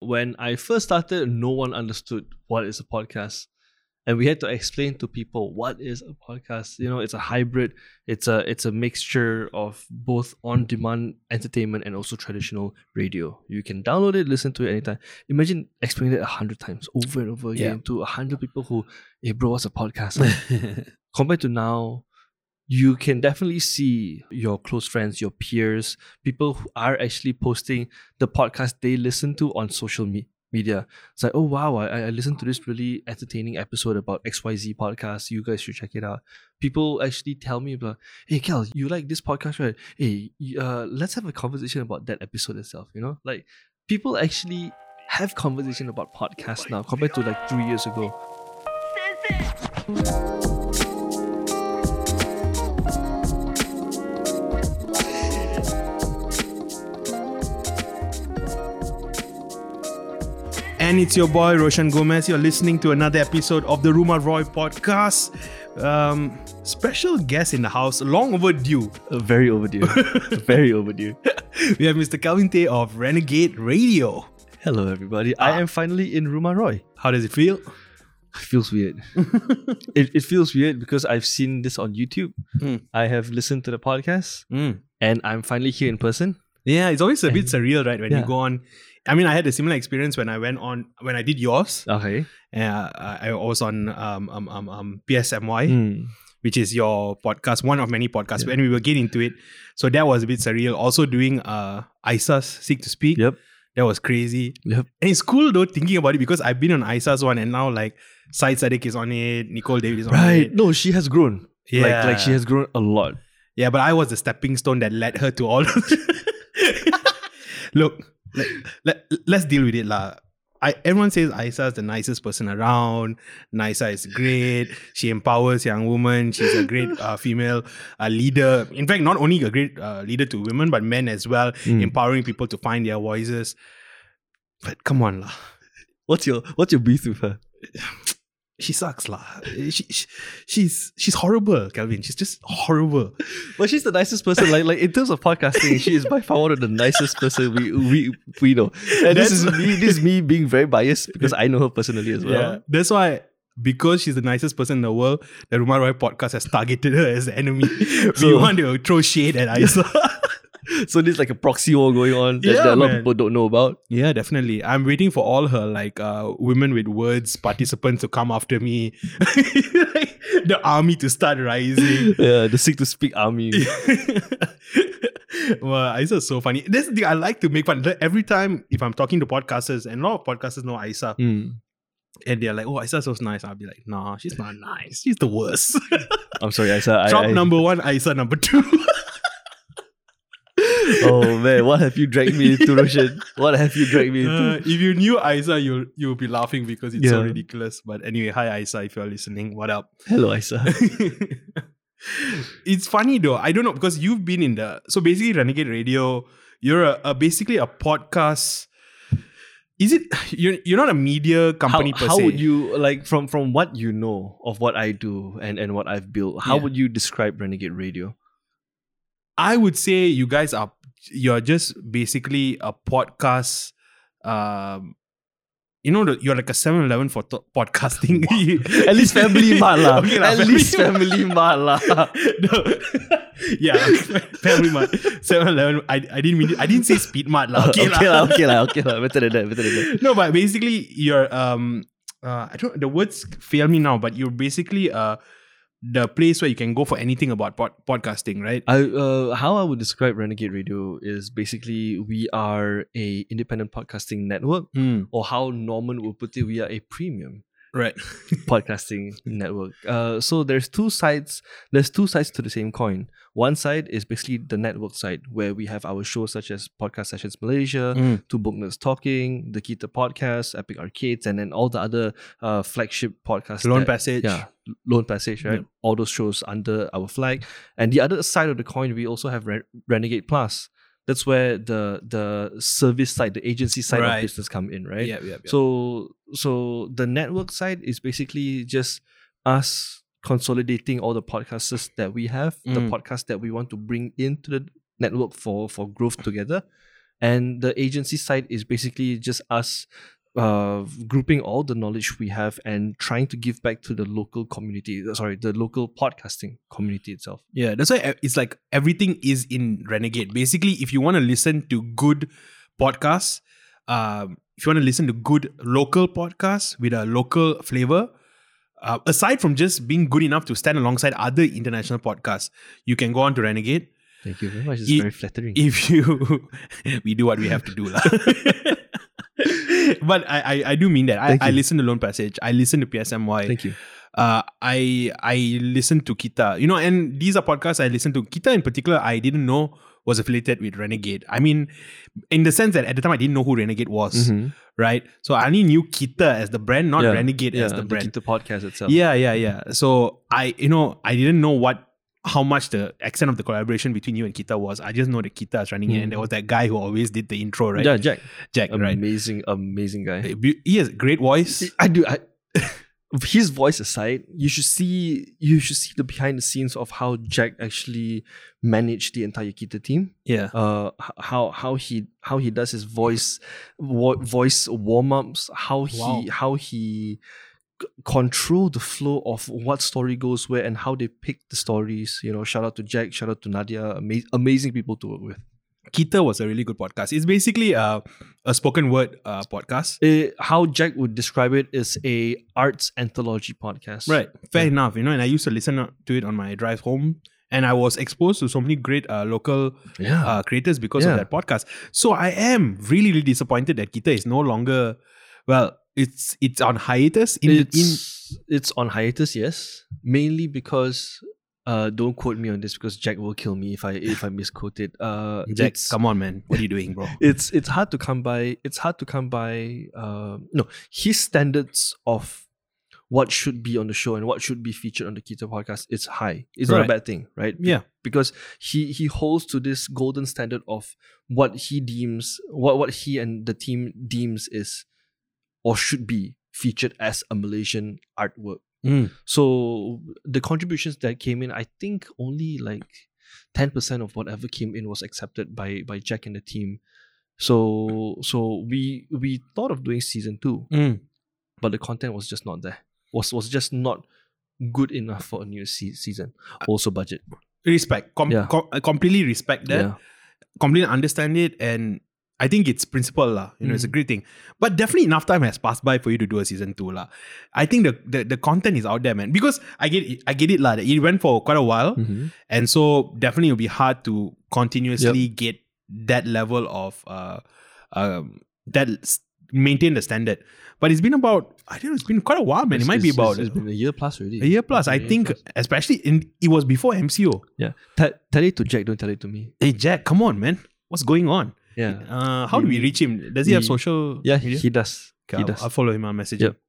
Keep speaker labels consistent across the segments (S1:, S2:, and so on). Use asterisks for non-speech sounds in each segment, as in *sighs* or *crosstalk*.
S1: when I first started, no one understood what is a podcast. And we had to explain to people what is a podcast. You know, it's a hybrid. It's a it's a mixture of both on-demand entertainment and also traditional radio. You can download it, listen to it anytime. Imagine explaining it a hundred times over and over again to a hundred people who, hey bro, what's a
S2: *laughs*
S1: podcast? compared to now, you can definitely see your close friends, your peers, people who are actually posting the podcast they listen to on social me- media. It's like, oh wow, I, I listened to this really entertaining episode about XYZ podcast. You guys should check it out. People actually tell me about, hey Kel, you like this podcast, right? Hey, y- uh, let's have a conversation about that episode itself. You know, like people actually have conversation about podcasts now compared to like three years ago.
S2: And it's your boy Roshan Gomez. You're listening to another episode of the Rumor Roy podcast. Um, special guest in the house, long overdue. *laughs*
S1: Uh, Very *laughs* overdue. Very overdue.
S2: We have Mr. Calvin Tay of Renegade Radio.
S1: Hello, everybody. I am finally in Ruma Roy.
S2: How does it feel?
S1: Feels *laughs* weird. it, it feels weird because I've seen this on YouTube.
S2: Mm.
S1: I have listened to the podcast, and I'm finally here in person.
S2: Yeah, it's always a bit surreal, right? When
S1: Yeah.
S2: you go on. I mean, I had a similar experience when I went on when I did yours.
S1: Okay.
S2: Uh, I I was on um, um, um, um, PSMY.
S1: Mm.
S2: which is your podcast, one of many podcasts, and we will get into it. So that was a bit surreal. Also doing uh ISAS Seek to Speak.
S1: Yep.
S2: That was crazy.
S1: Yep.
S2: And it's cool though thinking about it because I've been on ISAS one and now like Said Sadek is on it, Nicole David is on
S1: Right.
S2: it.
S1: No, she has grown. Like, like she
S2: Yeah.
S1: has grown a lot.
S2: Yeah, but I was the stepping stone that led her to all of *laughs* Look, let, let, let's deal with it, lah. I, everyone says Isa is the nicest person around. Nisa is great. She empowers young women. She's a great uh, female uh, leader. In fact, not only a great uh, leader to women, but men as well,
S1: Mm.
S2: empowering people to find their voices. But come on, lah.
S1: What's your What's your beef with her?
S2: She sucks, lah. She, she, she's she's horrible, Calvin. She's just horrible.
S1: Well, she's the nicest person. Like, like in terms of podcasting, she is by far one of the nicest person we we we know. And this is
S2: That's-
S1: me. This is me being very biased because I know her personally as well.
S2: Yeah. That's why, because she's the nicest person in the world, the Rumah Roy podcast has targeted her as the *laughs* enemy. we
S1: So-
S2: want to throw shade at *laughs* Isa.
S1: *laughs* So there's like a proxy war going on that,
S2: Yeah,
S1: that a lot
S2: man.
S1: of people don't know
S2: *laughs*
S1: about.
S2: yeah, definitely. I'm waiting for all her like uh, women with words participants to come after me. *laughs* Like, the army to start rising.
S1: Yeah, the sick to speak army.
S2: *laughs* well, Isa so funny. This is the thing I like to make fun. Every time if I'm talking to podcasters, and a lot of podcasters know Isa,
S1: Mm,
S2: and they're like, "Oh, Isa so nice," I'll be like, "Nah, she's not nice. She's the worst."
S1: I'm sorry, Isa. *laughs* I,
S2: Trump
S1: I,
S2: number one, Isa number two. *laughs*
S1: Oh man, what have you dragged me
S2: *laughs*
S1: into, Roshan? What have you dragged me into?
S2: Uh, if you knew Isa, you'll you'll be laughing because it's so
S1: Yeah.
S2: ridiculous. But anyway, hi Isa, if you're listening, what up? *laughs*
S1: Hello, Isa.
S2: it's funny though. I don't know because you've been in the so basically Renegade Radio. You're a, a basically a podcast. Is it you're you're not a media
S1: How,
S2: company per
S1: how
S2: se?
S1: would you like from from what you know of what I do and and what I've built? How
S2: Yeah.
S1: would you describe Renegade
S2: *laughs*
S1: Radio?
S2: I would say you guys are you're just basically a podcast. Um, you know, the, you're like a 7-Eleven for to- podcasting. *laughs*
S1: At least family mala.
S2: Okay lah,
S1: At
S2: family
S1: least family mala.
S2: No. yeah, *laughs* Family Mart, 7-Eleven. I, I didn't mean it. I didn't say Speed Mart lah. *laughs*
S1: *laughs*
S2: Okay,
S1: okay
S2: lah.
S1: lah, okay lah, okay lah. Better than that, better than that.
S2: No, but basically you're um uh I don't the words fail me now, but you're basically uh the place where you can go for anything about pod- podcasting, right?
S1: I uh, how I would describe Renegade Radio is basically we are a independent podcasting network, or how Norman would put it, we are a premium
S2: Right.
S1: podcasting network. Uh, so there's two sides. There's two sides to the same coin. One side is basically the network side where we have our shows such as Podcast Sessions Malaysia,
S2: Mm.
S1: Two Book Nerds Talking, The Kita Podcast, Epic Arcades, and then all the other uh, flagship podcasts.
S2: Loan
S1: that-
S2: passage.
S1: yeah, Lone Passage, right? All those shows under our flag. And the other side of the coin, we also have Ren- Renegade Plus. That's where the the service side, the agency side
S2: Right.
S1: of business come in, right?
S2: Yeah, yeah, yeah.
S1: So so the network side is basically just us consolidating all the podcasters that we have, the
S2: Mm.
S1: podcasts that we want to bring into the network for for growth together. and the agency side is basically just us uh, grouping all the knowledge we have and trying to give back to the local community. uh, Sorry, the local podcasting community itself.
S2: Yeah, that's why eh, it's like everything is in Renegade. Basically, if you want to listen to good podcasts, um, if you want to listen to good local podcasts with a local flavor, uh, aside from just being good enough to stand alongside other international podcasts, you can go on to Renegade. *laughs*
S1: Thank you very much. It's
S2: It-
S1: very flattering.
S2: If you, *laughs* we do what we have to do, lah. *laughs* But I, I, I do mean that. I,
S1: Thank
S2: I
S1: you.
S2: listen to Lone Passage. I listen to PSMY.
S1: Thank you.
S2: uh, I I listened to Kita, you know, and these are podcasts I listened to. Kita in particular, I didn't know was affiliated with Renegade. I mean, in the sense that at the time I didn't know who Renegade was,
S1: Mhm.
S2: right? So I only knew Kita as the brand, not
S1: Yeah,
S2: Renegade
S1: yeah,
S2: as the brand.
S1: Kita podcast itself.
S2: yeah, yeah, yeah. So I, you know, I didn't know what how much the extent of the collaboration between you and Kita was. I just know that Kita is running it, and there was that guy who always did the intro, right?
S1: Mm. yeah, Jack,
S2: Jack, right?
S1: amazing, amazing guy.
S2: He has great voice.
S1: I do. I, *laughs* his voice aside, you should see you should see the behind the scenes of how Jack actually managed the entire Kita team.
S2: Yeah.
S1: Uh, h- how how he how he does his voice vo- voice warm ups. How he
S2: Wow.
S1: how he c- control the flow of what story goes where and how they pick the stories. You know, shout out to Jack. Shout out to Nadia. Ama- amazing people to work with.
S2: Kita was a really good podcast. It's basically a, a spoken word uh, podcast.
S1: Eh, how Jack would describe it is a arts anthology podcast.
S2: Right. Fair
S1: Yeah.
S2: enough. You know, and I used to listen to it on my drive home. And I was exposed to so many great uh, local
S1: Yeah.
S2: uh, creators because
S1: Yeah.
S2: of that podcast. So I am really, really disappointed that Kita is no longer, well, it's it's on hiatus. In, the- in
S1: it's, it's on hiatus, yes. Mainly because uh, don't quote me on this because Jack will kill me if I if I misquote it. Uh,
S2: Jack,
S1: it's,
S2: come on, man. What are you
S1: *laughs*
S2: doing, bro?
S1: it's it's hard to come by. It's hard to come by. Uh, no, his standards of what should be on the show and what should be featured on the Keto podcast is high. It's not a
S2: Correct.
S1: bad thing, right?
S2: yeah.
S1: because he he holds to this golden standard of what he deems what what he and the team deems is or should be featured as a Malaysian artwork.
S2: Mm.
S1: So the contributions that came in, I think only like ten percent of whatever came in was accepted by by Jack and the team. So so we we thought of doing season two,
S2: Mm.
S1: but the content was just not there. Was was just not good enough for a new se- season. Also budget.
S2: Respect. Com-
S1: Yeah.
S2: com- I completely respect that. completely understand it and I think it's principle lah. You know, it's a
S1: Mm.
S2: great thing. But definitely enough time has passed by for you to do a season two lah. I think the, the the content is out there, man. Because I get it, I get it lah. that It went for quite a while,
S1: Mhm.
S2: and so definitely it'll be hard to continuously get that level of uh um that s- maintain the standard. But it's been about I don't know. It's been quite a while, man.
S1: It's-
S2: it might be
S1: it's-
S2: about
S1: it's- it's been a year plus already.
S2: a year
S1: It's
S2: plus. I
S1: been a year
S2: think,
S1: plus.
S2: especially in it was before MCO.
S1: Yeah. Tell, tell it to Jack. Don't tell it to me.
S2: Hey Jack, come on, man. What's going on?
S1: Yeah.
S2: Uh, how do we
S1: He-
S2: reach him? Does he have
S1: he-
S2: social?
S1: Yeah.
S2: media?
S1: He does.
S2: Okay,
S1: he
S2: I'll,
S1: does.
S2: I'll follow him. I'll message
S1: Yep.
S2: him.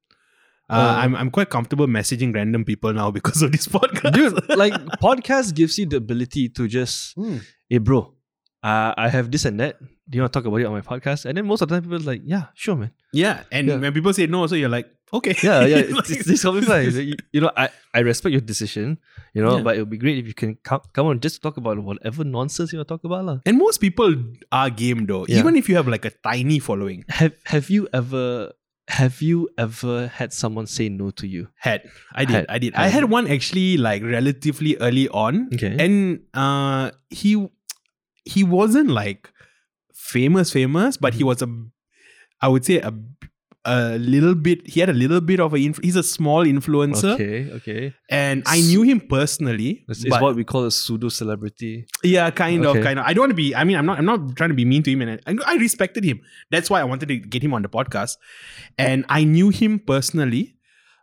S2: Uh,
S1: Uh,
S2: I'm I'm quite comfortable messaging random people now *laughs* because of this podcast.
S1: Dude, like podcast gives you the ability to just, hey bro, uh, I have this and that. Do you want to talk about it on my podcast? And then most of the time people are like, yeah, sure,
S2: *laughs*
S1: man.
S2: yeah, and
S1: Yeah.
S2: when people say no, so you're like, okay,
S1: Yeah,
S2: *laughs*
S1: yeah.
S2: Like-
S1: it's, it's, it's something
S2: *laughs*
S1: like, you, you know, I, I respect your decision, you know,
S2: Yeah.
S1: but it would be great if you can come, come on, just talk about whatever nonsense you want to talk about. lah.
S2: and most people are game though,
S1: Yeah.
S2: even if you have like a tiny following.
S1: Have, have you ever, have you ever had someone say no to you?
S2: Had I did
S1: Had-
S2: I did I
S1: had.
S2: had one actually like relatively early on,
S1: Okay.
S2: and uh, he he wasn't like famous famous, but
S1: Mm-hmm.
S2: he was a I would say a a little bit. He had a little bit of a inf- he's a small influencer.
S1: Okay, okay.
S2: and I knew him personally.
S1: It's,
S2: but-
S1: what we call a pseudo celebrity.
S2: yeah, kind
S1: Okay.
S2: of, kind of. I don't want to be. I mean, I'm not. I'm not trying to be mean to him, and I, I respected him. That's why I wanted to get him on the podcast, and I knew him personally,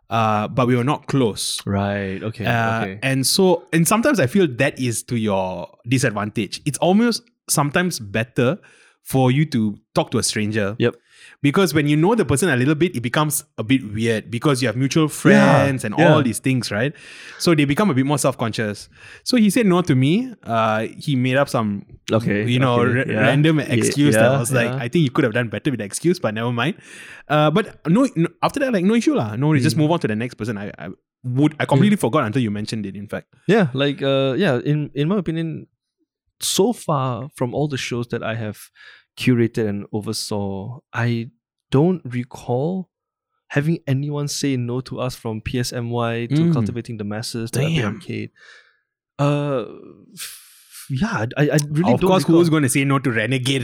S2: uh, but we were not close.
S1: Right. Okay.
S2: Uh, And so, and sometimes I feel that is to your disadvantage. It's almost sometimes better for you to talk to a stranger.
S1: Yep.
S2: Because when you know the person a little bit, it becomes a bit weird because you have mutual friends and all
S1: yeah.
S2: these things, right? So they become a bit more self conscious. So he said no to me. Uh, he made up some,
S1: Okay,
S2: you know,
S1: okay,
S2: ra-
S1: yeah,
S2: random
S1: yeah,
S2: excuse that
S1: yeah,
S2: was like,
S1: yeah.
S2: I think you could have done better with the excuse, but never mind. Uh, but no, no, after that, like no issue lah. No, worries, just
S1: Mm.
S2: move on to the next person. I, I would I completely forgot until you mentioned it. In fact,
S1: yeah. Like, uh, yeah. In in my opinion, so far from all the shows that I have curated and oversaw, I don't recall having anyone say no to us from PSMY to
S2: Mm.
S1: cultivating the masses to Epic
S2: Damn.
S1: Arcade. Uh, f- yeah, I, I really
S2: of
S1: don't
S2: course,
S1: recall.
S2: who's going to say no to Renegade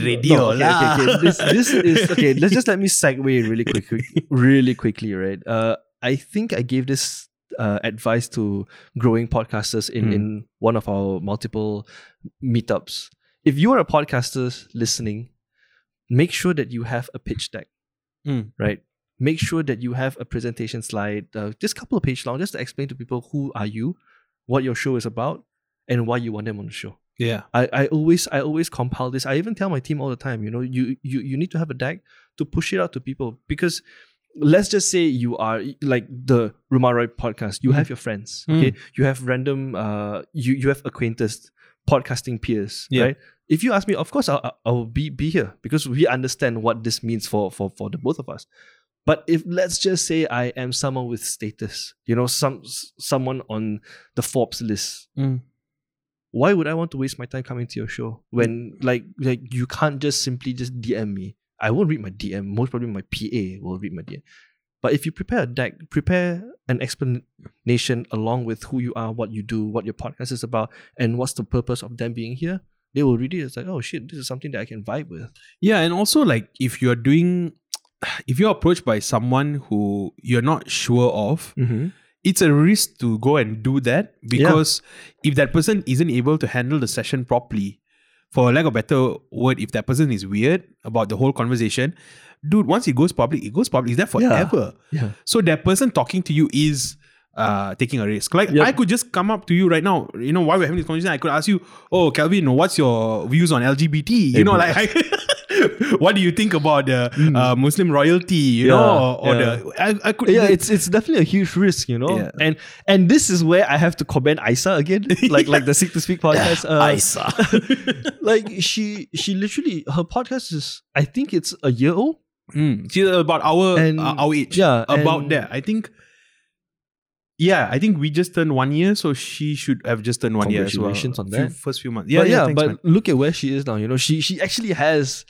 S1: No,
S2: Radio?
S1: okay, okay,
S2: lah?
S1: okay. This, this
S2: *laughs*
S1: is okay. Let's just let me segue really quickly, really quickly, right? Uh, I think I gave this uh, advice to growing podcasters in
S2: Hmm.
S1: in one of our multiple meetups. If you are a podcaster listening, make sure that you have a pitch deck,
S2: Hmm.
S1: right? Make sure that you have a presentation slide, uh, just a couple of page long, just to explain to people who are you, what your show is about, and why you want them on the show.
S2: Yeah.
S1: I, I always I always compile this. I even tell my team all the time, you know, you you you need to have a deck to push it out to people because let's just say you are like the Rumaroid podcast. You have your friends, okay? You have random uh you you have acquaintances, podcasting peers,
S2: Yeah.
S1: right? If you ask me, of course I'll I'll- I'll be be here because we understand what this means for for for the both of us. But if let's just say I am someone with status, you know, some s- someone on the Forbes list, why would I want to waste my time coming to your show when like like you can't just simply just DM me? I won't read my DM. Most probably my PA will read my DM. But if you prepare a deck, prepare an explanation along with who you are, what you do, what your podcast is about, and what's the purpose of them being here, they will read it. It's like, oh shit, this is something that I can vibe with.
S2: Yeah, and also like if you're doing, *sighs* if you're approached by someone who you're not sure of,
S1: Mm-hmm.
S2: it's a risk to go and do that because if that person isn't able to handle the session properly, for lack of better word, if that person is weird about the whole conversation, dude, once it goes public, it goes public. Is there
S1: Yeah.
S2: forever?
S1: Yeah.
S2: So that person talking to you is uh, taking a risk. Like
S1: Yep.
S2: I could just come up to you right now. You know, while we're having this conversation, I could ask you, "Oh, Calvin, what's your views on LGBT? You
S1: Hey,
S2: know,
S1: bro. Mm.
S2: like I, *laughs* what do you think about the uh, Muslim royalty? You know,
S1: Yeah,
S2: or, or
S1: yeah.
S2: the I, I could
S1: yeah, it's it's definitely a huge risk, you know.
S2: Yeah.
S1: And and this is where I have to comment Isa again, like like the Sick to Speak podcast. Uh,
S2: Isa.
S1: like she she literally her podcast is I think it's a year old.
S2: Mm, she's about our
S1: And-
S2: uh, our age.
S1: yeah,
S2: about
S1: and-
S2: that. I think. Yeah, I think we just turned one year, so she should have just turned one year as well.
S1: Congratulations on
S2: Few-
S1: that.
S2: first few months.
S1: Yeah,
S2: Yeah,
S1: but,
S2: yeah,
S1: yeah,
S2: thanks,
S1: but
S2: man.
S1: look at where she is now. You know, she she actually has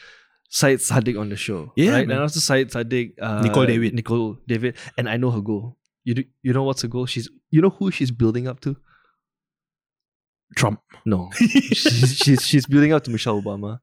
S1: Syed Sadiq on the show.
S2: Yeah,
S1: right?
S2: man.
S1: and also Syed Sadiq, uh,
S2: Nicole David.
S1: Nicole David, and I know her goal. You do, you know what's her goal? She's you know who she's building up to?
S2: Trump. *laughs*
S1: No, she's, she's she's building up to Michelle Obama.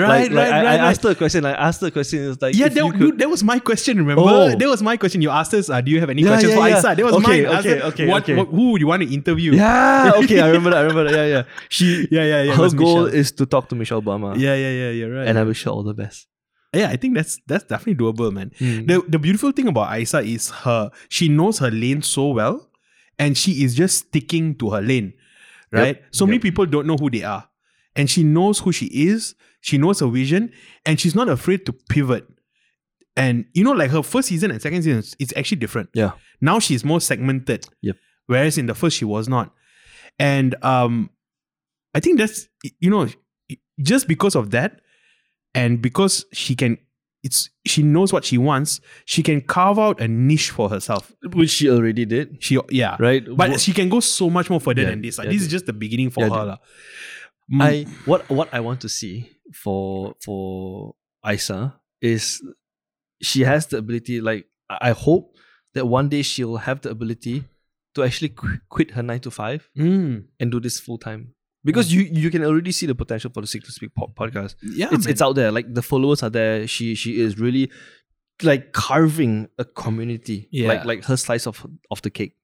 S1: Like- like, I,
S2: right, right.
S1: I
S2: right.
S1: asked her a question. I asked her a question. It was like,
S2: yeah,
S1: if
S2: that,
S1: you could-
S2: dude, that was my question. Remember,
S1: Oh.
S2: that was my question. You asked us, uh, do you have any
S1: Yeah,
S2: questions
S1: yeah,
S2: for
S1: yeah.
S2: Isa? That was
S1: Okay,
S2: mine. I
S1: okay,
S2: said,
S1: okay,
S2: what,
S1: okay.
S2: What, who would you want to interview?
S1: yeah, okay, I remember. That, I remember. That. Yeah,
S2: *laughs*
S1: yeah. She
S2: yeah, yeah. yeah it
S1: her
S2: was
S1: goal
S2: Michelle.
S1: is to talk to Michelle Obama.
S2: yeah, yeah, yeah, yeah. Right.
S1: and uh, I wish her all the best.
S2: yeah, I think that's that's definitely doable, man. The the beautiful thing about Isa is her she knows her lane so well and she is just sticking to her lane. Right? So many
S1: Yep.
S2: people don't know who they are. And she knows who she is, she knows her vision, and she's not afraid to pivot. And you know, like her first season and second season, it's- it's actually different.
S1: Yeah.
S2: Now she's more segmented.
S1: Yep.
S2: Whereas in the first she was not. And um I think that's you know, just because of that, and because she can it's she knows what she wants she can carve out a niche for herself
S1: which she already did,
S2: she yeah
S1: right?
S2: but
S1: Wha-
S2: she can go so much more further
S1: Yeah,
S2: than this like
S1: yeah,
S2: this is just the beginning for
S1: yeah,
S2: her
S1: dude.
S2: lah. Mm,
S1: I what what I want to see for for Isa is she has the ability. Like I I hope that one day she'll have the ability to actually qu- quit her nine to five
S2: Mm,
S1: and do this full time. Because you you can already see the potential for the Sick to Speak po- podcast.
S2: Hmm. yeah
S1: It's
S2: man.
S1: it's out there. Like the followers are there. She she is really like carving a community.
S2: Yeah.
S1: Like like her slice of of the cake.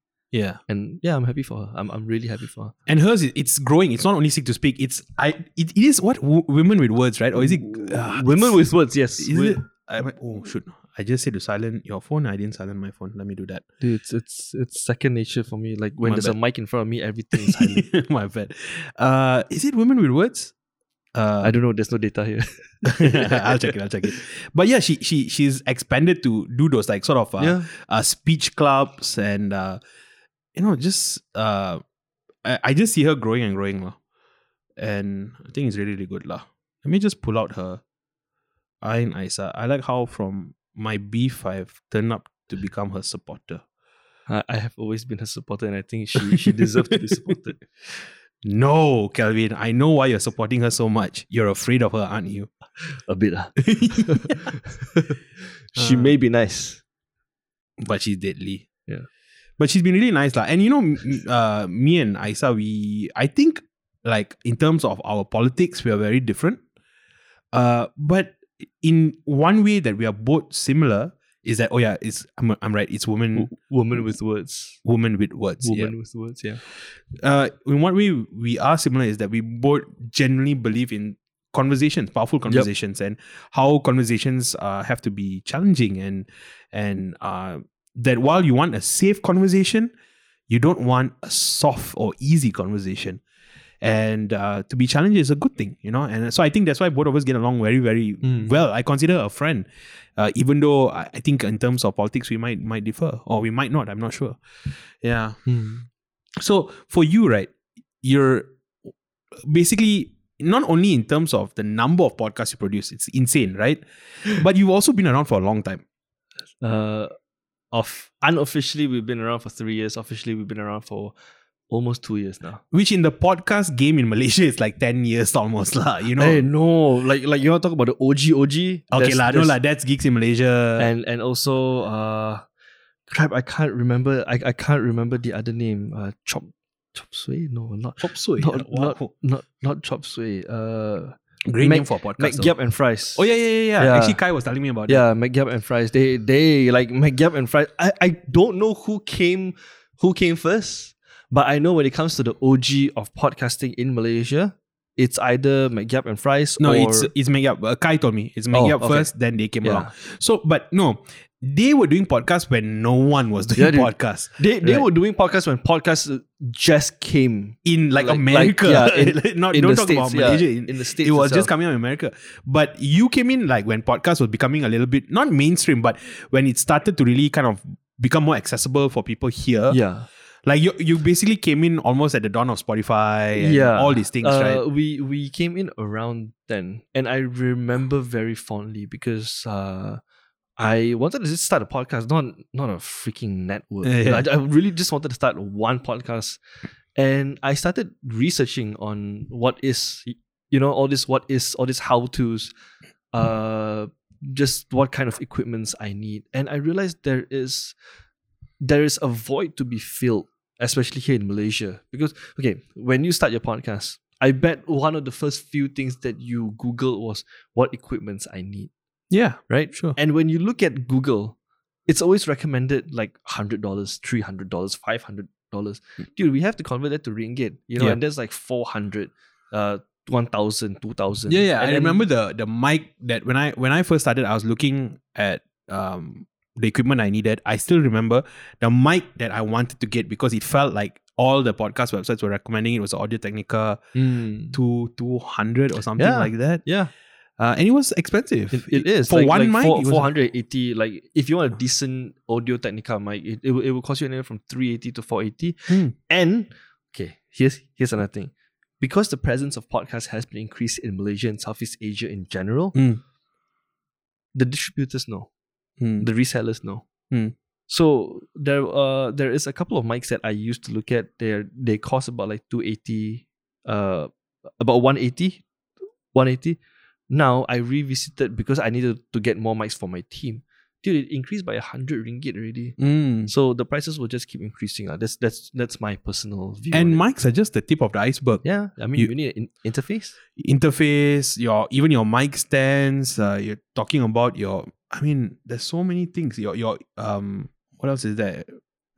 S2: yeah
S1: And yeah, I'm happy for her. I'm I'm really happy for her.
S2: and hers is- it's growing it's not only sick to speak it's i it, it is what w- women with words right or is it ah,
S1: women
S2: it's-
S1: with words? Yes,
S2: is
S1: Wi-
S2: it I went, oh shoot i just said to silent your phone i didn't silent my phone let me do *laughs* that
S1: dude, it's it's it's second nature for me. Like when
S2: My
S1: there's a
S2: bad.
S1: mic in front of me, everything is *laughs* silent.
S2: my bad uh is it women with words uh
S1: I don't know. There's no data here.
S2: *laughs* I'll check it. I'll check *laughs* it. But yeah, she she she's expanded to do those like sort of uh, uh speech clubs and uh you know just uh I, I just see her growing and growing lah. And I think it's really really good lah. Let me just pull out her Ayn Isa. I like how from my beef I've turned up to become her supporter.
S1: I, I have always been her supporter, and I think she *laughs* she deserves
S2: *laughs*
S1: to be supported.
S2: No, Kelvin, I know why you're supporting her so much. You're afraid of her, aren't you?
S1: a bit. ah. she
S2: Uh.
S1: may be nice.
S2: but she's deadly.
S1: Yeah.
S2: But she's been really nice, lah. And you know, m- m- uh, me and Isa, we I think like in terms of our politics, we are very different. Uh, but in one way that we are both similar is that oh yeah, it's I'm, I'm right. It's woman,
S1: W- woman with words.
S2: woman with words.
S1: Woman with words. Mm. Yeah.
S2: Yeah. Uh, in one way we are similar is that we both generally believe in conversations, powerful conversations, and how conversations uh, have to be challenging and and uh, that while you want a safe conversation, you don't want a soft or easy conversation. And uh, to be challenged is a good thing, you know. And uh, so I think that's why both of us get along very, very
S1: Mm.
S2: well. I consider a friend, uh, even though I, I think in terms of politics we might might differ or we might not. I'm not sure. Yeah. So for you, right, you're basically not only in terms of the number of podcasts you produce, it's
S1: *laughs*
S2: insane, right? But you've also been around for a long time.
S1: Uh, of unofficially, we've been around for three years. Officially, we've been around for almost two years now.
S2: Which in the podcast game in Malaysia is like 10 years almost, lah. you know?
S1: Hey, Eh, no, like like you want to talk about the OG OG?
S2: okay,
S1: That's-
S2: lah, no,
S1: that's-
S2: lah, that's Geeks in Malaysia.
S1: and and also uh crap i can't remember i, I can't remember the other name uh chop chop suey no not
S2: Chop Suey.
S1: not,
S2: Wow.
S1: not not not chop suey uh
S2: Great
S1: Mac-
S2: name for a podcast. though.
S1: mcgap and fries
S2: Oh, yeah, yeah, yeah, yeah,
S1: Yeah.
S2: Actually, Kai was telling me about that.
S1: yeah mcgap and fries they they like mcgap and fries i i don't know who came who came first but i know when it comes to the og of podcasting in malaysia it's either mcgap and fries
S2: No,
S1: or,
S2: it's it's make up. Uh, Kai told me it's make
S1: Oh,
S2: up
S1: okay.
S2: first, then they came
S1: Yeah.
S2: along. So, but no, they were doing podcasts when no one was doing
S1: Yeah, dude.
S2: podcasts
S1: they, they
S2: right.
S1: were doing podcasts when podcasts just came
S2: in like,
S1: Like-
S2: America. *laughs*
S1: like, yeah,
S2: Not
S1: in
S2: don't
S1: the
S2: talk about
S1: States, yeah,
S2: Malaysia. In-
S1: in the states
S2: it was
S1: itself.
S2: just coming out in America. But you came in like when podcast was becoming a little bit not mainstream, but when it started to really kind of become more accessible for people here.
S1: yeah
S2: Like you you basically came in almost at the dawn of Spotify and all these things,
S1: Uh,
S2: right?
S1: We we came in around then, and I remember very fondly because uh, I wanted to just start a podcast, not not a freaking network.
S2: Yeah,
S1: You know, I, I
S2: yeah.
S1: really just wanted to start one podcast, and I started researching on what is you know all this what is all these how tos. Uh, just what kind of equipments I need. And I realized there is there is a void to be filled, especially here in Malaysia. Because okay, when you start your podcast, I bet one of the first few things that you Googled was what equipments I need.
S2: Yeah.
S1: Right?
S2: Sure.
S1: And when you look at Google, it's always recommended like hundred dollars, three hundred dollars, five hundred dollars. Dude, we have to convert that to ringgit. You know,
S2: Hmm. Yeah.
S1: and there's like four hundred, uh, one thousand, two thousand.
S2: Yeah, yeah.
S1: And
S2: I
S1: then-
S2: remember the the mic that when I when I first started, I was looking at um the equipment I needed. I still remember the mic that I wanted to get because it felt like all the podcast websites were recommending it was Audio Technica
S1: Mm.
S2: two two hundred or something
S1: Yeah.
S2: like that.
S1: Yeah.
S2: Uh, and it was expensive.
S1: It, it is
S2: for
S1: like,
S2: one mic. it was-
S1: four hundred eighty. Like if you want a decent Audio Technica mic, it, it, will, it will cost you anywhere from three eighty to four eighty.
S2: Hmm.
S1: And okay, here's here's another thing, because the presence of podcasts has been increased in Malaysia and Southeast Asia in general,
S2: Hmm.
S1: the distributors know,
S2: Hmm.
S1: the resellers know.
S2: Hmm.
S1: So there uh there is a couple of mics that I used to look at. They they cost about like two eighty, uh, about 180, 180. Now I revisited because I needed to get more mics for my team. Dude, it increased by hundred ringgit already.
S2: Hmm.
S1: So the prices will just keep increasing. Uh. That's that's that's my personal view. on
S2: And
S1: it.
S2: mics are just the tip of the iceberg.
S1: yeah, I mean
S2: You-
S1: you, need an in- interface.
S2: Interface, your even your mic stands. Uh, you're talking about your. I mean, there's so many things. Your your um. What else is there?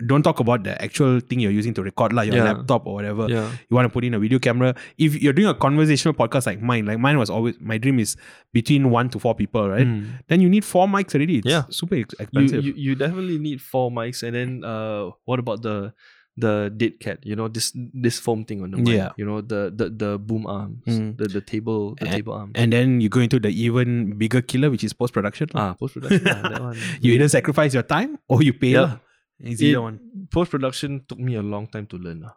S2: Don't talk about the actual thing you're using to record, like your
S1: Yeah.
S2: laptop or whatever.
S1: Yeah.
S2: You want to put in a video camera. If you're doing a conversational podcast like mine, like mine was always my dream is between one to four people, right? Then you need four mics already. It's
S1: Mm. Yeah.
S2: super ex-
S1: You,
S2: expensive.
S1: you you definitely need four mics and then uh what about the the dead cat, you know, this this foam thing on the mic.
S2: Yeah.
S1: You know, the the, the boom arms,
S2: Mm. eh.
S1: the, the table the table arms.
S2: and then you go into the even bigger killer, which is post production.
S1: ah, post production. that one.
S2: *laughs* You either sacrifice your time or you pay.
S1: Yep.
S2: lah. It's either
S1: It-
S2: one. Mm.
S1: post production took me a long time to learn. lah.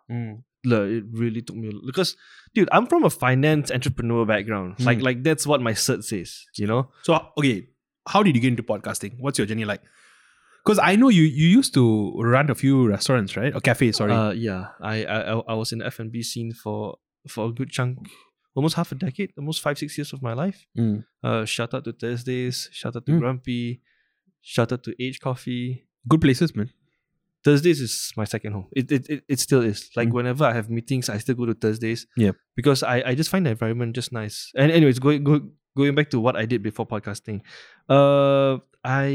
S1: Like, it really took me because, dude, I'm from a finance entrepreneur background. Like,
S2: Mm.
S1: like that's what my cert says. You know,
S2: So okay, how did you get into podcasting? What's your journey like? Because I know you you used to run a few restaurants, Uh, right? Or cafes, sorry.
S1: uh, yeah, I I I I was in the F and B scene for for a good chunk almost half a decade, almost five, six years of my life.
S2: Mm.
S1: Uh, shout out to Thursdays, shout out to
S2: Mm.
S1: Grumpy, shout out to Age Coffee.
S2: Good places, man.
S1: Thursdays is my second home. It it, it, it still is. Like
S2: Mm.
S1: whenever I have meetings, I still go to Thursdays.
S2: Yep.
S1: Because I, I just find the environment just nice. And anyways, going go, going back to what I did before podcasting, uh, I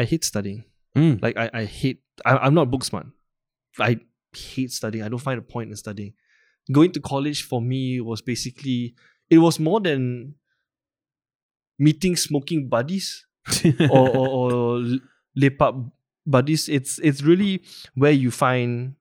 S1: I hate studying.
S2: Mm.
S1: Like I I hate. I, I'm not book smart. I hate studying. I don't find a point in studying. Going to college for me was basically it was more than meeting smoking buddies
S2: Mm. *laughs*
S1: or or, or l- lip up buddies. It's it's really where you find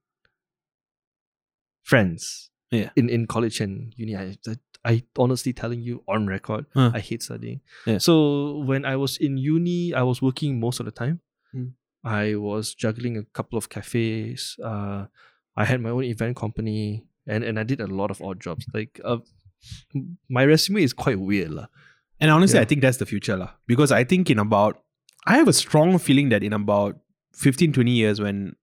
S1: friends.
S2: Yeah.
S1: In in college and uni, I, I honestly telling you on record,
S2: Huh.
S1: I hate studying.
S2: Yeah.
S1: So when I was in uni, I was working most of the time.
S2: Mm.
S1: I was juggling a couple of cafes. Uh, I had my own event company, and and I did a lot of odd jobs. Like uh, my resume is quite weird, lah.
S2: And honestly,
S1: Yeah.
S2: I think that's the future. lah. Because I think in about, I have a strong feeling that in about 15, 20 years, when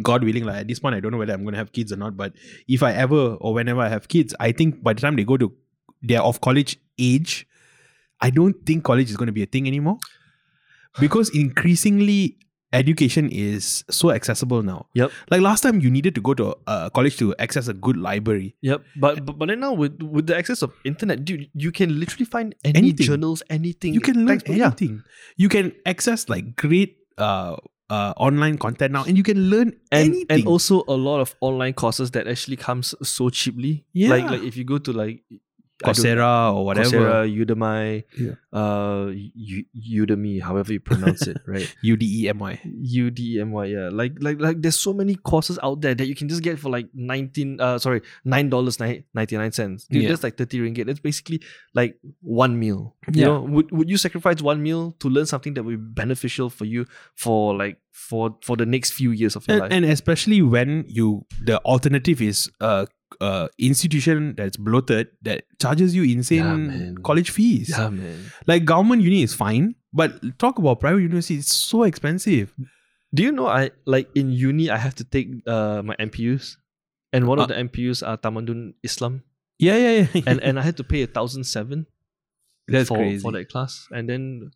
S2: God willing, like at this point, I don't know whether I'm going to have kids or not, but if I ever or whenever I have kids, I think by the time they go to, they're of college age, I don't think college is going to be a thing anymore. Because increasingly, education is so accessible now.
S1: Yep.
S2: Like last time, you needed to go to uh, college to access a good library.
S1: Yep, but but, but then now with with the access of internet, dude, you can literally find any
S2: Anything.
S1: journals, anything.
S2: you can learn
S1: Like, Yeah,
S2: anything. You can access like great uh, uh, online content now, and you can learn
S1: and
S2: anything.
S1: and also a lot of online courses that actually comes so cheaply.
S2: Yeah.
S1: like like if you go to like I don't-
S2: Coursera or whatever,
S1: Coursera, Udemy,
S2: Yeah.
S1: uh, U- Udemy, however you pronounce it, *laughs* right?
S2: U D E M Y.
S1: U D M Y. Yeah, like like like there's so many courses out there that you can just get for like nineteen. Uh, sorry, nine dollars ninety nine cents. Dude,
S2: Yeah.
S1: that's like thirty ringgit. That's basically like one meal. You
S2: Yeah.
S1: know, would would you sacrifice one meal to learn something that would be beneficial for you for like for for the next few years of your
S2: And,
S1: life?
S2: and especially when you the alternative is uh, uh institution that's bloated that charges you insane
S1: man.
S2: college fees.
S1: yeah, man.
S2: Like government uni is fine, but talk about private university, it's so expensive.
S1: Do you know I like in uni I have to take uh my MPUs, and
S2: Ah.
S1: one of the MPUs are Tamandun Islam,
S2: Yeah, yeah, yeah.
S1: and and I had to pay a thousand seven.
S2: *laughs* that's
S1: for,
S2: crazy.
S1: for that class. And then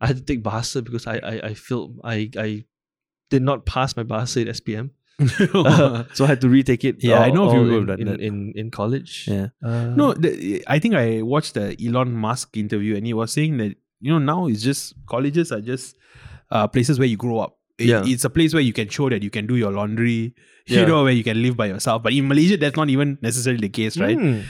S1: I had to take Bahasa because I I, I failed I I did not pass my Bahasa in SPM. *laughs* so I had to retake it.
S2: Yeah, I
S1: all-
S2: know a few
S1: all
S2: people
S1: in,
S2: who've done
S1: in,
S2: that.
S1: in in college.
S2: *laughs* Yeah.
S1: Uh,
S2: No, the, I think I watched the Elon Musk interview, and he was saying that you know now it's just colleges are just uh, places where you grow up. It-
S1: Yeah.
S2: it's a place where you can show that you can do your laundry, *laughs*
S1: Yeah.
S2: you know, where you can live by yourself. But in Malaysia, that's not even necessarily the case, right?
S1: Mm.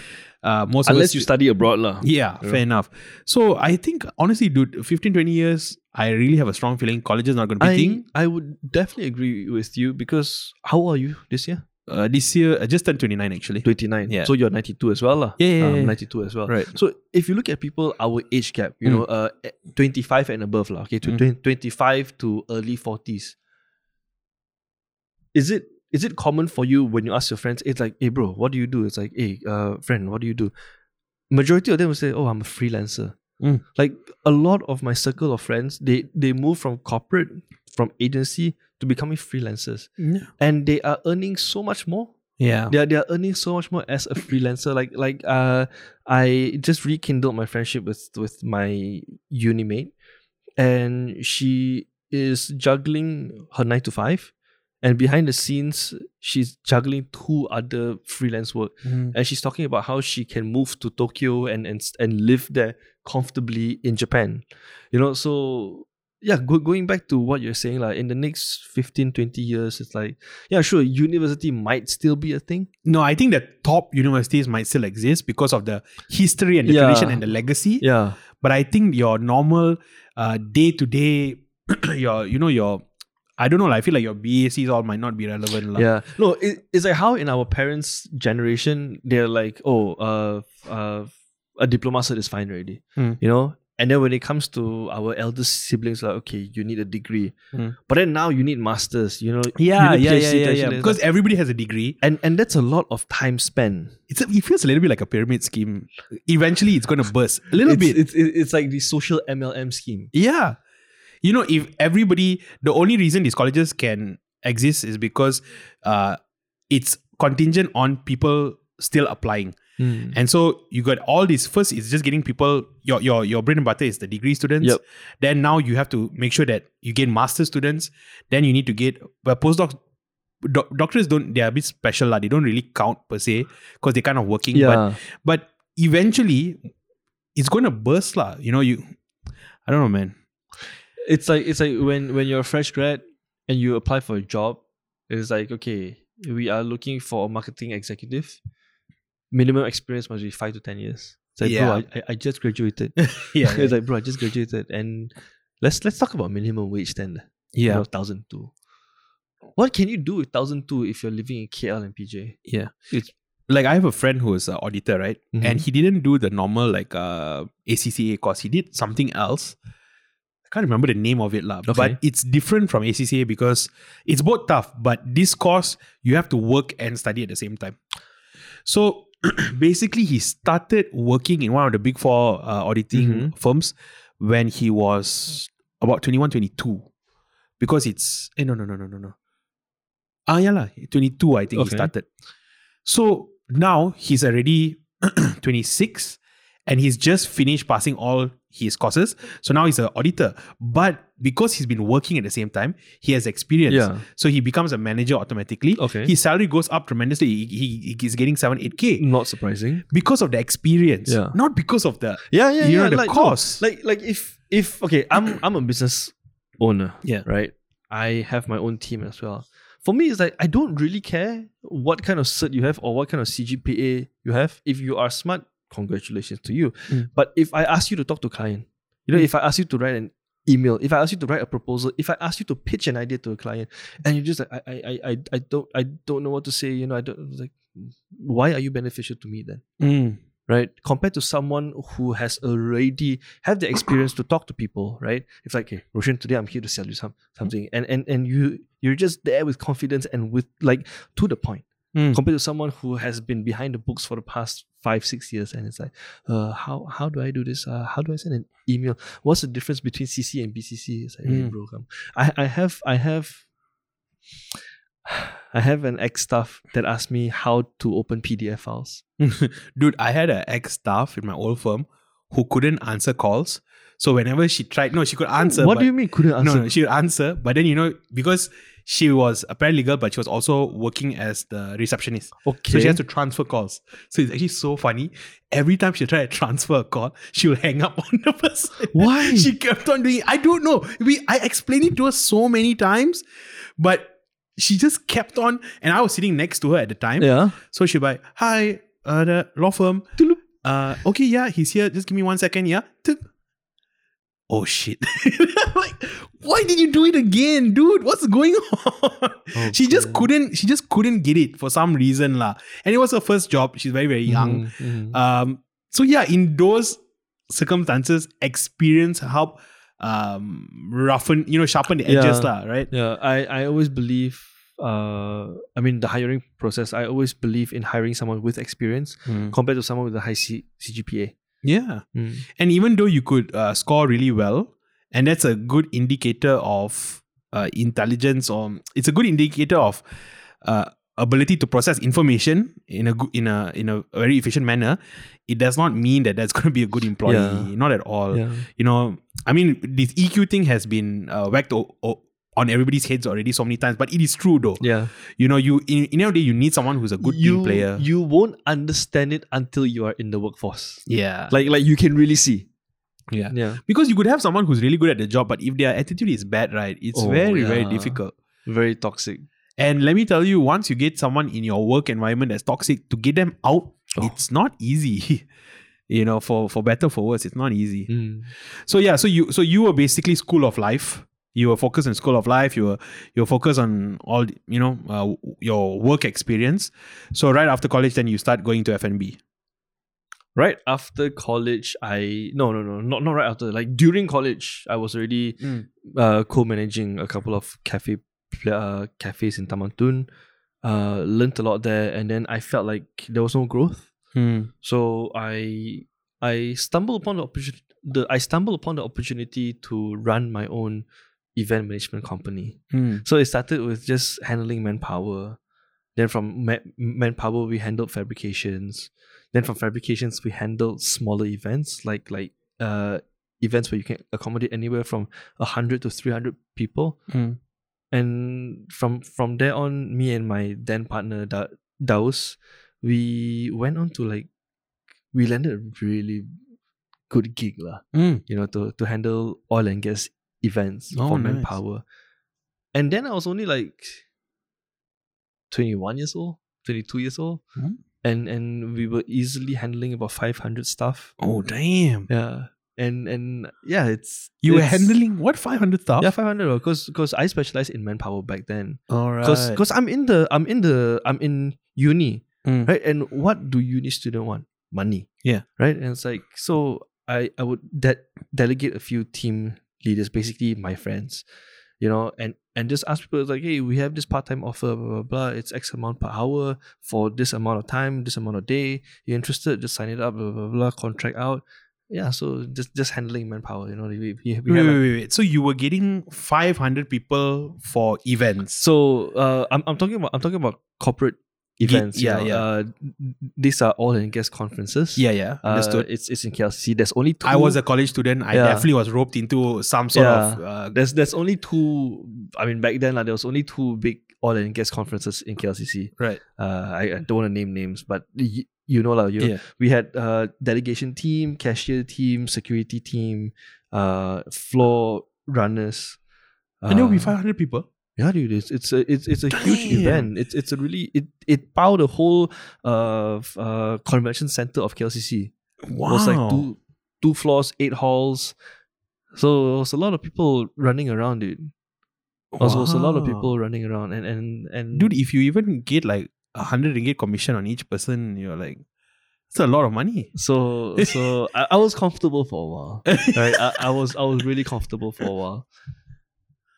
S2: Uh, most of
S1: Unless
S2: us,
S1: you study abroad, lah.
S2: *laughs* yeah,
S1: Yeah.
S2: fair enough. So I think honestly, dude, 15, 20 years, I really have a strong feeling college is not going to be a
S1: I
S2: thing.
S1: I would definitely agree with you because how old are you this year?
S2: Uh, this year, I just turned twenty nine actually.
S1: Twenty Ah, nine.
S2: Yeah.
S1: So you're ninety two as well, lah.
S2: Yeah, yeah, yeah.
S1: ninety two as well.
S2: Right.
S1: So if you look at people our age gap, you
S2: Mm.
S1: know, uh, eh, 25 and above, lah, okay, to
S2: Mm.
S1: twen- 25 to early 40s. Is it is it common for you when you ask your friends, it's like, hey bro, what do you do? It's like, hey, uh, friend, what do you do? Majority of them will say, Oh, I'm a freelancer.
S2: Mm.
S1: Like a lot of my circle of friends, they they move from corporate, from agency to becoming freelancers. And they are earning so much more
S2: Yeah.
S1: they are, they are earning so much more as a freelancer. Like like uh, I just rekindled my friendship with with my uni mate, and she is juggling her nine to five, and behind the scenes she's juggling two other freelance work.
S2: Mm.
S1: And she's talking about how she can move to Tokyo and and s- and live there comfortably in Japan, you know. So yeah, go, going back to what you're saying, like in the next 15, 20 years, it's like yeah, sure, university might still be a thing.
S2: No, I think that top universities might still exist because of the history and the
S1: Yeah.
S2: tradition and the legacy.
S1: *laughs* Yeah,
S2: but i think your normal day to day *clears throat* your you know your i don't know lah, i feel like your bacs all might not be relevant lah.
S1: yeah. No, it, it's like how in our parents' generation they're like, oh, uh, uh, a diploma cert is fine already,
S2: Mm.
S1: you know. And then when it comes to our eldest siblings, like okay, you need a degree,
S2: Mm.
S1: but then now you need masters, you know.
S2: yeah
S1: you need
S2: yeah yeah,
S1: PhD,
S2: yeah, yeah.
S1: tertiary,
S2: because everybody has a degree
S1: and and that's a lot of time spent.
S2: it's a, it feels a little bit like a pyramid scheme eventually it's going to burst a little
S1: it's,
S2: bit
S1: It's, it's it's like the social MLM scheme.
S2: yeah you know if everybody the only reason these colleges can exist is because uh it's contingent on people still applying
S1: Mm.
S2: And so you got all these. First, it's just getting people. Your your your bread and butter is the degree students.
S1: Yep.
S2: Then now you have to make sure that you get master students. Then you need to get but postdocs. Doc, doctors don't. They are a bit special. lah. They don't really count per se because they're kind of working. But
S1: Yeah.
S2: but eventually it's going to burst lah. you know you i don't know man *laughs*
S1: it's like it's like when when you're a fresh grad and you apply for a job it's like okay we are looking for a marketing executive minimum experience must be five to ten years it's like
S2: Yeah.
S1: bro I- I, I just graduated *laughs*
S2: yeah
S1: it's like bro i just graduated and let's let's talk about minimum wage then you
S2: yeah
S1: know, 1002 what can you do with 1002 if you're living in kl and pj
S2: yeah
S1: It's-
S2: like i have a friend who is an auditor right
S1: Mhm.
S2: and he didn't do the normal like uh acca course he did something else i can't remember the name of it lah.
S1: Okay.
S2: but it's different from acca because it's both tough but this course you have to work and study at the same time so *clears throat* basically he started working in one of the big four uh, auditing
S1: Mhm.
S2: firms when he was about 21 22 because it's eh, no no no no no no ah yeah lah, 22 i think he
S1: Okay.
S2: started so now he's already *clears throat* 26 and he's just finished passing all his courses so now he's an auditor but because he's been working at the same time he has experience
S1: Yeah.
S2: so he becomes a manager automatically
S1: Okay.
S2: his salary goes up tremendously he, he, he's getting 7 8k
S1: not surprising
S2: because of the experience
S1: Yeah.
S2: not because of the
S1: yeah yeah
S2: you
S1: yeah
S2: know the
S1: like, no,
S2: course
S1: like like if if okay
S2: *clears throat*
S1: i'm i'm a business owner
S2: Yeah.
S1: right i have my own team as well for me it's like i don't really care what kind of cert you have or what kind of cgpa you have if you are smart congratulations to you
S2: Mm.
S1: but if i ask you to talk to client you know if i ask you to write an email if i ask you to write a proposal if i ask you to pitch an idea to a client and you're just like i i i, I, I don't i don't know what to say you know i don't it's like why are you beneficial to me then right? Compared to someone who has already had the experience to talk to people, right? It's like, hey, Roshan, today I'm here to sell you some something, and and and you you're just there with confidence and with like to the point.
S2: Mm.
S1: Compared to someone who has been behind the books for the past five six years, and it's like, uh, how how do I do this? Uh, how do I send an email? What's the difference between CC and BCC? It's like, hey,
S2: Mm.
S1: bro, come. I I have I have. *sighs* I have an ex staff that asked me how to open PDF files.
S2: Dude, I had an ex staff in my old firm who couldn't answer calls. So whenever she tried, no, she could answer.
S1: what
S2: but,
S1: do you mean couldn't answer?
S2: No, no, she would answer. But then, you know, because she was a paralegal, but she was also working as the receptionist.
S1: Okay.
S2: So she has to transfer calls. So it's actually so funny. Every time she tried to transfer a call, she would hang up *laughs* on the person.
S1: *laughs* Why?
S2: *laughs* She kept on doing it. I don't know. We I explained it to her so many times, but she just kept on. And I was sitting next to her at the time.
S1: yeah.
S2: So she like, hi, uh, the law firm.
S1: Toodaloo.
S2: Uh, okay, yeah, he's here. Just give me one second, yeah. Toop. Oh shit! *laughs* like, why did you do it again, dude? What's going *laughs* on? she just couldn't. She just couldn't get it for some reason, lah. And it was her first job. She's very, very young.
S1: Mm, Mm-hmm.
S2: Um, so yeah, in those circumstances, experience help um roughen, you know, sharpen the edges,
S1: Yeah.
S2: lah. Right?
S1: yeah, I, I always believe. Uh, I mean the hiring process. I always believe in hiring someone with experience
S2: Mm.
S1: compared to someone with a high C- CGPA.
S2: Yeah. And even though you could uh, score really well, and that's a good indicator of uh, intelligence, or it's a good indicator of uh, ability to process information in a good, in a in a very efficient manner, it does not mean that that's *laughs* going to be a good employee.
S1: Yeah.
S2: Not at all.
S1: Yeah.
S2: You know, I mean, this EQ thing has been uh, whacked o- o- on everybody's heads already so many times, but it is true though.
S1: Yeah.
S2: You know, you in, in the end of the day, you need someone who's a good
S1: you,
S2: team player.
S1: You won't understand it until you are in the workforce.
S2: yeah.
S1: Like like you can really see.
S2: yeah.
S1: Yeah.
S2: Because you could have someone who's really good at the job, but if their attitude is bad, right, it's
S1: Oh,
S2: very, very
S1: yeah.
S2: difficult.
S1: Very toxic.
S2: And let me tell you, once you get someone in your work environment that's toxic, to get them out,
S1: Oh.
S2: it's not easy. *laughs* you know, for for better for worse, it's not easy.
S1: Mm.
S2: So yeah, so you so you were basically school of life. You were focused on school of life. You were you were focused on all the- you know uh, w- your work experience. So right after college, then you start going to FNB.
S1: Right after college, I no no no not not right after like during college, I was already uh, co-managing a couple of cafe pla- uh, cafes in Tamantun. Uh, learned a lot there, and then I felt like there was no growth.
S2: Hmm.
S1: So I I stumbled upon the opportunity. The, I stumbled upon the opportunity to run my own
S2: Hmm.
S1: event management company. So it started with just handling manpower, Then from ma- manpower, we handled fabrications. Then from fabrications, we handled smaller events like like uh events where you can accommodate anywhere from hundred to three hundred people.
S2: Mm.
S1: And from from there on, me and my then partner da- Daus, we went on to like we landed a really good gig lah
S2: Mm.
S1: you know, to, to handle oil and gas events
S2: Oh,
S1: for
S2: nice.
S1: manpower. And then I was only like 21 years old, 22 years old.
S2: Hmm.
S1: And and we were easily handling about 500 stuff.
S2: Oh damn!
S1: Yeah. And and yeah, it's
S2: You were
S1: it's-
S2: handling what five hundred thousand?
S1: yeah 500 because because I specialized in manpower back then
S2: All right.
S1: because because I'm in the I'm in the I'm in uni
S2: Mm.
S1: right and what do uni student want money
S2: Yeah.
S1: right and it's like so i i would de- delegate a few team leaders basically my friends you know and and just ask people like hey we have this part-time offer blah blah blah it's x amount per hour for this amount of time this amount of day you're interested just sign it up blah blah blah contract out yeah so just just handling manpower you know we, we, we
S2: wait,
S1: have a-
S2: wait, wait, wait. So you were getting five hundred people for events.
S1: So uh, I'm I'm talking about I'm talking about corporate events.
S2: yeah,
S1: you know,
S2: yeah.
S1: Uh, these are all in guest conferences.
S2: yeah, yeah.
S1: Uh,
S2: Understood.
S1: it's it's in KLCC. There's only two.
S2: I was a college student. I
S1: Yeah.
S2: definitely was roped into some sort of.
S1: Yeah.
S2: Uh,
S1: there's there's only two. I mean, back then like, there was only two big oil and gas conferences in KLCC.
S2: Right.
S1: Uh, I, I don't want to name names, but y- you know, like you know,
S2: yeah.
S1: we had uh delegation team, cashier team, security team, uh, floor runners.
S2: And there will be
S1: uh,
S2: five hundred people.
S1: Yeah, dude, it's it's a it's, it's a huge
S2: Damn.
S1: event. It's it's a really it it powered the whole uh, f- uh convention center of KLCC.
S2: Wow.
S1: It was like two two floors, eight halls. So it was a lot of people running around, dude. It was, it was a lot of
S2: Wow.
S1: people running around, and and and
S2: dude. If you even get like a hundred ringgit commission on each person, you're like, it's a lot of
S1: *laughs*
S2: money.
S1: So
S2: *laughs*
S1: so I, I was comfortable for a while. Right, I, I was I was really comfortable for a while,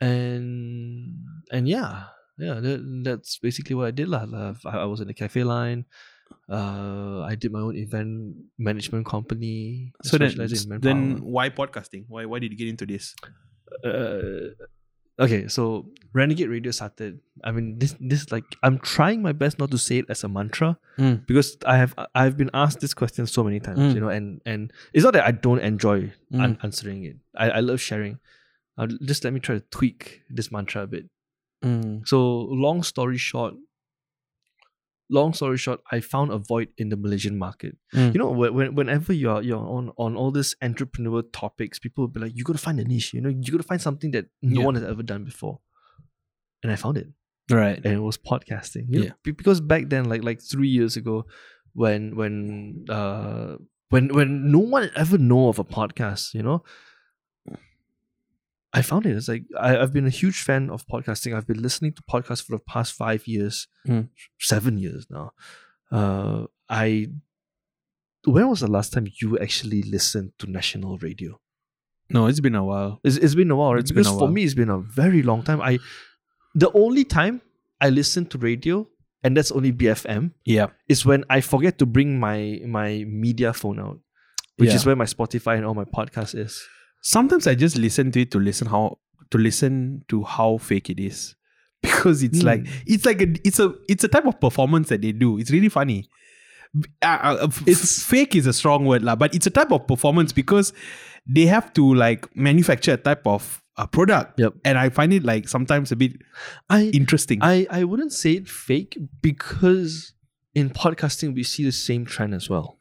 S1: and and yeah, yeah, that, that's basically what I did lah. lah. I, I was in the cafe line. Uh, I did my own event management company. I
S2: so then,
S1: specialised in
S2: then
S1: manpower.
S2: why podcasting? Why why did you get into this?
S1: uh, okay, so Renegade Radio started. I mean, this this like I'm trying my best not to say it as a mantra
S2: Mm.
S1: because I have I've been asked this question so many times,
S2: Mm.
S1: you know, and and it's not that I don't enjoy
S2: Mm.
S1: an- answering it. I, I love sharing. Uh, just let me try to tweak this mantra a bit. So long story short, long story short, I found a void in the Malaysian market.
S2: Mm.
S1: You know, when, when- whenever you're you're on on all these entrepreneur topics, people will be like, "You gotta find a niche. You know, you gotta find something that no
S2: Yeah.
S1: one has ever done before." And I found it
S2: Right.
S1: and it was podcasting. You know,
S2: Yeah.
S1: be- because back then, like like three years ago, when when uh when when no one ever know of a podcast, you know, I found it. It's like I, I've been a huge fan of podcasting. I've been listening to podcasts for the past five years,
S2: Mm.
S1: seven years now. Uh, I when was the last time you actually listened to national radio?
S2: No, it's been a while.
S1: It's, it's been a while, right?
S2: It's been
S1: because
S2: a
S1: for
S2: while.
S1: me, it's been a very long time. I, the only time I listen to radio, and that's only BFM,
S2: Yeah.
S1: is when I forget to bring my my media phone out, which
S2: Yeah.
S1: is where my Spotify and all my podcast is.
S2: Sometimes I just listen to it to listen how to listen to how fake it is. *laughs* Because it's
S1: Mm.
S2: like it's like a it's a it's a type of performance that they do. It's really funny. Uh,
S1: It's-
S2: it's fake is a strong word lah, but it's a type of performance because they have to like manufacture a type of a product.
S1: Yep.
S2: And I find it like sometimes a bit
S1: I
S2: interesting.
S1: I I wouldn't say it fake because in podcasting we see the same trend as well,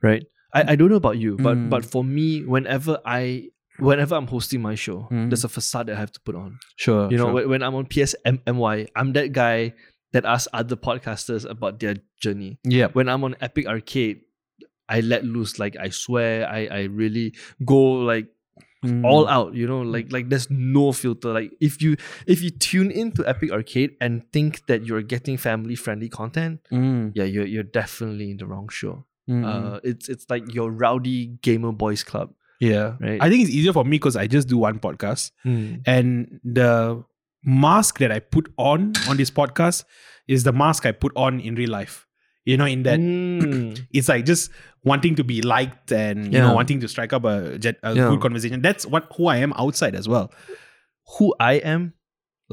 S1: right? I, I don't know about you, but
S2: Mm.
S1: but for me, whenever I whenever I'm hosting my show,
S2: Mm.
S1: there's a facade that I have to put on.
S2: sure.
S1: you know when, when i'm on psmy i'm that guy that asks other podcasters about their journey
S2: yeah.
S1: when i'm on epic arcade i let loose like i swear i i really go like
S2: Hmm.
S1: all out you know like like there's no filter like if you if you tune into epic arcade and think that you're getting family friendly content yeah you're, you're definitely in the wrong show
S2: Hmm.
S1: uh it's it's like your rowdy gamer boys club
S2: yeah.
S1: right
S2: I think it's easier for me because I just do one podcast.
S1: Mm.
S2: and the mask that I put on on this podcast is the mask I put on in real life. You know, in that
S1: *clears throat* Mm.
S2: it's like just wanting to be liked and you
S1: Yeah.
S2: know wanting to strike up a, jet, a
S1: Yeah.
S2: good conversation. That's what who I am outside as well.
S1: who i am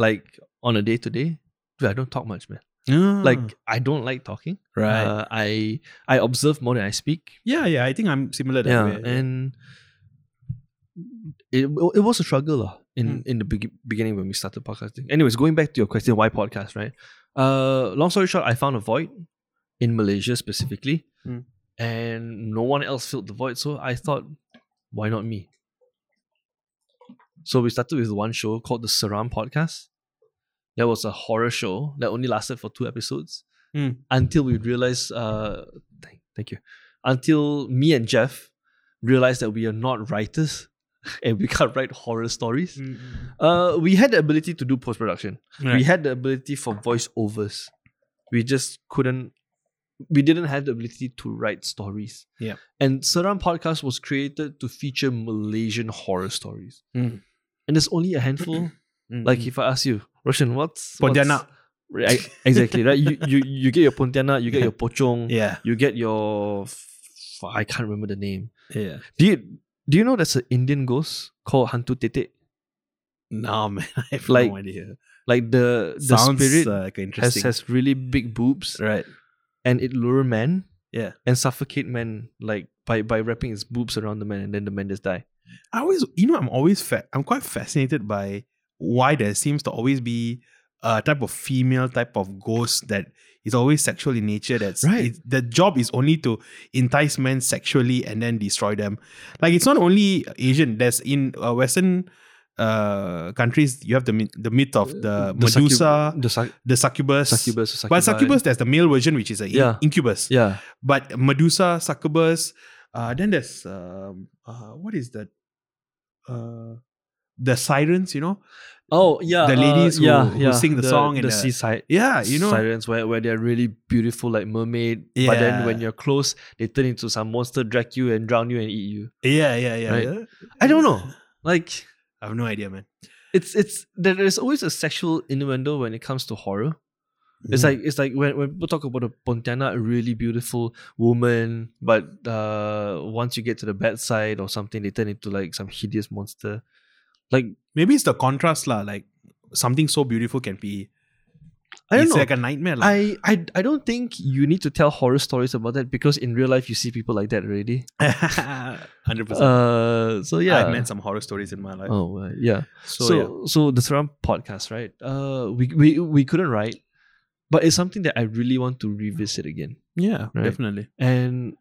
S1: like on a day to day i don't talk much man Like I don't like talking.
S2: Hmm. right.
S1: Uh, I I observe more than I speak.
S2: yeah, yeah. I think I'm similar that
S1: yeah,
S2: way.
S1: and it it was a struggle lah in in the begi- beginning when we started podcasting. Anyways, going back to your question, why podcast? Right. Uh, long story short, I found a void in Malaysia specifically,
S2: Mm.
S1: and no one else filled the void. So I thought, why not me? So we started with one show called the Saram Podcast. That was a horror show that only lasted for two episodes
S2: Mm.
S1: until we realized. Uh, thank, thank you. Until me and Jeff realized that we are not writers *laughs* and we can't write horror stories.
S2: Mm, mm,
S1: Uh, we had the ability to do post production. We
S2: mm. Right.
S1: had the ability for voiceovers. We just couldn't. We didn't have the ability to write stories.
S2: Yeah.
S1: And Seram Podcast was created to feature Malaysian horror stories.
S2: Mm.
S1: And there's only a handful.
S2: Mm,
S1: like
S2: mm.
S1: if I ask you, Roshan, what's
S2: Pontianak.
S1: what's- Right, exactly, right? You you you get your Pontianak, you get your Pochong,
S2: Yeah.
S1: you get your f- I can't remember the name.
S2: Yeah.
S1: Do you do you know there's an Indian ghost called Hantu Tete?
S2: No man, I have
S1: Like,
S2: no idea.
S1: Like the the
S2: Sounds
S1: spirit
S2: uh, like
S1: has,
S2: interesting.
S1: has really big boobs.
S2: right.
S1: and it lure men
S2: Yeah.
S1: and suffocate men like by by wrapping its boobs around the man and then the men just die
S2: I always, you know, I'm always, fa- I'm quite fascinated by why there seems to always be a type of female type of ghost that is always sexual in nature. That's
S1: Right.
S2: it- the job is only to entice men sexually and then destroy them. Like it's not only Asian. There's in uh, Western uh countries you have the myth, the myth of the,
S1: succub-
S2: Medusa,
S1: Uh, the suc-
S2: the succubus.
S1: succubus succubi
S2: But succubus, there's the male version, which is an
S1: Yeah.
S2: incubus.
S1: yeah
S2: But Medusa, Succubus, uh, then there's um, uh, what is that? Uh, the sirens, you know.
S1: oh yeah
S2: The
S1: uh,
S2: ladies who-
S1: yeah,
S2: who
S1: yeah.
S2: sing the song and
S1: the
S2: the-
S1: seaside
S2: Yeah, you know.
S1: sirens where, where they're really beautiful like mermaid but then
S2: Yeah.
S1: when you're close they turn into some monster drag you and drown you and eat you
S2: Yeah, yeah, yeah,
S1: Right.
S2: yeah.
S1: i don't know like
S2: I have no idea, man.
S1: it's it's there- there's always a sexual innuendo when it comes to horror It's
S2: Mm-hmm.
S1: like it's like when, when people talk about a Pontiana, a really beautiful woman, but uh, once you get to the bad side or something, they turn into like some hideous monster. Like
S2: maybe it's the contrast, lah. Like something so beautiful can be.
S1: I don't
S2: it's
S1: know.
S2: like a nightmare, lah.
S1: I, I I don't think you need to tell horror stories about that because in real life you see people like that already.
S2: *laughs* Hundred percent.
S1: Uh, so yeah.
S2: I've met some horror stories in my life.
S1: oh uh, yeah.
S2: So,
S1: So so, the Seram podcast, right? Uh, we we we couldn't write, but it's something that I really want to revisit again.
S2: yeah, yeah
S1: Right.
S2: definitely.
S1: and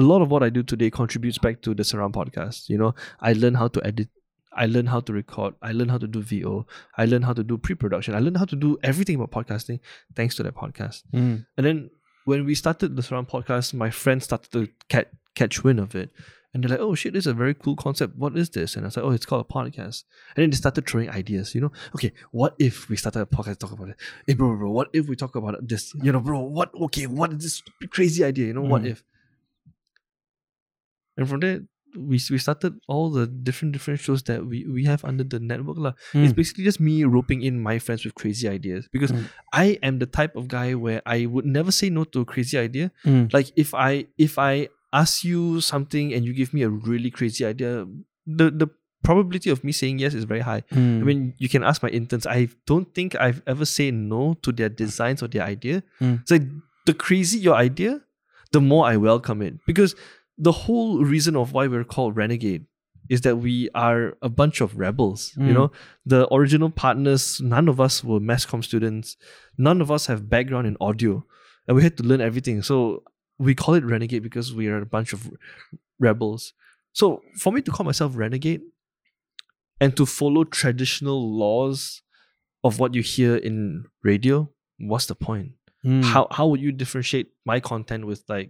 S1: a lot of what I do today contributes back to the Saram podcast. You know, I learn how to edit, I learn how to record, I learn how to do VO, I learn how to do pre-production, I learn how to do everything about podcasting thanks to that podcast. And then when we started the Saram podcast, my friends started to catch catch wind of it. And they're like, oh shit, this is a very cool concept. What is this? And I was like, oh, it's called a podcast. And then they started throwing ideas, you know? Okay, what if we started a podcast to talk about it? Hey, bro, bro, what if we talk about this? You know, bro, what, okay, what is this crazy idea? You know, what
S2: Mm.
S1: if? And from there, we, we started all the different different shows that we, we have under the network. lah. It's
S2: Mm.
S1: basically just me roping in my friends with crazy ideas because
S2: Mm.
S1: I am the type of guy where I would never say no to a crazy idea
S2: Mm.
S1: like if i if i ask you something and you give me a really crazy idea the the probability of me saying yes is very high
S2: Hmm.
S1: i mean you can ask my interns i don't think i've ever said no to their designs or their idea
S2: Mm.
S1: it's like the crazy your idea the more i welcome it because the whole reason of why we're called renegade is that we are a bunch of rebels you
S2: Mm.
S1: know the original partners none of us were mass comm students none of us have background in audio and we had to learn everything so we call it renegade because we are a bunch of rebels so for me to call myself renegade and to follow traditional laws of what you hear in radio what's the point
S2: Mm.
S1: how how would you differentiate my content with like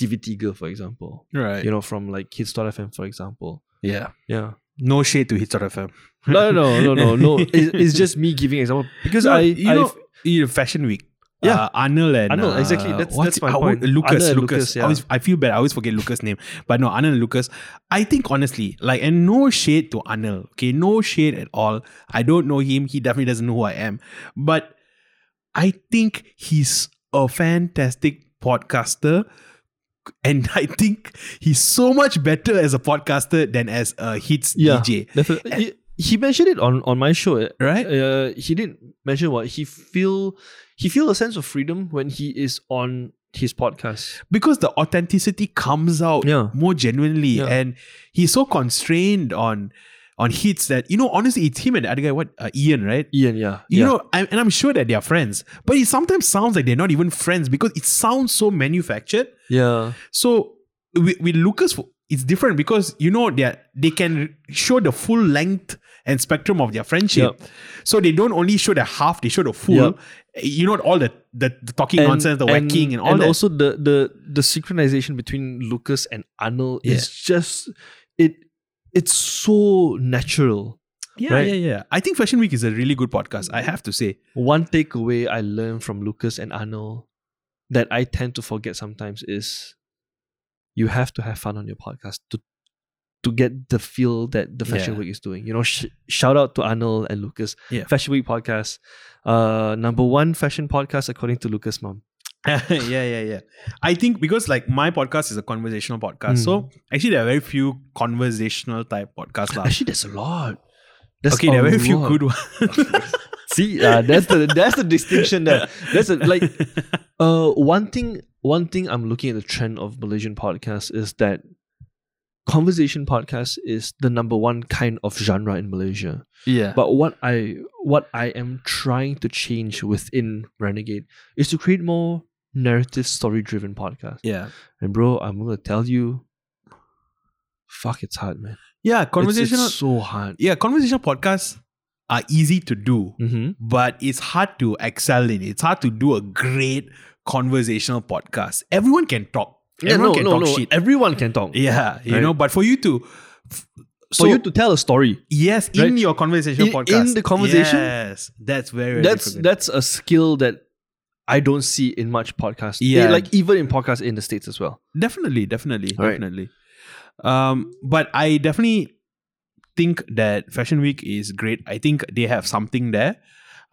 S1: DVT girl for example
S2: Right.
S1: you know from like kids FM for example
S2: Yeah.
S1: yeah
S2: No shade to Hits FM.
S1: no no no no *laughs* no It- it's just me giving example because
S2: No,
S1: I
S2: you
S1: I
S2: know, you know, Fashion Week.
S1: Yeah.
S2: uh, Arnold and
S1: Arnold,
S2: uh,
S1: exactly. That's-
S2: what's
S1: that's my
S2: it- Arnold-
S1: point.
S2: Lucas,
S1: Arnold and
S2: Lucas.
S1: Lucas,
S2: I,
S1: yeah.
S2: always, I feel bad. I always forget Lucas' name, but no, Arnold and Lucas. I think honestly, like, and no shade to Arnold. Okay, no shade at all. I don't know him. He definitely doesn't know who I am, but I think he's a fantastic podcaster. And *laughs* I think he's so much better as a podcaster than as a hits
S1: Yeah.
S2: DJ,
S1: definitely he, he mentioned it on on my show Eh,
S2: right?
S1: uh, he didn't mentioned what he feel he feel a sense of freedom when he is on his podcast.
S2: because the authenticity comes out
S1: Yeah.
S2: more genuinely
S1: Yeah.
S2: and he's so constrained on on hits that you know honestly it's him and the other guy what uh, ian right
S1: Ian, yeah.
S2: you
S1: yeah.
S2: know I'm, and i'm sure that they are friends but it sometimes sounds like they're not even friends because it sounds so manufactured
S1: yeah.
S2: so with, with lucas it's different because you know they are- they can show the full length and spectrum of their friendship so they don't only show the half they show the full
S1: Yep.
S2: you know all the the, the talking nonsense the whacking and all that
S1: also the the the synchronization between Lucas and Arnold is just it it's so natural.
S2: Yeah,
S1: right?
S2: yeah, yeah. I think Fashion Week is a really good podcast. I have to
S1: *laughs*
S2: say.
S1: One takeaway I learned from Lucas and Arnold that I tend to forget sometimes is you have to have fun on your podcast to to get the feel that the Fashion
S2: Yeah.
S1: Week is doing. You know, sh- shout out to Arnold and Lucas.
S2: Yeah.
S1: Fashion Week podcast, uh, number one fashion podcast according to Lucas' mom.
S2: yeah, yeah, yeah. I think because like my podcast is a conversational podcast, so
S1: Hmm.
S2: actually there are very few conversational type podcasts. lah.
S1: Actually, there's a lot. There's
S2: *laughs* okay, there are
S1: a
S2: very few
S1: lot.
S2: good ones.
S1: See, uh, that's the that's the distinction there. That's a,
S2: *laughs*
S1: like uh one thing one thing I'm looking at the trend of Malaysian podcasts is that conversation podcast is the number one kind of genre in Malaysia.
S2: yeah, *laughs*
S1: But what I what I am trying to change within Renegade is to create more narrative story driven podcasts.
S2: yeah,
S1: And bro, I'm gonna tell you fuck it's hard, man.
S2: yeah.
S1: It's- it's
S2: Conversational,
S1: so hard.
S2: yeah, conversational podcasts are easy to do,
S1: Mm-hmm.
S2: but it's hard to excel in. It's hard to do a great conversational podcast. Everyone can talk. Everyone can talk shit.
S1: Everyone can talk.
S2: yeah, you
S1: Right.
S2: know. But for you to, f-
S1: For you to tell a story.
S2: Yes, in
S1: Right?
S2: your conversational
S1: In-
S2: podcast.
S1: in the conversation?
S2: Yes, that's very, very
S1: that's
S2: difficult.
S1: that's a skill that I don't see in much podcasts.
S2: Yeah.
S1: Yeah, like even in podcasts in the states as well.
S2: definitely, definitely,
S1: Right.
S2: definitely. Um, but I definitely think that Fashion Week is great. I think they have something there.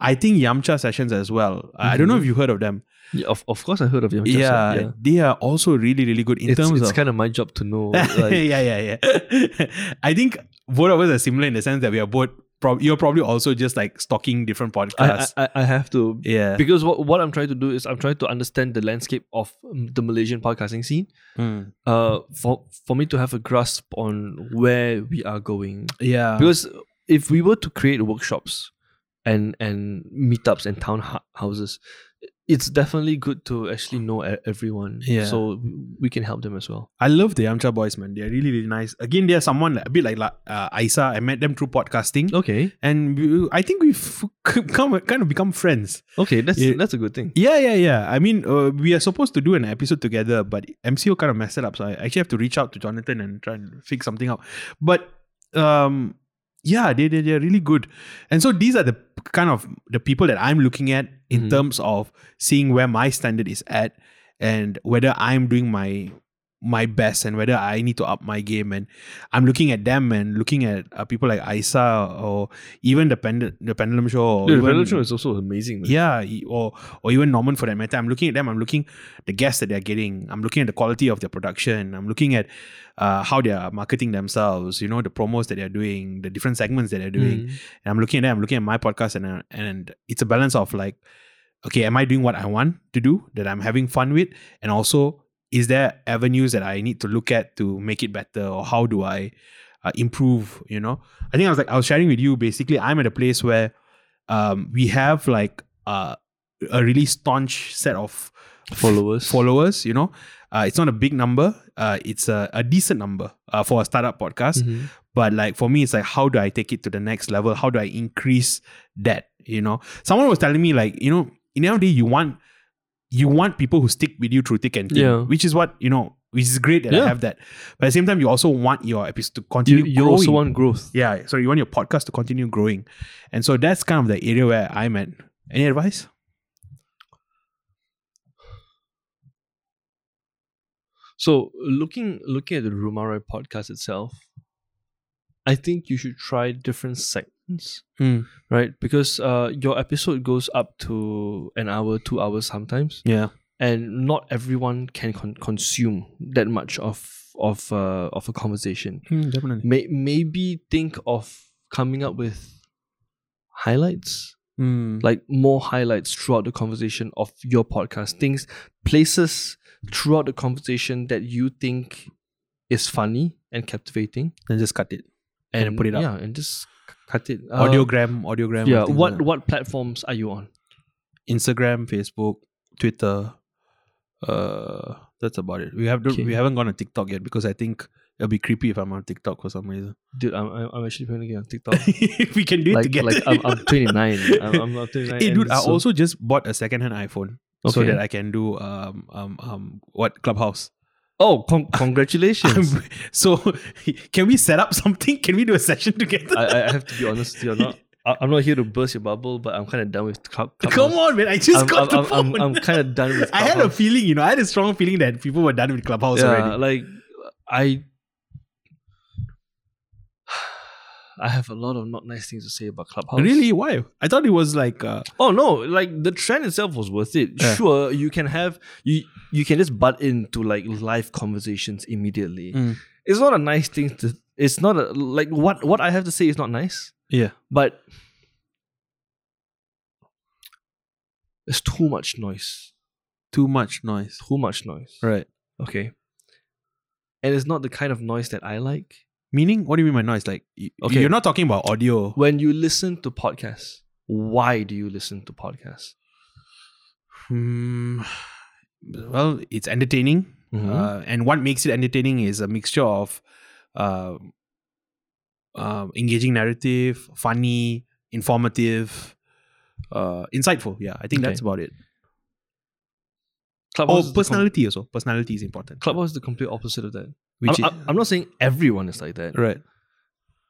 S2: I think Yamcha sessions as well. I I don't know
S1: Mhm.
S2: if you heard of them.
S1: Yeah, of of course, I heard of you. Joseph,
S2: Mm-hmm. yeah, they are also really, really good in
S1: it's,
S2: terms
S1: it's
S2: of.
S1: kind of my job to know. Like,
S2: *laughs* yeah, yeah, yeah. *laughs* I think both of us are similar in the sense that we are both. Prob- you're probably also just like stalking different
S1: I,
S2: podcasts.
S1: I I- I have to
S2: yeah.
S1: because what what I'm trying to do is I'm trying to understand the landscape of um, the Malaysian podcasting scene.
S2: Mm.
S1: Uh, for for me to have a grasp on where we are going
S2: Yeah.
S1: Uh, because if we were to create workshops and and meetups and townhouses it's definitely good to actually know e- everyone
S2: Yeah.
S1: so we can help them as well
S2: I love the Amcha boys, man. They're really, really nice. Again, they're someone like- a bit like la- uh, Isa. I met them through podcasting,
S1: okay
S2: and we, I think we've come, kind of become friends.
S1: okay that's
S2: Yeah.
S1: that's a good thing
S2: Yeah, yeah, yeah. I mean, uh, we are supposed to do an episode together, but MCO kind of messed it up. So I actually have to reach out to Jonathan and try and fix something out. But um, yeah, they, they, they're really good. And so these are the p- kind of the people that I'm looking at in
S1: Mhm.
S2: terms of seeing where my standard is at and whether I'm doing my my best and whether I need to up my game and I'm looking at them and looking at uh, people like Isa or even the, pend- the pendulum show or
S1: Dude,
S2: even-
S1: Velotron is also amazing man.
S2: yeah, e- or or even Norman for that matter. I'm looking at them. I'm looking the guests that they're getting. I'm looking at the quality of their production. I'm looking at uh, how they are marketing themselves. You know the promos that they're doing, the different segments that they're doing.
S1: Mm.
S2: And I'm looking at them. I'm looking at my podcast, and uh, and it's a balance of like, okay, am I doing what I want to do that I'm having fun with, and also is there avenues that I need to look at to make it better, or how do I uh, improve? You know, I think I was like I was sharing with you. Basically, I'm at a place where um, we have like uh, a really staunch set of
S1: Mm-hmm. followers
S2: followers. You know, uh, it's not a big number. Uh, it's a, a decent number uh, for a startup podcast
S1: Mhm.
S2: but like for me it's like how do i take it to the next level how do i increase that you know someone was telling me like you know in the end of the day you want you want people who stick with you through thick and thin
S1: Yeah.
S2: which is what you know which is great that i
S1: Yeah.
S2: have that but at the same time you also want your episode to
S1: you,
S2: continue
S1: you
S2: growing
S1: also want growth
S2: yeah so you want your podcast to continue growing and so that's kind of the area where i'm at any advice
S1: so looking looking at the Rumarai podcast itself i think you should try different segments right because uh your episode goes up to an hour two hours sometimes
S2: yeah
S1: and not everyone can con- consume that much of of uh, of a conversation.
S2: definitely
S1: May- maybe think of coming up with highlights
S2: Mm.
S1: like more highlights throughout the conversation of your podcast things places throughout the conversation that you think is funny and captivating
S2: and just cut it.
S1: and,
S2: put it up.
S1: yeah and just c- cut it Uh,
S2: Audiogram, audiogram.
S1: yeah
S2: I think
S1: what
S2: that.
S1: what platforms are you on
S2: Instagram, Facebook, Twitter. Uh, that's about it. We have
S1: Okay.
S2: we haven't gone on TikTok yet because I think it'll be creepy if I'm on TikTok for some
S1: *laughs*
S2: reason.
S1: dude i'm, I'm I'm actually playing a game on
S2: *laughs*
S1: tiktok
S2: we can do it
S1: like,
S2: together.
S1: like I'm, *laughs* I'm
S2: *laughs*
S1: 29 I'm, I'm not 29
S2: hey, dude,
S1: and
S2: I
S1: so-
S2: also just bought a secondhand iPhone so
S1: Okay.
S2: that I can do um um um what Clubhouse.
S1: oh con- congratulations
S2: *laughs* I'm- so can we set up something? Can we do a session together?
S1: I,
S2: *laughs*
S1: I- I have to be honest with you I'm not I- I'm not here to burst your bubble, but I'm kind of done with Club-
S2: *laughs* Come
S1: Clubhouse.
S2: on, man! I just
S1: I'm,
S2: got
S1: I'm,
S2: the
S1: I'm,
S2: phone. *laughs*
S1: I'm, kind of done with.
S2: I had a
S1: Clubhouse.
S2: feeling, you know, I had a strong feeling that people were done with Clubhouse already.
S1: like I, I have a lot of not nice things to say about Clubhouse.
S2: Really? Why? I thought it was like uh,
S1: Oh no! Like the trend itself was worth it.
S2: Yeah.
S1: Sure, you can have you you can just butt into like live conversations immediately.
S2: Mm.
S1: It's not a nice thing to. It's not a like what what I have to say is not nice,
S2: yeah.
S1: but it's too much noise.
S2: too much noise.
S1: Too much noise.
S2: Right.
S1: Okay. And it's not the kind of noise that I like.
S2: Meaning, what do you mean by noise? Like, y-
S1: Okay.
S2: you're not talking about audio.
S1: when you listen to podcasts, why do you listen to podcasts?
S2: Hmm. well, it's entertaining.
S1: Mhm.
S2: Uh, and what makes it entertaining is a mixture of uh, um, engaging narrative, funny, informative, uh, insightful. Yeah, I think
S1: Okay.
S2: that's about it.
S1: Clubhouse,
S2: Oh,
S1: is, the
S2: personality also. Personality is important.
S1: com- Clubhouse is the complete opposite of that.
S2: Which
S1: I'm, I'm- I'm not saying everyone is like that.
S2: is, right.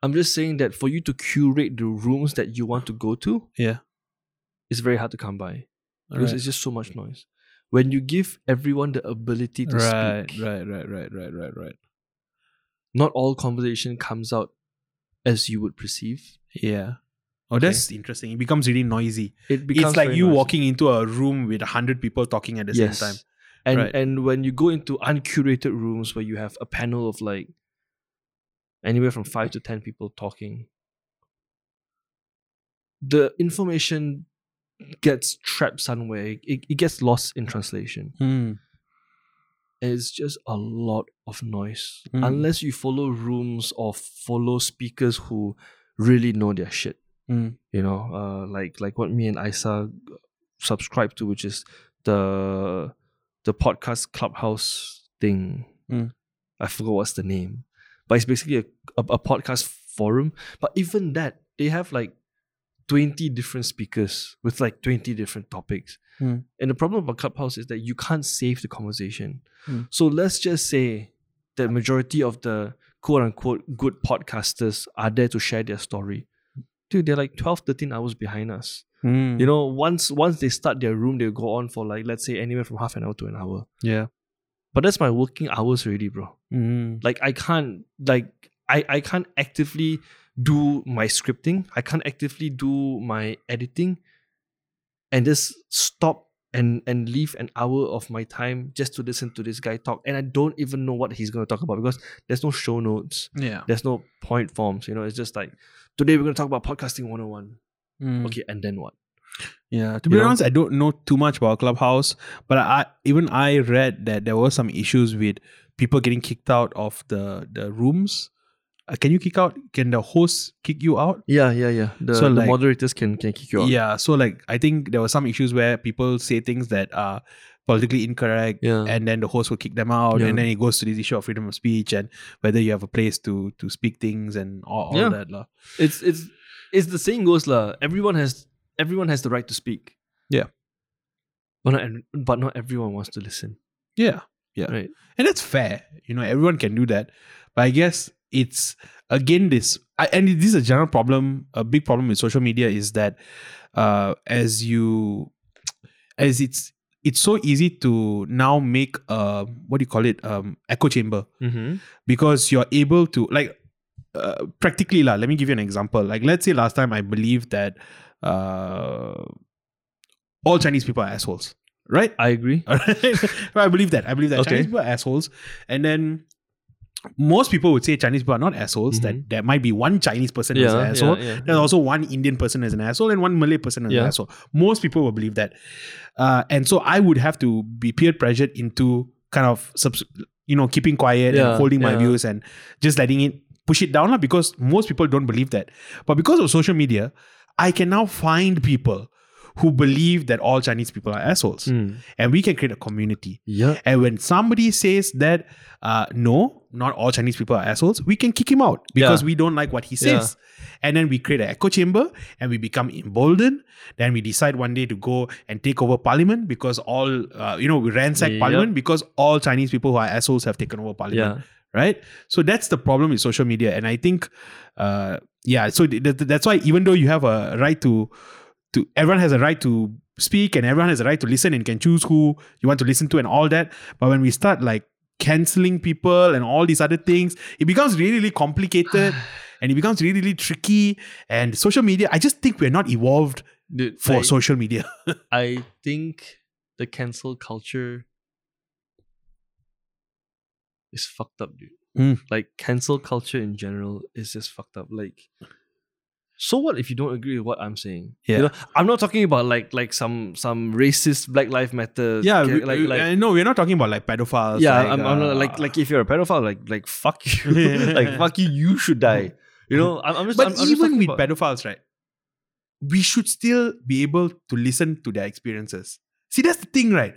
S1: I'm just saying that for you to curate the rooms that you want to go to,
S2: Yeah.
S1: it's very hard to come by because
S2: Right.
S1: it's just so much noise. When you give everyone the ability to
S2: Right,
S1: speak,
S2: right, right, right, right, right, right.
S1: not all conversation comes out as you would perceive.
S2: Yeah. Oh, that's interesting. It becomes really noisy.
S1: It becomes
S2: it's like
S1: very
S2: you
S1: noisy.
S2: walking into a room with a hundred people talking at the same time.
S1: And
S2: Right.
S1: and when you go into uncurated rooms where you have a panel of like anywhere from five to ten people talking, the information gets trapped somewhere. It, it gets lost in translation.
S2: Hmm.
S1: And it's just a lot of noise.
S2: Mm.
S1: Unless you follow rooms or follow speakers who really know their shit.
S2: Mm.
S1: You know, uh, like like what me and Isa subscribe to, which is the the podcast clubhouse thing.
S2: Mm.
S1: I forgot what's the name, but it's basically a, a, a podcast forum. But even that, they have like twenty different speakers with like twenty different topics.
S2: Mm.
S1: And the problem about clubhouse is that you can't save the conversation.
S2: Mm.
S1: So let's just say that majority of the quote unquote good podcasters are there to share their story. Dude, they're like 12, 13 hours behind us.
S2: Hmm.
S1: You know, once once they start their room, they'll go on for like let's say anywhere from half an hour to an hour.
S2: yeah. Hmm.
S1: But that's my working hours already, bro. Like I can't like I, I can't actively do my scripting. I can't actively do my editing and just stop and and leave an hour of my time just to listen to this guy talk. And I don't even know what he's gonna talk about because there's no show notes.
S2: Yeah.
S1: There's no point forms, you know, it's just like today we're gonna talk about podcasting 101. Okay, and then what?
S2: Hmm. Yeah. To be
S1: You know?
S2: honest, I don't know too much about Clubhouse, but I even I read that there were some issues with people getting kicked out of the the rooms. Uh, can you kick out? Can the host kick you out?
S1: Yeah, yeah, yeah. The,
S2: So,
S1: the
S2: like-
S1: moderators can can kick you out.
S2: Yeah. So like, I think there were some issues where people say things that are politically incorrect.
S1: Yeah.
S2: and then the host will kick them out,
S1: Uh-huh. Yeah.
S2: and then it goes to this issue of freedom of speech and whether you have a place to to speak things and all, all
S1: Yeah.
S2: that lah.
S1: it's it's it's the saying goes lah. Everyone has everyone has the right to speak.
S2: Yeah.
S1: But not ev- but not everyone wants to listen.
S2: Yeah, yeah,
S1: Right.
S2: and that's fair. You know, everyone can do that, but I guess it's again this, I, and this is a general problem. A big problem with social media is that uh, as you, as it's it's so easy to now make a what do you call it um echo chamber
S1: Mm-hmm.
S2: because you're able to like uh, practically lah, let me give you an example like let's say last time i believed that uh, all chinese people are assholes right *laughs*
S1: I agree.
S2: Alright? i believe that i believe that
S1: Okay.
S2: chinese people are assholes and then most people would say Chinese people are not assholes. That there might be one Chinese person as an
S1: Mm-hmm. Yeah, yeah,
S2: asshole.
S1: yeah.
S2: There's also one Indian person as an asshole and one Malay person as an
S1: Yeah.
S2: asshole. Most people will believe that, uh, and so I would have to be peer pressured into kind of subs- you know keeping quiet
S1: Yeah,
S2: and holding my
S1: yeah.
S2: views and just letting it push it down lah, because most people don't believe that. But because of social media, I can now find people who believe that all Chinese people are assholes,
S1: Hmm.
S2: and we can create a community.
S1: Yeah.
S2: And when somebody says that, uh, no, not all Chinese people are assholes, we can kick him out because
S1: Yeah.
S2: we don't like what he says. And then we create an echo chamber and we become emboldened. Then we decide one day to go and take over parliament because all, uh, you know, we ransack
S1: Yep.
S2: parliament because all Chinese people who are assholes have taken over parliament.
S1: Yeah.
S2: Right? So that's the problem with social media. And I think, uh, yeah, so th- th- that's why even though you have a right to, to everyone has a right to speak and everyone has a right to listen and can choose who you want to listen to and all that but when we start like canceling people and all these other things it becomes really really
S1: *sighs*
S2: complicated and it becomes really really tricky and social media i just think we're not evolved
S1: Dude,
S2: for
S1: like,
S2: social media
S1: I think the cancel culture is fucked up, dude.
S2: Mm.
S1: Like cancel culture in general is just fucked up. Like, so what if you don't agree with what I'm saying? You
S2: Yeah.
S1: know, I'm not talking about like like some some racist Black Lives Matter.
S2: yeah
S1: ca-
S2: we-
S1: like
S2: we-
S1: like
S2: uh, no we're not talking about like pedophiles
S1: yeah,
S2: like,
S1: I'm, I'm
S2: uh,
S1: not like like if you're a pedophile, like like fuck you, *laughs*
S2: *laughs*
S1: like fuck you, you should die. You know, I'm, I'm just.
S2: but
S1: I'm- I'm just
S2: even
S1: talking
S2: with
S1: about-
S2: pedophiles right we should still be able to listen to their experiences see that's the thing right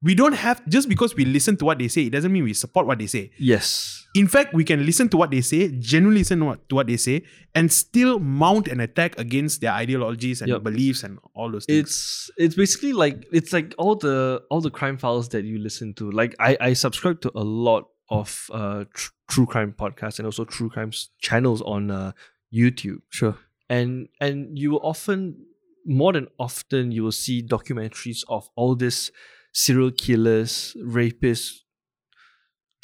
S2: we don't have just because we listen to what they say it doesn't mean we support what they say
S1: yes,
S2: In fact, we can listen to what they say, genuinely listen to what, to what they say, and still mount an attack against their ideologies and
S1: Yup.
S2: beliefs and all those things.
S1: it's it's basically like it's like all the all the crime files that you listen to like i i subscribe to a lot of uh tr- true crime podcasts and also true crime s- channels on uh youtube
S2: sure.
S1: and and you will often more than often you will see documentaries of all these serial killers rapists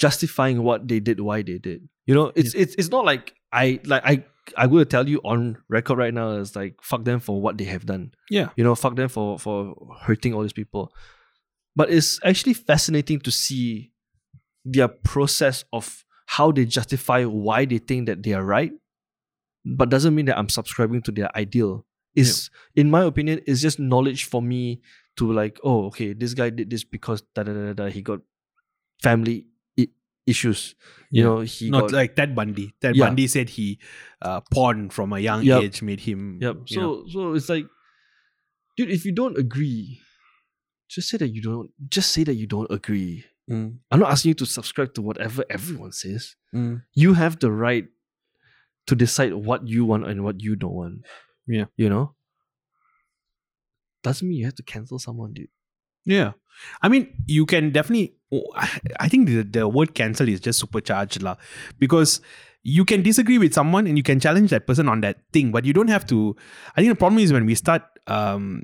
S1: justifying what they did why they did you know it's it's it's not like i like i i'm going to tell you on record right now is like fuck them for what they have done
S2: Yeah.
S1: you know fuck them for for hurting all these people but it's actually fascinating to see their process of how they justify why they think that they are right but doesn't mean that i'm subscribing to their ideal is in my opinion is just knowledge for me to like oh okay this guy did this because da da da da, da he got family I- issues you
S2: Yeah.
S1: know he
S2: Not
S1: got
S2: like Ted Bundy. Ted
S1: Yeah.
S2: Bundy said he uh, porn from a young
S1: Yup.
S2: age made him.
S1: Yep.
S2: you know.
S1: So so it's like, dude, if you don't agree, just say that you don't. Just say that you don't agree.
S2: Mm,
S1: I'm not asking you to subscribe to whatever everyone says.
S2: mm.
S1: You have the right to decide what you want and what you don't want.
S2: Yeah.
S1: You know. Doesn't mean you have to cancel someone, dude.
S2: Yeah. I mean, you can definitely. oh, I I think the, the word cancel is just supercharged lah, because you can disagree with someone and you can challenge that person on that thing, but you don't have to. I think the problem is when we start um,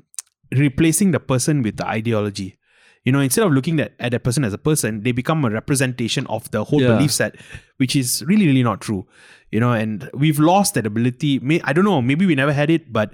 S2: replacing the person with the ideology. You know, instead of looking at, at that person as a person, they become a representation of the whole
S1: Yeah.
S2: belief set, which is really, really not true. You know, and we've lost that ability. May, I don't know, maybe we never had it, but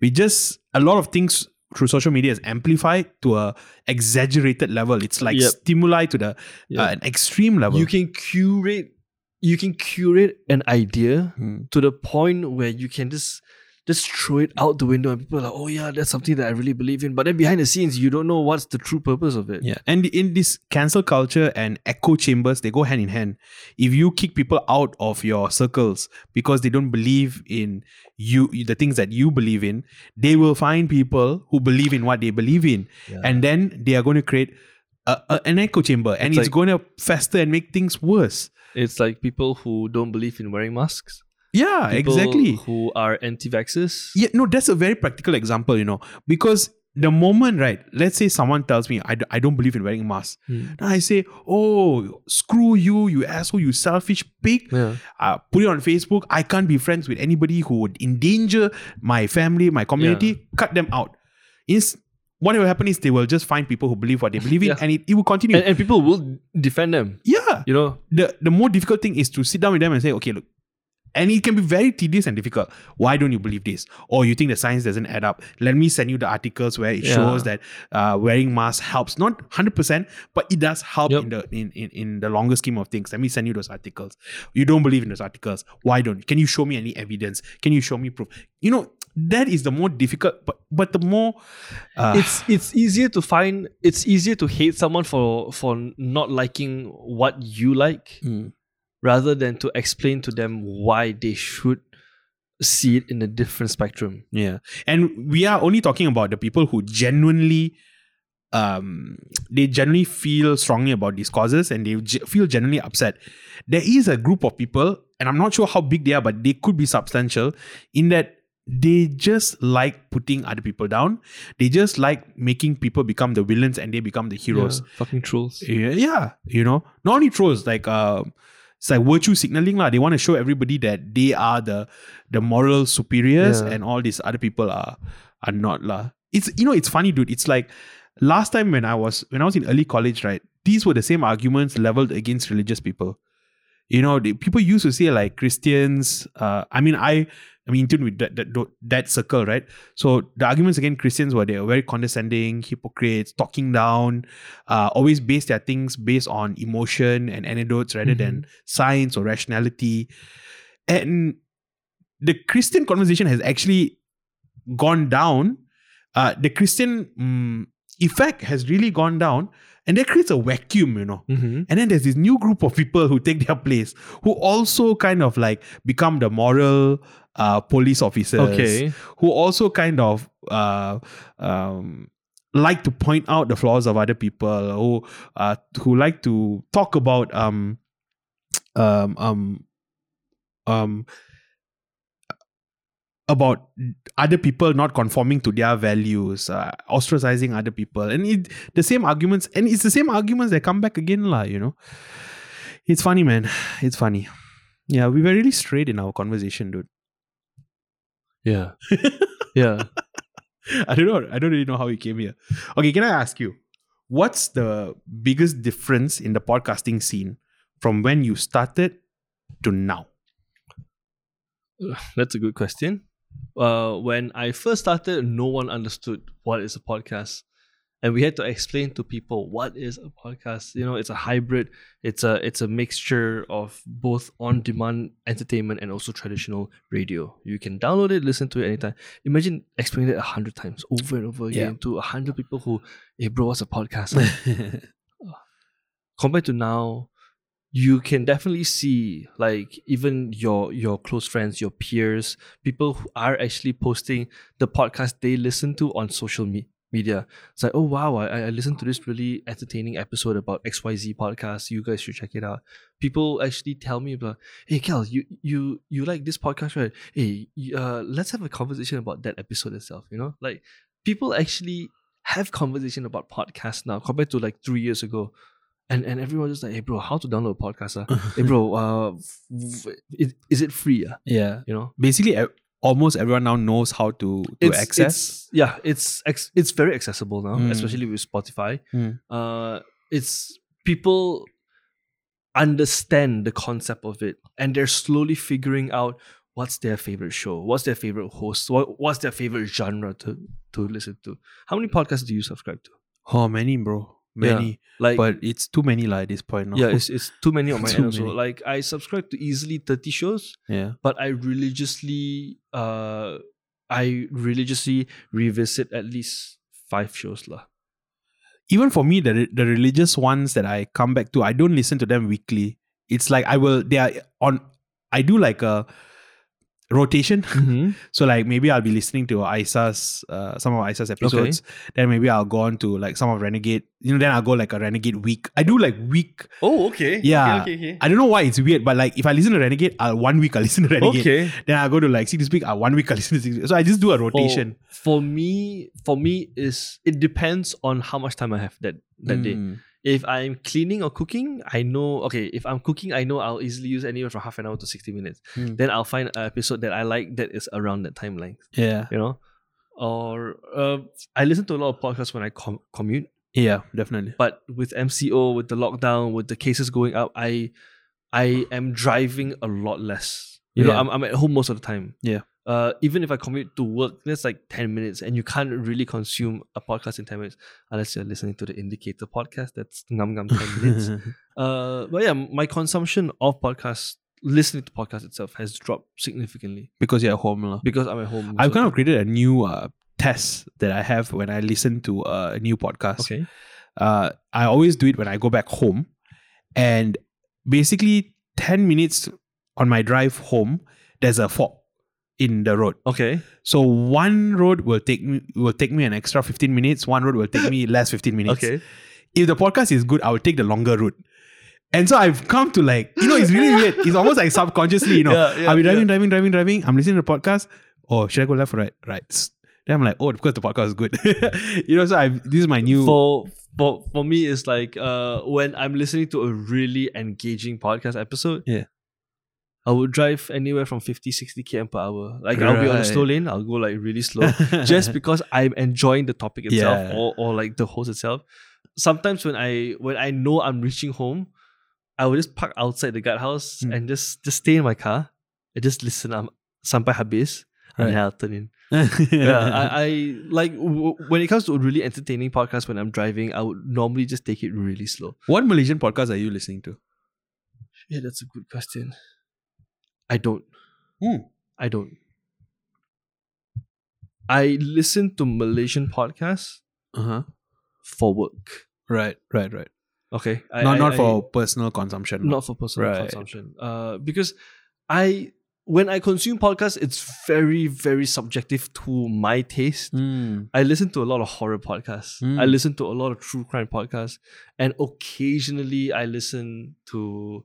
S2: we just, a lot of things through social media is amplified to a exaggerated level. It's like
S1: Yep.
S2: stimuli to the uh, an extreme level.
S1: You can curate. You can curate an idea
S2: Hmm.
S1: to the point where you can just just throw it out the window and people are like, oh yeah, that's something that I really believe in. But then behind the scenes, you don't know what's the true purpose of it.
S2: Yeah. And in this cancel culture and echo chambers, they go hand in hand. If you kick people out of your circles because they don't believe in you, the things that you believe in, they will find people who believe in what they believe in.
S1: Yeah.
S2: And then they are going to create a, a- an echo chamber and
S1: It's
S2: it's,
S1: like-
S2: going to fester and make things worse.
S1: It's like people who don't believe in wearing masks.
S2: Yeah,
S1: People
S2: Uh, exactly.
S1: Who are anti-vaxxers.
S2: Yeah, no, that's a very practical example, you know, because the moment, right, let's say someone tells me, I, d- I don't believe in wearing masks.
S1: Hmm.
S2: Then I say, oh, screw you, you asshole, you selfish pig.
S1: Yeah.
S2: Uh, put it on Facebook. I can't be friends with anybody who would endanger my family, my community. Cut them out. Is what will happen is they will just find people who believe what they believe in
S1: Yeah.
S2: and it, it will continue.
S1: And, and people will defend them.
S2: yeah.
S1: You know,
S2: The the more difficult thing is to sit down with them and say, okay, look, And it can be very tedious and difficult. Why don't you believe this? Or you think the science doesn't add up? Let me send you the articles where it
S1: Yeah.
S2: shows that uh, wearing masks helps, not hundred percent, but it does help
S1: Yep.
S2: in the in, in in the longer scheme of things. Let me send you those articles. You don't believe in those articles. Why don't? Can you show me any evidence? Can you show me proof? You know that is the more difficult, but but the more uh,
S1: it's it's easier to find it's easier to hate someone for for not liking what you like
S2: Mm.
S1: rather than to explain to them why they should see it in a different spectrum
S2: Yeah. And we are only talking about the people who genuinely um they generally feel strongly about these causes and they ge- feel genuinely upset there is a group of people and i'm not sure how big they are but they could be substantial in that they just like putting other people down they just like making people become the villains and they become the heroes
S1: Yeah, fucking trolls
S2: yeah, yeah, you know, not only trolls like uh, it's like virtue signaling lah. They want to show everybody that they are the the moral superiors,
S1: Yeah.
S2: and all these other people are are not lah. It's you know, it's funny, dude. It's like last time when I was when I was in early college, right? These were the same arguments leveled against religious people. You know, the, people used to say like Christians. Uh, I mean, I I'm in tune with that, that that circle, right? So the arguments against Christians were they were very condescending, hypocrites, talking down, uh, always base their things based on emotion and anecdotes rather than science or rationality. And the Christian conversation has actually gone down. Uh, the Christian mm, effect has really gone down, and that creates a vacuum, you know.
S1: mm-hmm.
S2: And then there's this new group of people who take their place, who also kind of like become the moral uh, police officers
S1: okay
S2: who also kind of uh, um, like to point out the flaws of other people who uh, who like to talk about um um um um about other people not conforming to their values, uh, ostracizing other people, and it, the same arguments, and it's the same arguments that come back again, lah. You know, it's funny, man. It's funny. Yeah, we were really straight in our conversation, dude.
S1: *laughs* yeah yeah
S2: *laughs* I don't know. I don't really know how we came here. Okay, can I ask you, what's the biggest difference in the podcasting scene from when you started to now?
S1: that's a good question uh, when i first started no one understood what is a podcast and we had to explain to people what is a podcast you know it's a hybrid it's a it's a mixture of both on demand entertainment and also traditional radio you can download it listen to it anytime imagine explaining it a hundred times over and over
S2: Yeah.
S1: again to a hundred people who hey bro what's a *laughs* podcast compared to now you can definitely see like even your your close friends your peers people who are actually posting the podcast they listen to on social me- media it's like oh wow I, I listened to this really entertaining episode about xyz podcast you guys should check it out people actually tell me about hey kel you you you like this podcast right hey y- uh, let's have a conversation about that episode itself you know like people actually have conversation about podcasts now compared to like three years ago and and everyone just like, hey bro, how to download a podcast? Ah,
S2: *laughs*
S1: hey bro, uh, f- f- is, is it free? Ah,
S2: yeah.
S1: you know,
S2: *laughs* Basically, e- almost everyone now knows how to, to
S1: it's,
S2: access.
S1: it's- yeah, it's ex- it's very accessible now,
S2: Mm.
S1: especially with Spotify.
S2: Mm.
S1: Uh, it's people understand the concept of it, and they're slowly figuring out what's their favorite show, what's their favorite host, what, what's their favorite genre to to listen to. How many podcasts do you subscribe to?
S2: oh, many, bro.
S1: Yeah.
S2: Many.
S1: Like
S2: But it's too many lah at this point. No?
S1: yeah, it's, it's too many on my
S2: Too
S1: end. Also,
S2: many.
S1: like I subscribe to easily thirty shows.
S2: *laughs* yeah.
S1: but I religiously uh I religiously revisit at least five shows lah. *laughs*
S2: Even for me, the, re- the religious ones that I come back to, I don't listen to them weekly. It's like I will, they are on, I do like a rotation. *laughs* So like maybe I'll be listening to Isa's uh, some of Isa's episodes. Then maybe I'll go on to like some of Renegade. You know, then I'll go like a Renegade week. I do like week.
S1: Oh, okay.
S2: Yeah.
S1: Okay, okay,
S2: I don't know why it's weird, but like if I listen to Renegade, I'll one week I'll *laughs* listen to
S1: okay.
S2: Renegade.
S1: okay.
S2: Then I'll go to like Six Week, I'll one week I'll *laughs* listen to Six So I just do a rotation.
S1: For, for me, for me is it depends on how much time I have that Oh, that day.
S2: Mm.
S1: If I'm cleaning or cooking, I know okay, if I'm cooking, I know I'll easily use anywhere from half an hour to 60 minutes.
S2: Mm.
S1: Then I'll find an episode that I like that is around that time length,
S2: Yeah.
S1: you know? Or uh, I listen to a lot of podcasts when I com- commute.
S2: Yeah, definitely.
S1: but with MCO, with the lockdown, with the cases going up, I I am driving a lot less. You know,
S2: Yeah.
S1: I'm, I'm at home most of the time.
S3: Yeah.
S1: Uh, even if I commute to work, that's like 10 minutes, and you can't really consume a podcast in 10 minutes unless you're listening to the Indicator podcast. That's ngam ngam
S2: *laughs*
S1: 10 minutes. Uh, but yeah, my consumption of podcasts, listening to podcasts itself, has dropped significantly
S3: because you're at home. lah.
S1: because I'm at home.
S2: I've
S1: so-
S2: kind of created a new uh, test that I have when I listen to a new podcast.
S1: okay.
S2: Uh, I always do it when I go back home, and basically ten minutes on my drive home, there's a fog in the road.
S1: Okay.
S2: So one road will take me will take me an extra fifteen minutes. One road will
S1: *laughs*
S2: take me less fifteen minutes.
S1: Okay.
S2: If the podcast is good, I will take the longer route. And so I've come to like, you know, it's
S1: *laughs*
S2: really weird. It's almost like subconsciously, you know.
S1: Yeah, yeah,
S2: I'll be driving,
S1: yeah.
S2: driving, driving, driving. I'm listening to the podcast. Oh, should I go left or right? Right. Then I'm like, oh, because the podcast is good. *laughs* you know, so I've this is my new *laughs*
S1: for for for me it's like uh when I'm listening to a really engaging podcast episode.
S3: Yeah.
S1: I would drive anywhere from 50, 60 km per hour. Like I'll be on a slow
S3: Right.
S1: lane, I'll go like
S3: *laughs*
S1: really slow. just because I'm enjoying the topic itself
S2: Yeah.
S1: or, or like the host itself. Sometimes when I when I know I'm reaching home, I will just park outside the guardhouse
S3: Hmm.
S2: Mm.
S1: and just just stay in my car and just listen um sampai habis and then I'll turn in *laughs*
S2: *laughs*
S1: yeah, I, I like w- when it comes to really entertaining podcasts. When I'm driving, I would normally just take it really slow.
S2: what Malaysian podcast are you listening to?
S1: Yeah, that's a good question. I don't.
S2: Hmm.
S1: I don't. I listen to Malaysian podcasts
S2: Uh-huh.
S1: for work.
S2: Right, right, right.
S1: Okay, I,
S2: not
S1: I-
S2: not
S1: I-
S2: for personal consumption.
S1: not for personal
S2: Right.
S1: consumption. Uh, because I when I consume podcasts, it's very very subjective to my taste.
S2: Mm.
S1: I listen to a lot of horror podcasts.
S2: Mm.
S1: I listen to a lot of true crime podcasts, and occasionally I listen to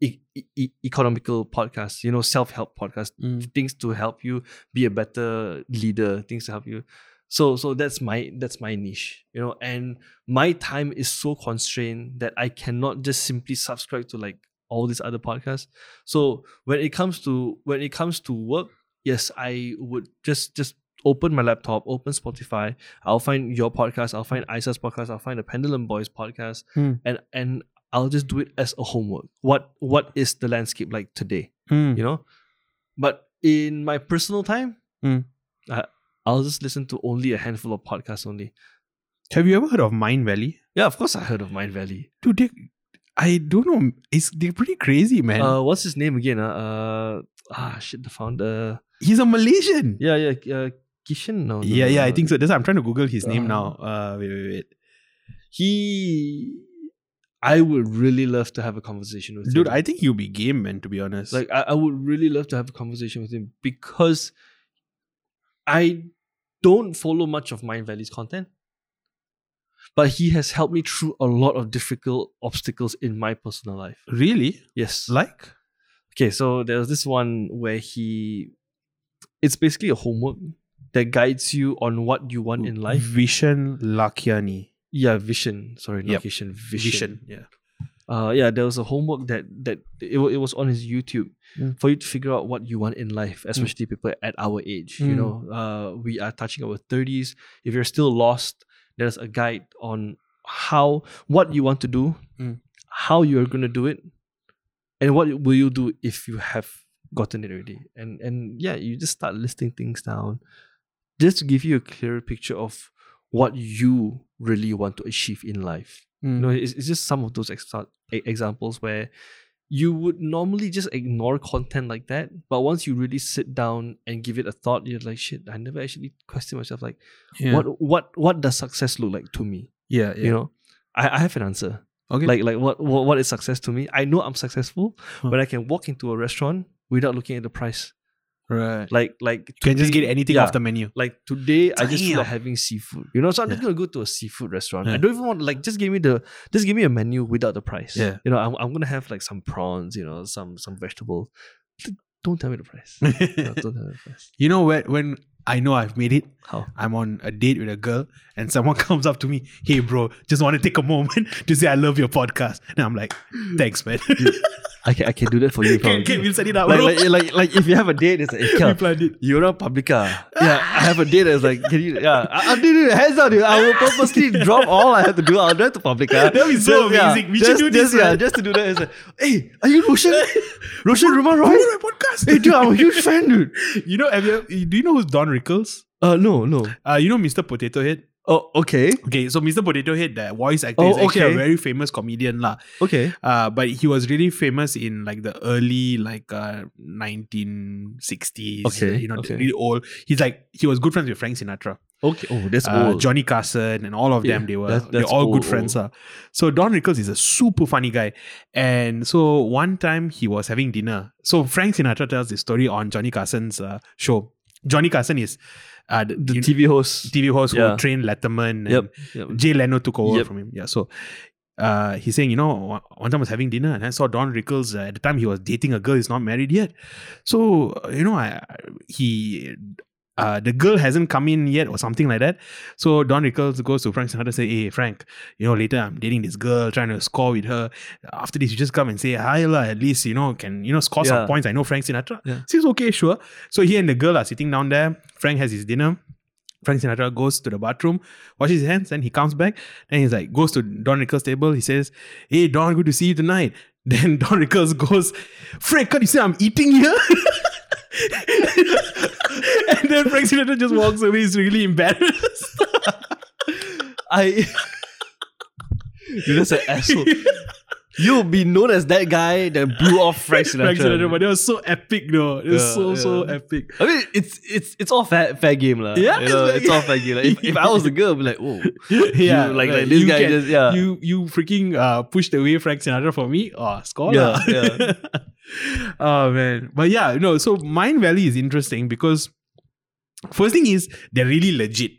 S1: e- e- e- economical podcasts. You know, self help podcasts,
S2: Mm.
S1: things to help you be a better leader, things to help you. So, so that's my that's my niche. You know, and my time is so constrained that I cannot just simply subscribe to like all these other podcasts. So when it comes to when it comes to work, yes, I would just just open my laptop, open Spotify. I'll find your podcast. I'll find Isa's podcast. I'll find the Pendulum Boys podcast,
S2: Hmm.
S1: and and I'll just do it as a homework. What what is the landscape like today?
S2: Mm.
S1: You know, but in my personal time,
S2: Hmm.
S1: I, I'll just listen to only a handful of podcasts only.
S2: Have you ever heard of Mind Valley?
S1: Yeah, of course I heard of Mind Valley.
S2: Dude, they, I don't know. It's they're pretty crazy, man.
S1: Uh, what's his name again? Uh, uh ah shit, the founder.
S2: He's a Malaysian.
S1: Yeah, yeah, uh, Kishan. No, no,
S2: yeah, yeah,
S1: no,
S2: I
S1: no.
S2: think so. That's why I'm trying to Google his name
S1: Uh,
S2: now. Uh, wait, wait, wait.
S1: He, I would really love to have a conversation with
S2: Dude,
S1: him.
S2: I think you'll be game, man, to be honest.
S1: Like I, I would really love to have a conversation with him because I don't follow much of Mind Valley's content. But he has helped me through a lot of difficult obstacles in my personal life.
S2: really?
S1: Yes.
S2: Like?
S1: Okay, so there's this one where he it's basically a homework that guides you on what you want in
S2: Mm-hmm.
S1: life.
S2: Vishen Lakiani.
S1: Yeah, vision. Sorry, not
S2: Yep.
S1: vision.
S2: Vision.
S1: Vision. uh yeah there was a homework that that it, wa- it was on his youtube
S2: Mm.
S1: for you to figure out what you want in life especially people at our age you
S2: Mm.
S1: know uh we are touching our 30s if you're still lost there's a guide on how what you want to do
S2: Mm.
S1: how you're going to do it and what will you do if you have gotten it already and and yeah you just start listing things down just to give you a clearer picture of what you really want to achieve in life
S2: Mm.
S1: you know, it's, it's just some of those exa- e- examples where you would normally just ignore content like that, but once you really sit down and give it a thought, you're like, shit, I never actually question myself. Like,
S2: Yeah.
S1: what, what, what does success look like to me?
S2: Yeah,
S1: You know, I, I have an answer.
S2: Okay.
S1: Like, like what, what, what is success to me? I know I'm successful,
S2: Huh.
S1: but I can walk into a restaurant without looking at the price.
S2: right.
S1: Like, like
S2: You can just
S1: today-
S2: get anything
S1: yeah.
S2: off the menu.
S1: Like today, I just feel
S2: Damn.
S1: like having seafood. You know, so I'm just
S2: Yeah.
S1: gonna go to a seafood restaurant. I
S2: Yeah.
S1: don't even want like just give me the just give me a menu without the price.
S2: Yeah.
S1: You know, I'm, I'm gonna have like some prawns. You know, some some vegetables. D- Don't tell me the *laughs* price. No, don't tell me the price.
S2: you know, when, when I know I've made it,
S1: How?
S2: I'm on a date with a girl, and someone *laughs* comes up to me, *laughs*
S1: *laughs*
S2: hey, bro, just want to take a moment to say I love your podcast. And I'm like, thanks, man.
S1: I can I *laughs* can do that for you.
S2: Can,
S1: Probably.
S2: can we set it up?
S1: like,
S2: bro?
S1: like, like, like if you have a date, *laughs* it's like, hey,
S2: we
S1: Kel,
S2: planned it.
S1: you're not publica. Yeah, I have a date. It's like, can you? Yeah, I, I did it. Hands out, dude. I will purposely drop all I have to do. I'll drive to
S2: *laughs*
S1: publica.
S2: That'd be so
S1: yeah,
S2: amazing. We should
S1: just,
S2: do
S1: just,
S2: this,
S1: Yeah,
S2: right?
S1: just to do that. It's like, hey, are you
S2: *laughs*
S1: Roshan? Roshan Rumah Roy?
S2: Bro, my podcast.
S1: Hey, dude,
S2: *laughs*
S1: I'm a huge fan, dude.
S2: you know, have you, do you know who's Don Rickles?
S1: Uh, no, no.
S2: Uh, you know Mr. Potato Head?
S1: Oh, okay,
S2: Okay, so Mr. Potato Head, the voice actor,
S1: Oh,
S2: is actually
S1: okay.
S2: a very famous comedian lah.
S1: okay.
S2: Uh, but he was really famous in like the early like uh 1960s.
S1: Okay,
S2: you know,
S1: okay.
S2: really old. He's like he was good friends with Frank Sinatra,
S1: Okay. Oh, that's
S2: uh,
S1: old.
S2: Johnny Carson, and all of them.
S1: Yeah,
S2: They were
S1: that's-
S2: they're
S1: that's
S2: all
S1: old,
S2: good friends. lah. So Don Rickles is a super funny guy, and so one time he was having dinner. So Frank Sinatra tells this story on Johnny Carson's uh, show. Johnny Carson is uh, the,
S1: the TV host.
S2: TV host
S1: Yeah.
S2: who trained Letterman. And
S1: Yep. yep.
S2: Jay Leno took over
S1: Yep.
S2: from him. Yeah. So uh, he's saying, you know, one- one time I was having dinner and I saw Don Rickles. Uh, at the time, he was dating a girl. He's not married yet. So uh, you know, I I- he. Uh, the girl hasn't come in yet, or something like that. So Don Rickles goes to Frank Sinatra and say, "Hey Frank, you know later I'm dating this girl, trying to score with her. After this, you just come and say hi lah. At least you know can you know score
S1: Yeah.
S2: some points. I know Frank Sinatra.
S1: Yeah.
S2: Seems okay, sure. So he and the girl are sitting down there. Frank has his dinner. Frank Sinatra goes to the bathroom, washes his hands, and he comes back. And he's like, goes to Don Rickles' table. He says, Hey, Don, good to see you tonight. *laughs* Then Don Rickles goes, Frank, can't you see I'm eating here? *laughs* and then Frank Sinatra just walks away. He's really embarrassed.
S1: I. *laughs* Dude, that's an
S2: *laughs*
S1: asshole. You'll be known as that guy that blew off Frank Sinatra.
S2: Frank Sinatra, but that was so epic, though. It was
S1: Yeah,
S2: so, so
S1: yeah. *laughs*
S2: epic.
S1: I mean, it's it's it's all fair, fair game, lah.
S2: Yeah,
S1: you know,
S2: it's like-
S1: it's, all fair game. Like, if, if I was the girl, I'd be like, oh,
S2: Yeah,
S1: like- like this guy just- yeah.
S2: you you freaking uh, pushed away Frank Sinatra for me. Oh, score
S1: Yeah,
S2: lah.
S1: yeah.
S2: *laughs* oh man, but yeah, no. So Mind Valley is interesting because first thing is they're really legit.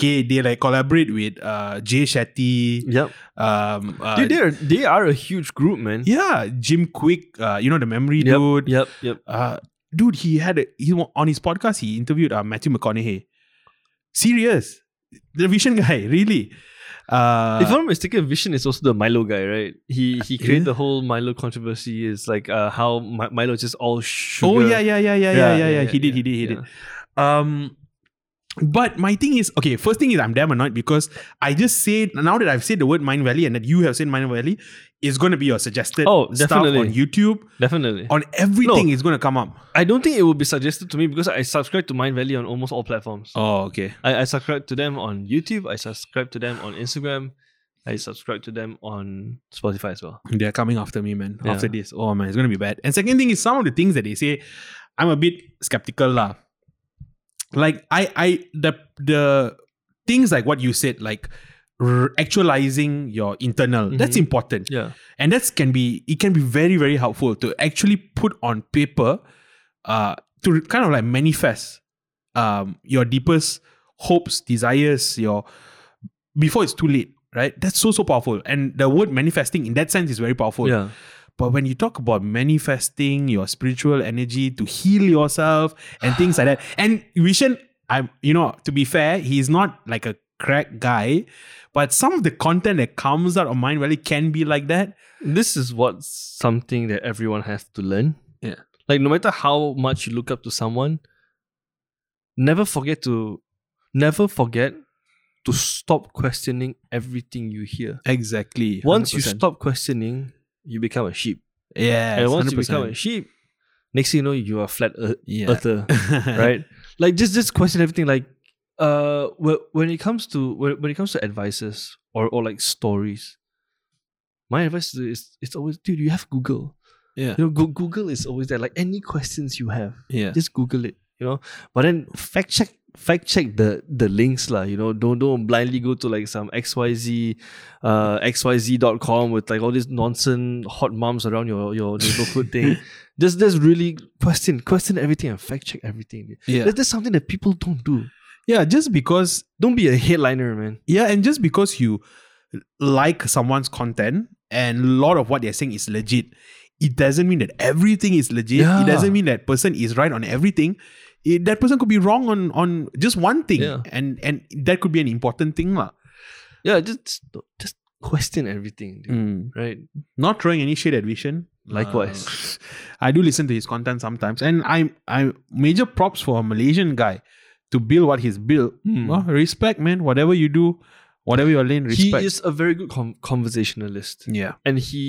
S2: Okay, they like collaborate with uh, Jay Shetty.
S1: yep.
S2: Um, uh,
S1: Dude, they're they are a huge group, man.
S2: yeah, Jim Quick. Uh, you know the memory
S1: Yep,
S2: dude.
S1: Yep. Yep.
S2: Uh, dude, he had a, he wa- on his podcast. He interviewed uh, Matthew McConaughey. Serious, the Vision guy, *laughs* really. Uh,
S1: if I'm not mistaken, Vision is also the Milo guy, right? He he
S2: Yeah.
S1: created the whole Milo controversy. Is like uh, how Mi- Milo is just all sugar.
S2: Oh yeah, yeah, yeah, yeah, yeah, yeah, yeah. He did, he did, he
S1: yeah.
S2: did. Um, but my thing is, okay. First thing is, I'm damn annoyed because I just said now that I've said the word Mind Valley and that you have said Mind Valley, it's going to be your suggested
S1: Oh,
S2: stuff
S1: definitely.
S2: on YouTube
S1: Definitely.
S2: on everything. is going to come up.
S1: I don't think it would be suggested to me because I subscribe to Mind Valley on almost all platforms.
S2: Oh, okay.
S1: I, I subscribe to them on YouTube. I subscribe to them on Instagram. I subscribe to them on Spotify as well.
S2: They're coming after me, man.
S1: Yeah.
S2: After this, oh man, it's going to be bad. And second thing is, some of the things that they say, I'm a bit skeptical, lah. Like I, I the the things like what you said, like r- actualizing your internal. That's
S1: Mhm.
S2: important.
S1: Yeah.
S2: and that's can be it can be very very helpful to actually put on paper uh to kind of like manifest um your deepest hopes desires your before it's too late right that's so so powerful and the word manifesting in that sense is very powerful
S1: Yeah.
S2: but when you talk about manifesting your spiritual energy to heal yourself and things like that, and Vishen, I'm you know, to be fair, he's not like a crack guy, but some of the content that comes out of Mind Valley can be like that.
S1: This is what's something that everyone has to learn.
S2: Yeah.
S1: Like no matter how much you look up to someone, never forget to never forget to stop questioning everything you hear.
S2: Exactly.
S1: Once you stop questioning, you become a sheep.
S2: yeah,
S1: and once you become a sheep, next thing you know, you are a flat ear-
S2: yeah.
S1: earther. *laughs* right? Like just just question everything. Like uh, wh- when it comes to when, when it comes to advices or or like stories, my advice is it's always dude. You have Google.
S2: *laughs* Yeah.
S1: You know, Goo- Google is always there. Like any questions you have,
S2: Yeah.
S1: just Google it. You know, but then fact check fact check the the links lah. You know, don't don't blindly go to like some XYZ, uh, XYZ.com with like all this nonsense hot moms around your your neighborhood thing. Just just really question question everything and fact check everything.
S2: Yeah.
S1: That- that's something that people don't do.
S2: Yeah, just because
S1: Don't be a headliner, man.
S2: yeah, and just because you like someone's content and a lot of what they're saying is legit, it doesn't mean that everything is legit.
S1: Yeah.
S2: It doesn't mean that person is right on everything. It, that person could be wrong on on just one thing,
S1: Yeah.
S2: and and that could be an important thing, lah.
S1: Yeah, just just question everything, dude, right?
S2: Mm. Not throwing any shade at Vision.
S1: Mm. Likewise.
S2: Uh, I do listen to his content sometimes, and I'm I'm major props for a Malaysian guy to build what he's built.
S1: *laughs* Hmm.
S2: Well, respect, man. Whatever you do, whatever your lane, respect.
S1: He is a very good com- conversationalist,
S2: yeah,
S1: and he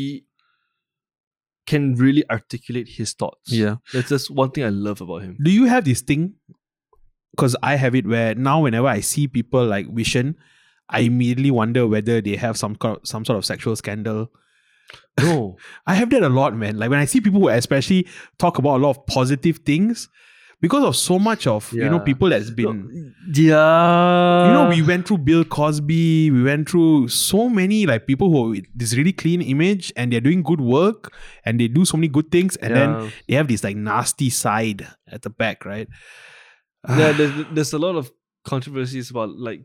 S1: can really articulate his thoughts.
S2: yeah.
S1: that's just one thing I love about
S2: *laughs*
S1: him.
S2: Do you have this thing? Because I have it where now whenever I see people like Vision, I immediately wonder whether they have some kind of- some sort of sexual scandal.
S1: *laughs* No,
S2: I have that a lot, man. Like when I see people who especially talk about a lot of positive things, because of so much of you know
S1: Yeah.
S2: people that's been
S1: No, yeah,
S2: you know we went through Bill Cosby, we went through so many like people who are with this really clean image and they're doing good work and they do so many good things and then *sighs*
S1: Yeah.
S2: they have this like nasty side at the back, right?
S1: yeah, there's, there's a lot of controversies about like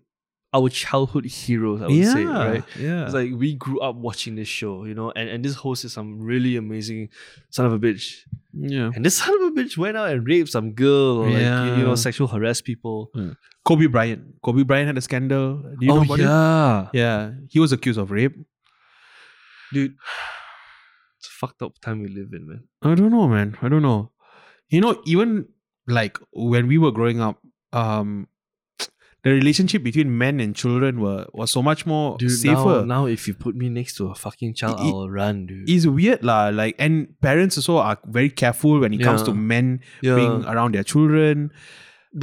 S1: our childhood
S2: *sighs*
S1: heroes. I would say, right?
S2: Yeah.
S1: It's like we grew up watching this show, you know, and, and this host is some really amazing son of a bitch.
S2: yeah.
S1: And this *laughs* son of a bitch went out and raped some girl or like, you- you
S2: Yeah.
S1: know, sexual harass people.
S2: Kobe Bryant. Kobe Bryant had a scandal. Do you know about it?
S1: yeah.
S2: Oh, Yeah. He was accused of rape.
S1: Dude, *sighs* it's a fucked up time we live in, man.
S2: I don't know, man. I don't know. You know, even like when we were growing up, um, the relationship between men and children were was so much more
S1: Dude, now,
S2: Oh, safer. E,
S1: now if you put me next to a fucking child,
S2: It- it-
S1: I'll run, dude.
S2: It's weird, lah. Like, and parents also are very careful when it comes to
S1: Yeah.
S2: men
S1: yeah.
S2: *sighs* being around their children.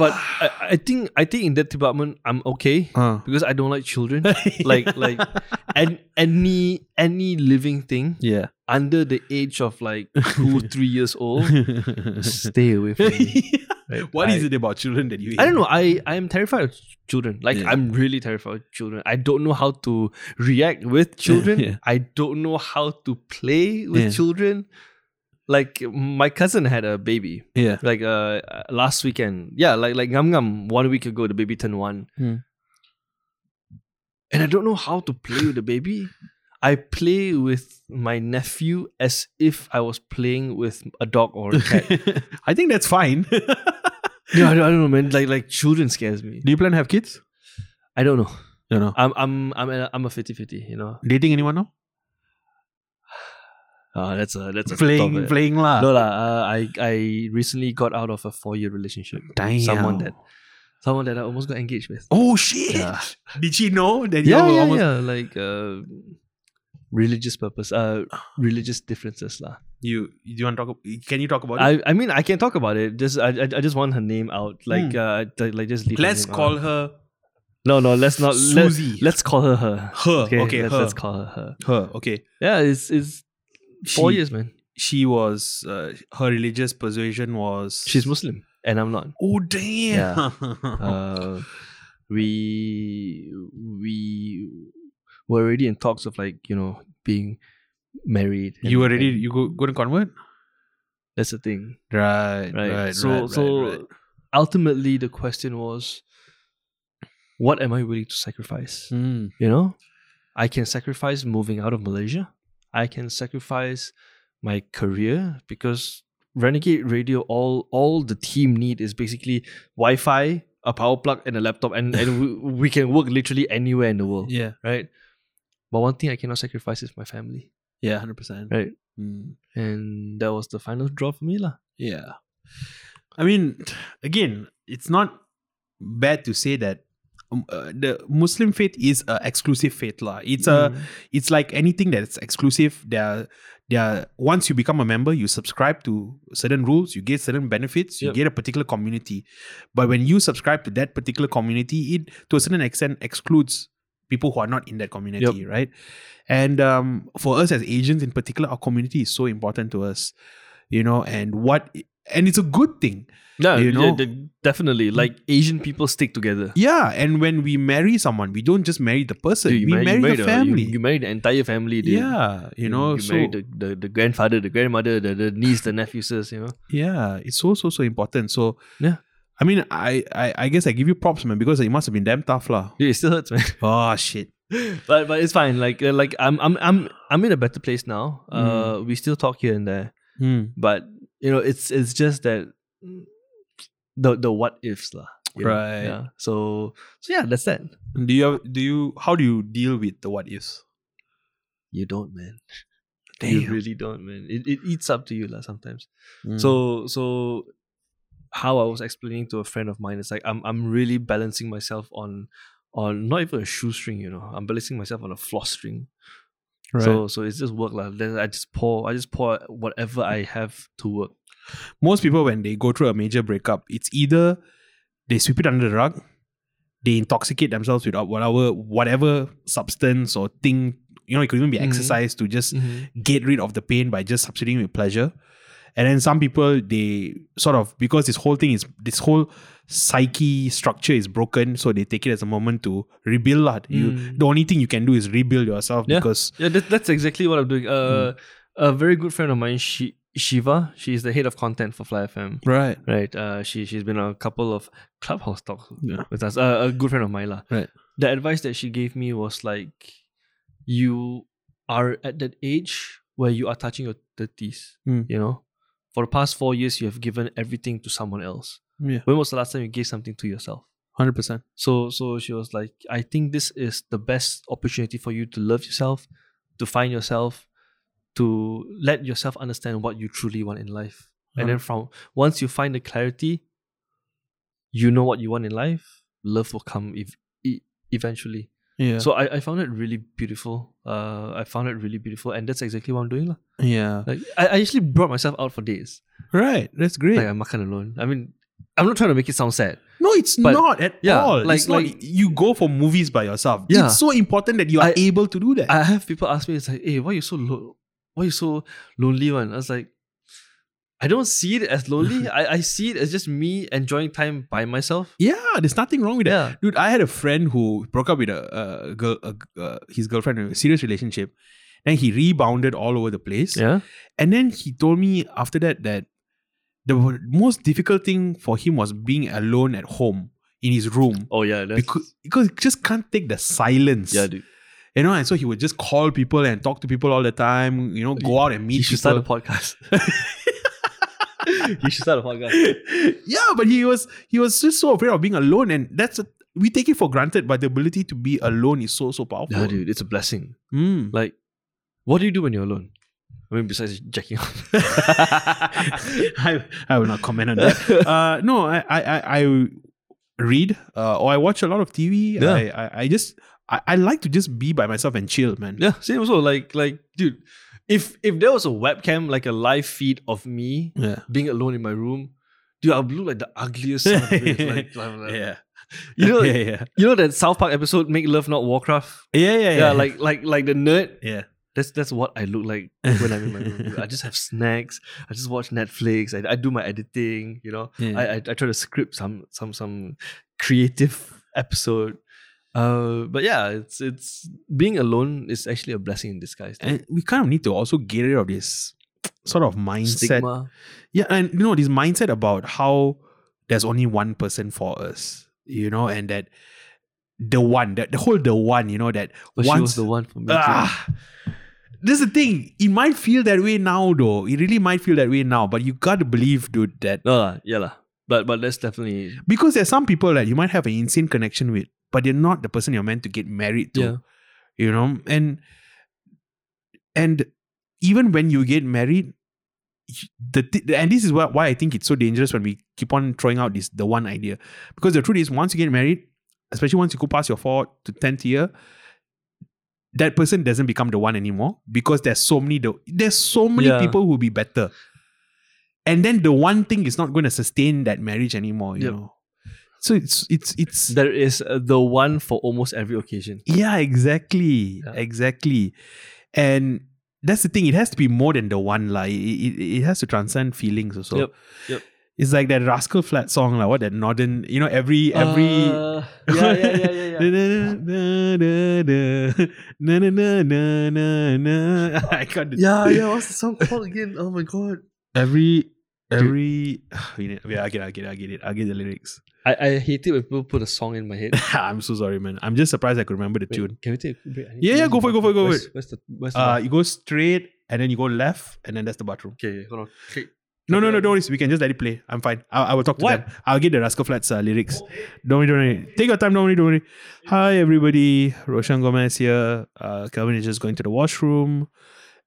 S1: but I, I think I think in that department I'm okay
S2: Uh.
S1: because I don't like children. Like- like- and any any living thing
S2: yeah.
S1: under the age of like two, three years old, stay away from
S2: *laughs*
S1: me. Right?
S2: *laughs* What
S1: I-
S2: is it about children that you?
S1: I don't know. I I am terrified of children. Like
S2: Yeah.
S1: I'm really terrified of children. I don't know how to react
S2: *laughs*
S1: with children.
S2: Yeah.
S1: I don't know how to play with
S2: Yeah.
S1: children. Like my cousin had a baby.
S2: Yeah.
S1: Like uh last weekend. Yeah, like like ngam ngam one week ago the baby turned one.
S2: Hmm.
S1: And I don't know how to play with the baby. I play with my nephew as if I was playing with a dog or
S2: *laughs*
S1: a cat.
S2: I think that's fine. *laughs* Do
S1: yeah, I don't, I don't know, man. Like like children scares me.
S2: you plan to have kids?
S1: I don't know.
S2: You know,
S1: I'm I'm I'm a, I'm a 50-50, you know.
S2: dating anyone now?
S1: Uh, that's a that's a
S2: Playing,
S1: topic.
S2: playing lah.
S1: No lah. Uh, I I recently got out of a four year relationship.
S2: Damn.
S1: Someone that someone that I almost got engaged with.
S2: Oh shit!
S1: Yeah.
S2: Did she know that?
S1: Yeah,
S2: you
S1: yeah,
S2: almost,
S1: yeah. Like uh, religious purpose. Uh, religious differences lah.
S2: You do you want to talk? ab- Can you talk about it?
S1: I I mean I can talk about it. Just I I, I just want her name out. Like uh, t- like just leave. her
S2: Let's
S1: name
S2: call
S1: out.
S2: her
S1: No, no. Let's not. Let,
S2: Susie.
S1: let's call her her.
S2: her. Okay,
S1: let's,
S2: her.
S1: let's call her her.
S2: her. Okay.
S1: Yeah, it's it's four
S2: She-
S1: years, man.
S2: She was uh, her religious persuasion was
S1: She's Muslim and I'm not.
S2: Oh damn! *laughs*
S1: Yeah. uh, we we were already in talks of like you know being married. and-
S2: you already
S1: and
S2: you go going to convert?
S1: that's the thing,
S2: Right,
S1: right? so so ultimately, the question was, what am I willing to sacrifice?
S2: Mm.
S1: You know, I can sacrifice moving out of Malaysia. I can sacrifice my career because Renegade Radio, all all the team need is basically Wi-Fi, a power plug, and a laptop, and and
S2: *laughs*
S1: we, we can work literally anywhere in the world,
S2: yeah,
S1: right? But one thing I cannot sacrifice is my family,
S2: yeah, hundred percent.
S1: right?
S2: Mm.
S1: And that was the final draw for me, lah.
S2: Yeah. I mean, again, it's not bad to say that um, uh, the Muslim faith is a exclusive faith lah. It's a
S1: Mm.
S2: it's like anything that's exclusive. There are, there are, once you become a member, you subscribe to certain rules, you get certain benefits, you
S1: Yep.
S2: get a particular community. But when you subscribe to that particular community, it to a certain extent excludes people who are not in that community, right? And um, for us as Asians in particular, our community is so important to us, you know, and what and it's a good thing
S1: yeah,
S2: you
S1: you
S2: know- Mm.
S1: know, definitely. Like Asian people stick together.
S2: Yeah, and when we marry someone, we don't just marry the person;
S1: Dude,
S2: we
S1: mar-
S2: marry, the
S1: a- you-
S2: family.
S1: You, marry the entire family. Dude.
S2: yeah, you know.
S1: you
S2: so
S1: marry the, the, the grandfather, the grandmother, the, the niece, the nephews, you know.
S2: yeah, it's so so so important. So
S1: Yeah.
S2: I mean, I I, I guess I give you props, man, because it must have been damn tough, *laughs* lah.
S1: Dude, it still hurts, man.
S2: Oh shit.
S1: *laughs* but but it's fine. Like uh, like I'm I'm I'm I'm in a better place now. Uh,
S2: Mm.
S1: we still talk here and there,
S2: Hmm.
S1: but you know, it's it's just that mm, the the what ifs lah. you know?
S2: Right.
S1: Yeah. So so yeah, that's that.
S2: Do you have, do you how do you deal with the what ifs?
S1: You don't, man. You
S2: Damn.
S1: really don't, man. It, it eats up to you like, sometimes.
S2: Hmm.
S1: So so how I was explaining to a friend of mine, it's like I'm I'm really balancing myself on on not even a shoestring, you know. I'm balancing myself on a floss string.
S2: right.
S1: So so it's just work like then I just pour I just pour whatever I have to work.
S2: most people when they go through a major breakup, it's either they sweep it under the rug, they intoxicate themselves with whatever whatever substance or thing. You know, it could even be
S1: Mhm.
S2: exercise to just get rid of the pain by just substituting with pleasure. And then some people they sort of because this whole thing is this whole psyche structure is broken, so they take it as a moment to rebuild. lah. You
S1: Mm.
S2: the only thing you can do is rebuild yourself
S1: Yeah.
S2: because
S1: Yeah, that, that's exactly what I'm doing. Uh, a very good friend of mine, she Shiva, she is the head of content for Fly FM.
S2: right.
S1: Right. Uh, she she's been on a couple of clubhouse talks
S2: Yeah.
S1: with us. Uh, a good friend of mine, lah.
S2: Right.
S1: The advice that she gave me was like, you are at that age where you are touching your thirties.
S2: Mm.
S1: You know, for the past four years, you have given everything to someone else.
S2: Yeah,
S1: When was the last time you gave something to yourself?
S2: hundred percent.
S1: So so she was like, I think this is the best opportunity for you to love yourself, to find yourself, to let yourself understand what you truly want in life. And then from once you find the clarity, you know what you want in life, love will come if e- eventually.
S2: Yeah.
S1: So I, I found it really beautiful. Uh I found it really beautiful and that's exactly what I'm doing. lah.
S2: yeah.
S1: Like I, I actually brought myself out for days.
S2: Right. That's great.
S1: Like I'm makan alone. I mean I'm not trying to make it sound sad.
S2: No, it's
S1: But-
S2: not at
S1: yeah,
S2: all.
S1: like-
S2: it's not,
S1: like-
S2: you go for movies by yourself.
S1: Yeah.
S2: It's so important that you are
S1: I-
S2: able to do that.
S1: I have people ask me, it's like, hey, why you so low? Why you so lonely? One, I was like, I don't see it as *laughs* lonely. I, I see it as just me enjoying time by myself.
S2: yeah, there's nothing wrong with that.
S1: Yeah,
S2: Dude, I had a friend who broke up with a, a girl, a, uh, his girlfriend, in a serious relationship, and he rebounded all over the place.
S1: yeah,
S2: And then he told me after that that the w- most difficult thing for him was being alone at home in his room
S1: oh yeah, that's,
S2: because, because he just can't take the silence.
S1: yeah, dude.
S2: You know, and so he would just call people and talk to people all the time, you know, go out and meet
S1: You
S2: people.
S1: should *laughs* start a podcast. you should start a *laughs* podcast.
S2: *laughs* yeah, but he was he was just so afraid of being alone, and that's a, we take it for granted. But the ability to be alone is so so powerful.
S1: Yeah, dude, it's a blessing.
S2: Mm.
S1: Like, what do you do when you're alone? I mean, besides jacking off. *laughs*
S2: *laughs* I I will not comment on that.
S1: *laughs*
S2: Uh, no, I I I, I read uh, or I watch a lot of TV.
S1: Yeah.
S2: I, I I just I, I like to just be by myself and chill, man.
S1: Yeah, same also. Like, like, dude, if if there was a webcam, like a live feed of me
S2: Yeah.
S1: being alone in my room, dude, I would look like the ugliest. son of a
S2: *laughs*
S1: bitch, like, like, like-
S2: Yeah.
S1: You know,
S2: *laughs* yeah, yeah,
S1: you know that South Park episode "Make Love Not Warcraft."
S2: yeah, yeah,
S1: Yeah, like like like the nerd.
S2: yeah,
S1: That's that's what I look
S2: *laughs*
S1: like when I'm in my room. dude. I just have snacks. I just watch Netflix. I, I do my editing. You know,
S2: yeah.
S1: I, I I try to script some some some creative episode. Uh, but yeah, it's it's being alone is actually a blessing in disguise.
S2: and we kind of need to also get rid of this sort of mindset.
S1: Stigma.
S2: Yeah, and you know, this mindset about how there's only one person for us, you know, and that the one, that the whole the one, you know, that
S1: But she was
S2: once
S1: the one for me. too.
S2: ah, this is the thing. It might feel that way now, though. It really might feel that way now, but you gotta believe, dude, that
S1: No, lah, yeah, lah. But but that's definitely
S2: because there's some people that you might have an insane connection with, but they're not the person you're meant to get married to.
S1: Yeah.
S2: You know, and and even when you get married, y- the th- and this is why, why I think it's so dangerous when we keep on throwing out this the one idea because the truth is once you get married, especially once you go past your fourth to tenth year. That person doesn't become the one anymore because there's so many the, there's so many
S1: Yeah.
S2: people who will be better, and then the one thing is not going to sustain that marriage anymore. You
S1: Yep.
S2: know, so it's it's it's
S1: there is uh, the one for almost every occasion.
S2: yeah, exactly,
S1: Yeah.
S2: exactly, and that's the thing. It has to be more than the one lie. It, it, it has to transcend feelings also.
S1: Yep, yep.
S2: It's like that Rascal Flat song, like what that northern. You know, every every.
S1: Uh, yeah, yeah, yeah, *laughs* yeah, Uh, yeah.
S2: *laughs* I can't.
S1: yeah, yeah. What's the song *laughs* called again? Oh my god.
S2: Every every. *sighs* We need- Yeah, I get, it, I get, it, I get it. I get the lyrics. *laughs*
S1: I, I hate it when people put a song in my head.
S2: I'm so sorry, man. I'm just surprised I could remember the
S1: Wait,
S2: tune.
S1: Can we take a break? I need
S2: Yeah,
S1: to
S2: yeah,
S1: use
S2: go
S1: the
S2: for it, go for
S1: bathroom.
S2: it, go for
S1: Where's,
S2: it.
S1: where's the where's the
S2: Uh,
S1: bathroom?
S2: you go straight and then you go left and then that's the bathroom.
S1: okay, hold on. Okay.
S2: No, no,
S1: Okay.
S2: no, don't worry. We can just let it play. I'm fine. I, I will talk to
S1: What?
S2: them. I'll get the Rascal Flats uh, lyrics. Don't worry, don't worry. Take your time. Don't worry, don't worry. Hi, everybody. Roshan Gomez here. Uh, Kelvin is just going to the washroom.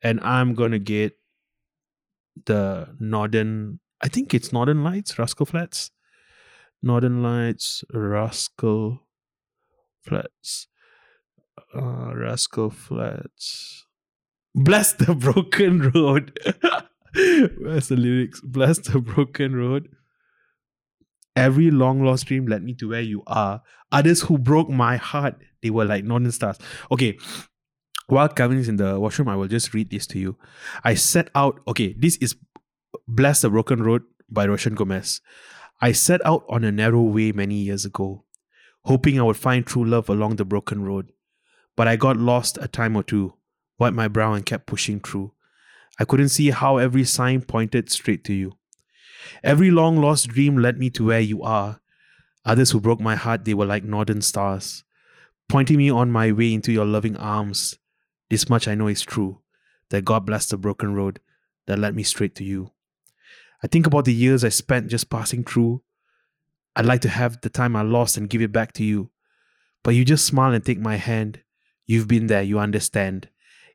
S2: and I'm gonna get the Northern. I think it's Northern Lights, Rascal Flats, Northern Lights, Rascal Flats, uh, Rascal Flats. Bless the *laughs* broken road. *laughs* Where's the lyrics? Bless the broken road. Every long lost dream led me to where you are. Others who broke my heart, they were like northern stars. Okay, while Kevin is in the washroom, I will just read this to you. I set out, okay, this is Bless the Broken Road by Roshan Gomez. I set out on a narrow way many years ago, hoping I would find true love along the broken road. But I got lost a time or two, wiped my brow, and kept pushing through. I couldn't see how every sign pointed straight to you. Every long lost dream led me to where you are. Others who broke my heart, they were like northern stars, pointing me on my way into your loving arms. This much I know is true that God blessed the broken road that led me straight to you. I think about the years I spent just passing through. I'd like to have the time I lost and give it back to you. But you just smile and take my hand. You've been there, you understand.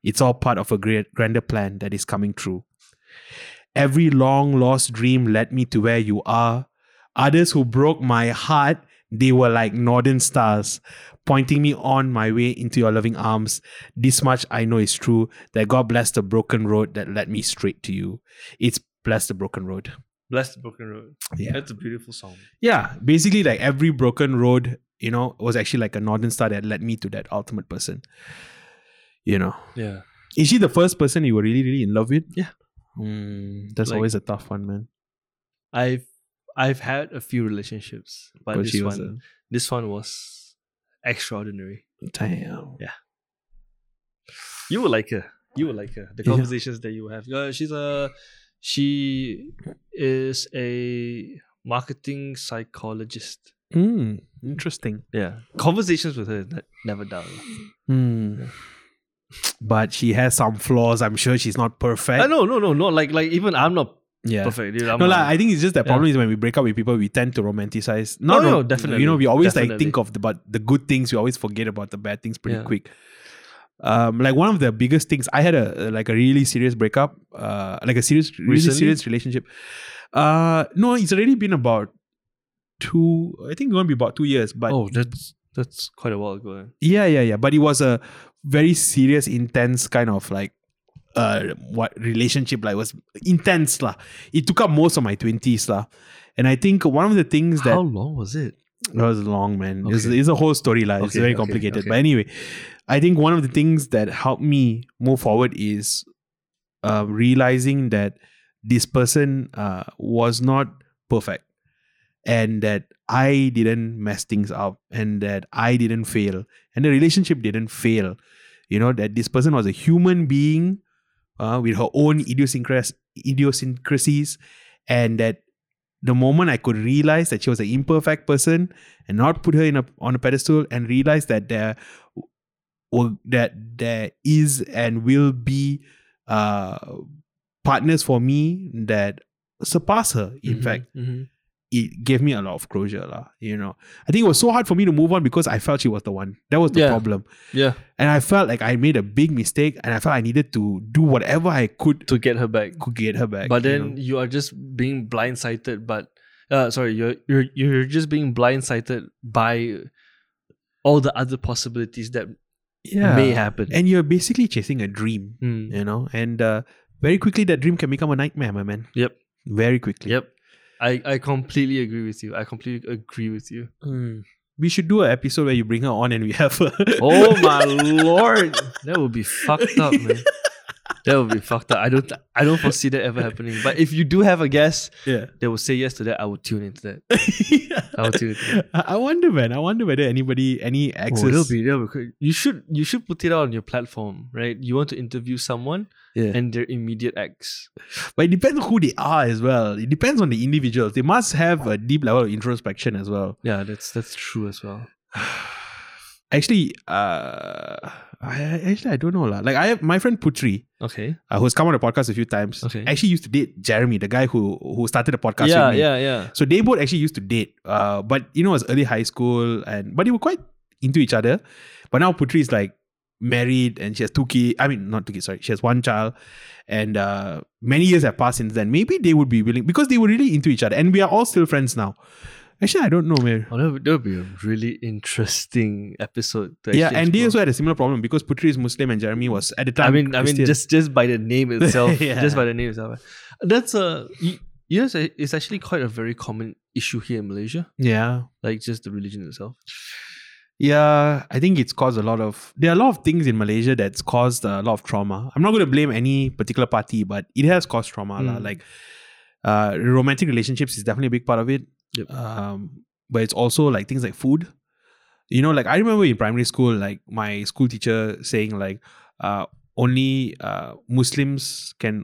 S2: It's all part of a great, grander plan that is coming true. Every long lost dream led me to where you are. Others who broke my heart, they were like northern stars, pointing me on my way into your loving arms. This much I know is true that God bless the broken road that led me straight to you. It's bless the broken road.
S1: Bless the broken road.
S2: Yeah.
S1: That's a beautiful song.
S2: Yeah, basically, like every broken road, you know, was actually like a northern star that led me to that ultimate person. You know,
S1: Yeah.
S2: is she the first person you were really, really in love with?
S1: Yeah.
S2: Mm, that's
S1: Like-
S2: always a tough one, man.
S1: I've I've had a few relationships, but,
S2: But
S1: this
S2: she was
S1: one this one was extraordinary.
S2: a- damn.
S1: You would like her. You would like her. The
S2: Yeah.
S1: conversations that you have. Uh, she's a she is a marketing psychologist.
S2: Mm, interesting.
S1: Yeah. Conversations with her is ne- never dull.
S2: Mm. But she has some flaws. I'm sure she's not perfect.
S1: I Uh, no, no, no, no. Like like even I'm not
S2: Yeah.
S1: perfect. Dude, I'm
S2: No,
S1: a-
S2: like, I think it's just that
S1: Yeah.
S2: problem is when we break up with people, we tend to romanticize.
S1: No,
S2: No,
S1: no,
S2: no,
S1: definitely,
S2: You know, we always like
S1: definitely.
S2: think of the, but the good things. We always forget about the bad things pretty
S1: Yeah.
S2: quick. Um, like one of the biggest things I had a like a really serious breakup, uh, like a serious, really
S1: Recently?
S2: serious relationship. Uh, no, it's already been about two. I think it's gonna be about two years, but
S1: oh, that's that's quite a while ago. eh?
S2: yeah, yeah, yeah. But it was a very serious, intense kind of like uh what relationship like was intense lah. It took up most of my twenties lah. And I think one of the things that
S1: How long was it?
S2: it was long, man. It's,
S1: Okay.
S2: it's a whole story lah. it's
S1: Okay,
S2: very
S1: okay,
S2: complicated.
S1: okay.
S2: But anyway, I think one of the things that helped me move forward is uh, realizing that this person uh, was not perfect, and that I didn't mess things up, and that I didn't fail, and the relationship didn't fail. You know that this person was a human being uh, with her own idiosyncras- idiosyncrasies, and that the moment I could realize that she was an imperfect person and not put her in a on a pedestal and realize that there w- that there is and will be uh, partners for me that surpass her. In
S1: Mhm,
S2: fact,
S1: mhm.
S2: it gave me a lot of closure, lah. You know, I think it was so hard for me to move on because I felt she was the one. That was the
S1: Yeah.
S2: problem,
S1: yeah,
S2: and I felt like I made a big mistake, and I felt I needed to do whatever I could
S1: to get her back.
S2: could get her back.
S1: But
S2: you
S1: then
S2: know.
S1: you are just being blindsided. But uh, sorry, you're you're you're just being blindsided by all the other possibilities that
S2: yeah,
S1: may happen.
S2: and you're basically chasing a dream,
S1: Mm.
S2: you know, and uh, very quickly that dream can become a nightmare, my man.
S1: Yep.
S2: Very quickly.
S1: Yep, I I completely agree with you. I completely agree with you.
S2: Mm. We should do an episode where you bring her on and we have her.
S1: *laughs* Oh my lord, that would be fucked up, man. *laughs* That would be fucked up. I don't I don't foresee that ever happening. But if you do have a guest
S2: *laughs* yeah. *laughs*
S1: that will say yes to that, I will tune into that. *laughs* I will tune into that.
S2: I I wonder, man. I wonder whether anybody, any
S1: Oh,
S2: access.
S1: that'll be, that'll be good. You should you should put it out on your platform, right? You want to interview someone
S2: Yeah.
S1: and their immediate ex.
S2: But it depends on who they are as well. It depends on the individuals. They must have a deep level of introspection as well. *sighs*
S1: Yeah, that's that's true as well.
S2: Actually, uh, I, actually, I don't know. lah. Like, I have my friend Putri,
S1: Okay.
S2: uh, who's come on the podcast a few times,
S1: Okay.
S2: actually used to date Jeremy, the guy who who started the podcast
S1: yeah,
S2: with me.
S1: yeah, yeah.
S2: So they both actually used to date, uh, but you know, it was early high school, and but they were quite into each other. But now Putri is like married and she has two kids. I mean, not two kids, sorry. She has one child. And uh, many years have passed since then. Maybe they would be willing because they were really into each other. And we are all still friends now. Actually, I don't know, Mayor.
S1: Oh, that would, that would be a really interesting episode. To
S2: Yeah,
S1: actually
S2: and they
S1: explore.
S2: also had a similar problem because Putri is Muslim and Jeremy was at the time.
S1: I mean, I mean,
S2: Christian.
S1: just just by the
S2: *laughs*
S1: name itself,
S2: Yeah.
S1: just by the name itself, that's a you, you know, it's a- it's actually quite a very common issue here in Malaysia.
S2: yeah,
S1: Like just the religion itself.
S2: yeah. I think it's caused a lot of. There are a lot of things in Malaysia that's caused a lot of trauma. I'm not going to blame any particular party, but it has caused trauma. lah.
S1: Mm.
S2: Like, uh, romantic relationships is definitely a big part of it.
S1: Yep.
S2: Um, but it's also like things like food. You know, like I remember in primary school, like my school teacher saying like, uh, only uh, Muslims can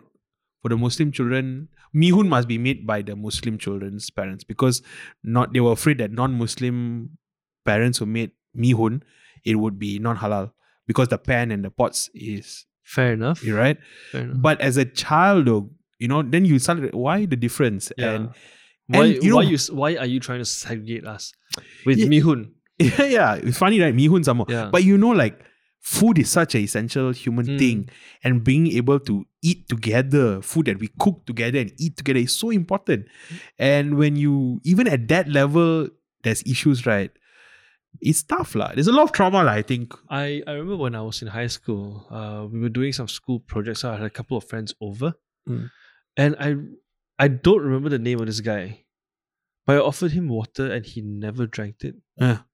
S2: for the Muslim children. Mihun must be made by the Muslim children's parents because not they were afraid that non-Muslim parents who made mihun, it would be non-halal because the pan and the pots is
S1: Fair enough.
S2: you're right.
S1: Fair enough.
S2: But as a child, though, you know, then you started why the difference
S1: Yeah.
S2: and *laughs*
S1: why
S2: and you
S1: why
S2: know-
S1: you s- why are you trying to segregate us with
S2: Yeah.
S1: mihun?
S2: yeah, yeah, it's funny, right? Mihun some more.
S1: Yeah.
S2: But you know, like food is such an essential human
S1: Mm.
S2: thing, and being able to eat together, food that we cook together and eat together is so important. And when you even at that level, there's issues, right? It's tough, lah. There's a lot of trauma, lah, I
S1: *laughs*
S2: think.
S1: I, I remember when I was in high school, uh, we were doing some school projects. So I had a couple of friends over,
S2: Mm.
S1: and I I don't remember the name of this guy, but I offered him water and he never drank it.
S2: Ah.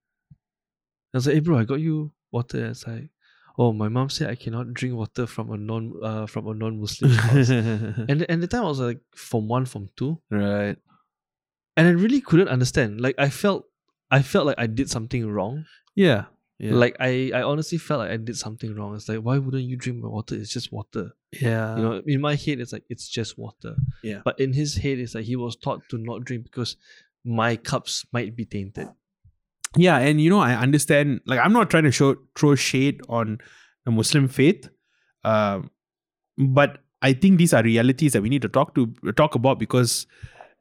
S1: I was like, "Hey, bro, I got you water." And it's like, "Oh, my mom said I cannot drink water from a non uh, from a non
S2: *laughs*
S1: Muslim house."
S2: right.
S1: and and the time I was like, form one, form two, and I really couldn't understand. Like I felt I felt like I did something wrong.
S2: Yeah. Yeah.
S1: Like I, I honestly felt like I did something wrong. It's like, why wouldn't you drink my water? It's just water.
S2: yeah.
S1: you know, in my head, it's like it's just water.
S2: Uh, Yeah.
S1: But in his head, it's like he was taught to not drink because my cups might be tainted.
S2: Yeah, and you know, I understand. Like, I'm not trying to show throw shade on the Muslim faith, um, but I think these are realities that we need to talk to talk about because,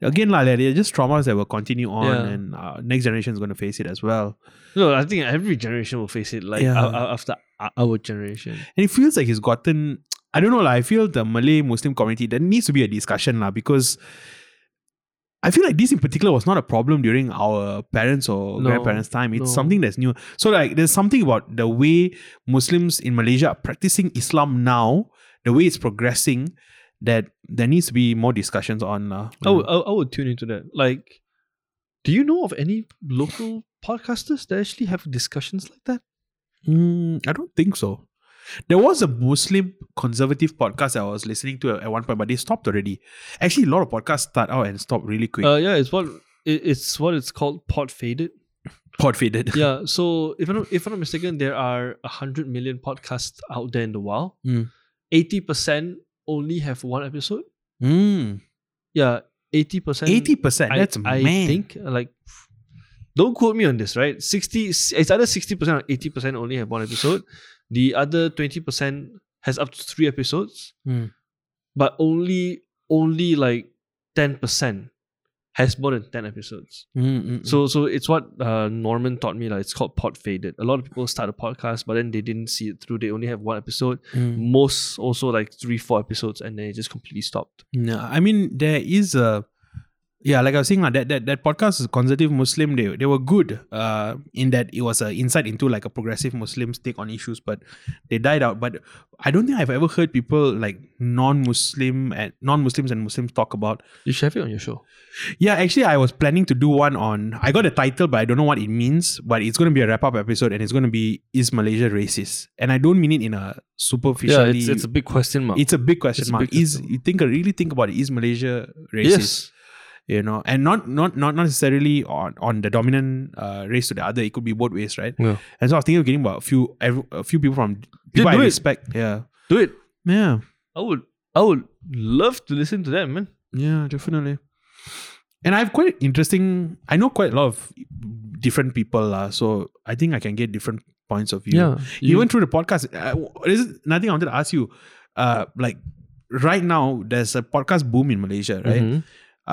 S2: again, lah, they're they're just traumas that will continue on,
S1: Yeah.
S2: and uh, next generation is going to face it as well.
S1: No, I think every generation will face it. Like
S2: Yeah.
S1: ou- ou- after ou- our generation,
S2: And it feels like it's gotten. I don't know, lah. I feel the Malay Muslim community there needs to be a discussion, lah, because. I feel like this in particular was not a problem during our parents or
S1: No.
S2: grandparents' time.
S1: No.
S2: It's something that's new. So like there's something about the way Muslims in Malaysia are practicing Islam now, the way it's progressing, that there needs to be more discussions on. Uh,
S1: I, would, I, would- I would tune into that. Like, do you know of any local podcasters that actually have discussions like that?
S2: Mm, I don't think so. There was a Muslim conservative podcast I was listening to at one point, but they stopped already. Actually, a lot of podcasts start out and stop really quick.
S1: Uh, yeah, it's what it, it's what it's called pod faded.
S2: Pod faded.
S1: yeah so if i'm not, if i'm not mistaken there are 100 million podcasts out there in the wild
S2: Mm.
S1: 80% only have one episode
S2: *laughs* Mm,
S1: yeah 80%
S2: 80%.
S1: I,
S2: that's
S1: I
S2: man.
S1: think like don't quote me on this right 60 it's either 60% or 80% only have one episode the other 20% has up to three episodes
S2: Mm.
S1: but only only like 10% has more than 10 episodes
S2: Mm, mm, mm.
S1: so so it's what uh, Norman taught me. Like it's called pod faded. A lot of people start a podcast, but then they didn't see it through. They only have one episode.
S2: Mm.
S1: Most also like three, four episodes, and then it just completely stopped.
S2: No, I mean there is a yeah, like I was saying, lah, that that that podcast is conservative Muslim. They they were good uh, in that it was an insight into like a progressive Muslim's take on issues, but they died out. But I don't think I've ever heard people like non-Muslim and non-Muslims and Muslims talk about.
S1: You should have it on your show.
S2: Yeah, actually, I was planning to do one on. I got a title, but I don't know what it means. But it's going to be a wrap-up episode, and it's going to be "Is Malaysia racist?" And I don't mean it in a
S1: Yeah,
S2: superficially.
S1: it's, it's a big question mark.
S2: it's a big question
S1: it's a
S2: mark.
S1: big
S2: is
S1: question.
S2: you think really think about it? Is Malaysia racist?
S1: yes,
S2: you know and not not not not necessarily on on the dominant uh, race to the other it could be both ways right
S1: Yeah.
S2: and so i was thinking of getting about a few every, a few people from people
S1: do
S2: i
S1: it.
S2: respect yeah
S1: do it.
S2: yeah
S1: I would, I would love to listen to that, man.
S2: yeah definitely and i have quite interesting i know quite a lot of different people uh, so i think i can get different points of view
S1: you
S2: even through the podcast uh, there's nothing i wanted to ask you uh like right now there's a podcast boom in malaysia right
S1: Mhm.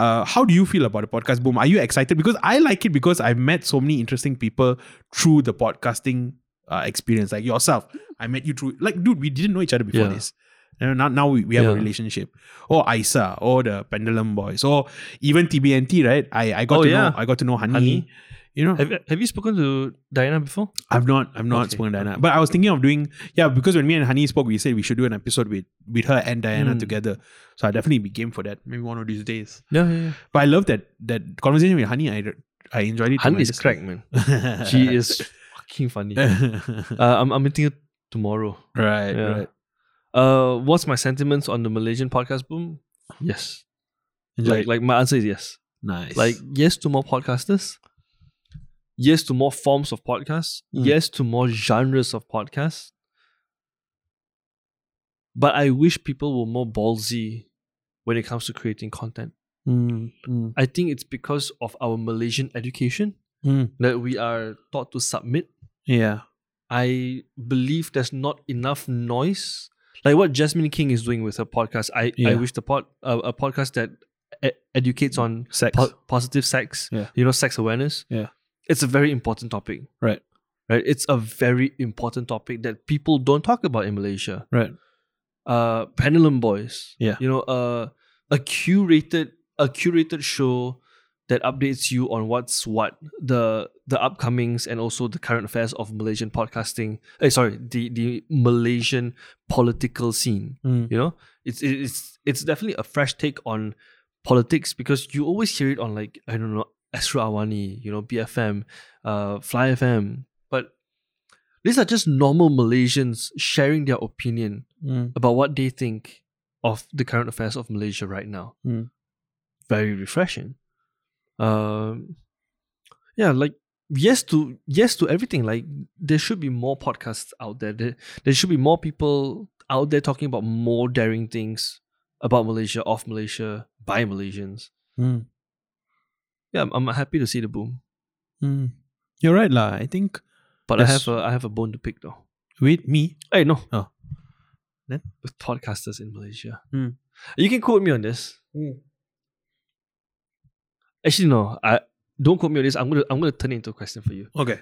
S2: Uh, how do you feel about the podcast boom? Are you excited? Because I like it because I've met so many interesting people through the podcasting uh, experience. Like yourself, I met you through like dude, we didn't know each other before
S1: Yeah.
S2: this. And now, now we, we have a
S1: Yeah.
S2: relationship. Or Isa, or the Pendulum Boys, or even TBNT, right? I, I got
S1: Oh,
S2: to
S1: yeah.
S2: know I got to know Honey.
S1: Honey.
S2: You know,
S1: Have, have you spoken to Diana before?
S2: I've not I've not
S1: Okay.
S2: spoken to Diana. But I was thinking of doing yeah, because when me and Honey spoke, we said we should do an episode with with her and Diana
S1: Mm.
S2: together. So I definitely be game for that. Maybe one of these days.
S1: Yeah, yeah. yeah.
S2: But I love that that conversation with Honey. I re- I enjoyed it.
S1: Honey is
S2: *laughs*
S1: crack, man. She is *laughs* fucking funny. Uh, I'm, I'm meeting her tomorrow.
S2: right,
S1: Yeah.
S2: right.
S1: Uh, what's my sentiments on the Malaysian podcast boom? Yes.
S2: Enjoy
S1: Like,
S2: it.
S1: like my answer is yes.
S2: nice.
S1: Like yes to more podcasters. Yes to more forms of podcasts.
S2: Mm.
S1: Yes to more genres of podcasts. But I wish people were more ballsy when it comes to creating content.
S2: Mm, mm,
S1: I think it's because of our Malaysian education
S2: mm.
S1: that we are taught to submit.
S2: yeah.
S1: I believe there's not enough noise. Like what Jasmine King is doing with her podcast. I, I
S2: Yeah.
S1: wish the pod, uh, a podcast that e- educates on
S2: Sex.
S1: po- positive sex,
S2: Yeah.
S1: you know, sex awareness.
S2: Yeah.
S1: It's a very important topic.
S2: Right.
S1: Right. It's a very important topic that people don't talk about in Malaysia.
S2: Right.
S1: Uh Pendulum Boys.
S2: Yeah.
S1: You know, uh a curated a curated show that updates you on what's what the the upcomings and also the current affairs of Malaysian podcasting. eh, sorry, the the Malaysian political scene.
S2: Mm.
S1: You know, it's it's it's definitely a fresh take on politics because you always hear it on like I don't know Astro Awani, you know BFM, uh, Fly FM, but these are just normal Malaysians sharing their opinion
S2: Mm.
S1: about what they think of the current affairs of Malaysia right now.
S2: Mm.
S1: Very refreshing. Um, yeah, like yes to yes to everything. Like there should be more podcasts out there. There, there should be more people out there talking about more daring things about Malaysia, of Malaysia, by Malaysians.
S2: Mm,
S1: Yeah, I'm, I'm happy to see the boom,
S2: mm. You're right, lah. I think
S1: but I
S2: Yes.
S1: have a I have a bone to pick though.
S2: with me,
S1: Hey, no.
S2: Oh. Then?
S1: With podcasters in Malaysia.
S2: Hmm.
S1: You can quote me on this. Actually, no. I don't quote me on this. I'm gonna I'm gonna turn it into a question for you.
S2: okay.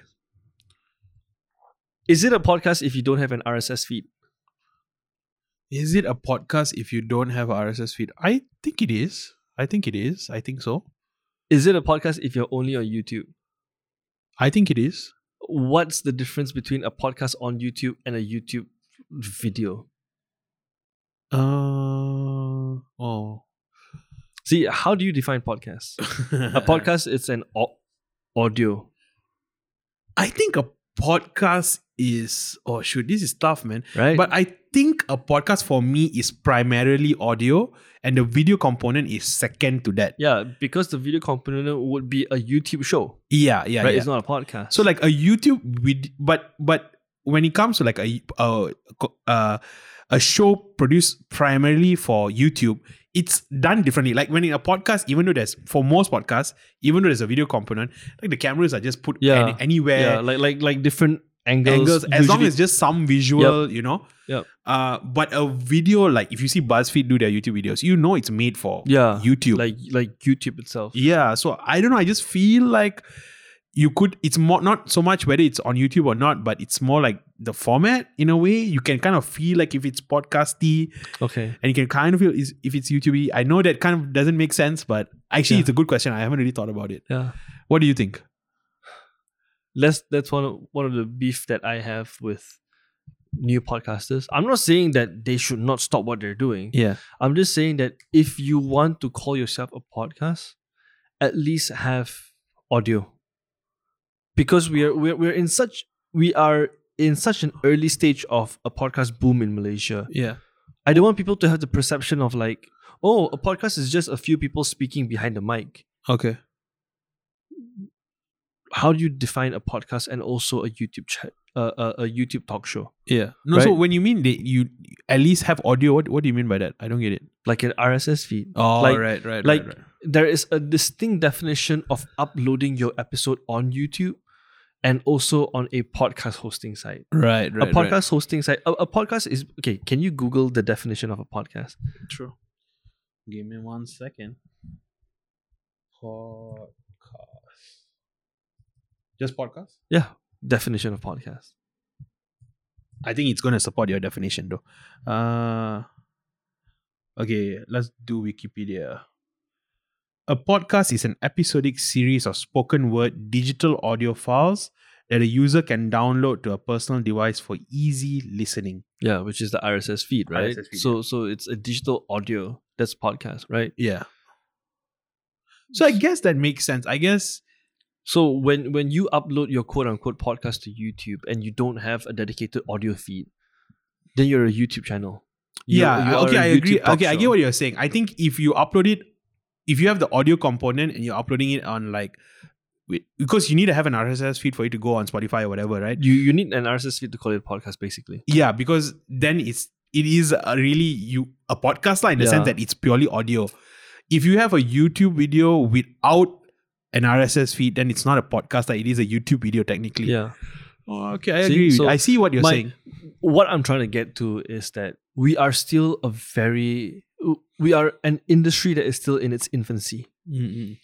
S1: Is it a podcast if you don't have an RSS feed?
S2: Is it a podcast if you don't have a RSS feed? I think it is. I think it is. I think so.
S1: Is it a podcast if you're only on YouTube?
S2: I think it is.
S1: What's the difference between a podcast on YouTube and a YouTube video?
S2: Uh oh.
S1: See, how do you define podcasts? *laughs*
S2: a
S1: A
S2: *laughs*
S1: podcast is an au- audio.
S2: I think a podcast is oh shoot, this is tough, man.
S1: Right.
S2: But I think a podcast for me is primarily audio and the video component is second to that.
S1: yeah, because the video component would be a YouTube show.
S2: Yeah, yeah.
S1: right?
S2: yeah.
S1: It's not a podcast.
S2: so like a YouTube vid- but but when it comes to like a a, a a show produced primarily for YouTube, it's done differently. Like when in a podcast, even though there's for most podcasts, even though there's a video component, like the cameras are just put
S1: Yeah.
S2: any- anywhere.
S1: yeah, like like like different angles.
S2: angles as long
S1: usually-
S2: as just some visual you know
S1: Yep.
S2: uh but a video like if you see buzzfeed do their youtube videos you know it's made for
S1: yeah,
S2: youtube
S1: like like YouTube itself.
S2: yeah so i don't know i just feel like you could it's more not so much whether it's on youtube or not but it's more like the format in a way you can kind of feel like if it's podcasty
S1: Okay.
S2: and you can kind of feel is- if it's youtube i know that kind of doesn't make sense but actually
S1: Yeah.
S2: it's a good question i haven't really thought about it
S1: Yeah.
S2: what do you think
S1: That's that's one of, one of the beef that I have with new podcasters. I'm not saying that they should not stop what they're doing.
S2: yeah
S1: I'm just saying that if you want to call yourself a podcast, at least have audio. Because we are we're, we're in such we are in such an early stage of a podcast boom in Malaysia.
S2: yeah
S1: I don't want people to have the perception of like, oh, a podcast is just a few people speaking behind the mic.
S2: okay
S1: How do you define a podcast and also a YouTube chat, uh, a, a YouTube talk show,
S2: Yeah. No, so
S1: Right?
S2: when you mean they, you at least have audio, what, what do you mean by that? I don't get it.
S1: like an RSS feed?
S2: Oh,
S1: Like-
S2: right, right,
S1: like- There is a distinct definition of uploading your episode on YouTube and also on a podcast hosting site.
S2: right, right.
S1: a podcast hosting site. A, a podcast is okay. Can you Google the definition of a podcast?
S2: True. Give me one second. Podcast. Just podcast?
S1: Yeah, definition of podcast.
S2: I think it's gonna support your definition though. Uh okay, let's do Wikipedia. A podcast is an episodic series of spoken word digital audio files that a user can download to a personal device for easy listening.
S1: Yeah, which is the RSS feed, right?
S2: RSS feed,
S1: so so it's a digital audio that's podcast, right?
S2: Yeah. So I guess that makes sense. I guess
S1: So when when you upload your quote unquote podcast to YouTube and you don't have a dedicated audio feed, then you're a YouTube channel. You-
S2: yeah,
S1: you are
S2: okay,
S1: a
S2: I agree.
S1: YouTube talk
S2: Okay, I
S1: show.
S2: get what you're saying. I think if you upload it, if you have the audio component and you're uploading it on like, wait, because you need to have an RSS feed for it to go on Spotify or whatever, right?
S1: You you need an RSS feed to call it a podcast, basically.
S2: Yeah, because then it's it is a really you a podcast lah in the sense
S1: Yeah.
S2: that it's purely audio. If you have a YouTube video without an RSS feed, then it's not a podcast. lah. It is a YouTube video technically.
S1: Yeah.
S2: Oh, okay, I
S1: See,
S2: agree. with
S1: so
S2: you. I see what you're
S1: my-
S2: saying.
S1: What I'm trying to get to is that we are still a very we are an industry that is still in its infancy.
S2: Mm-mm.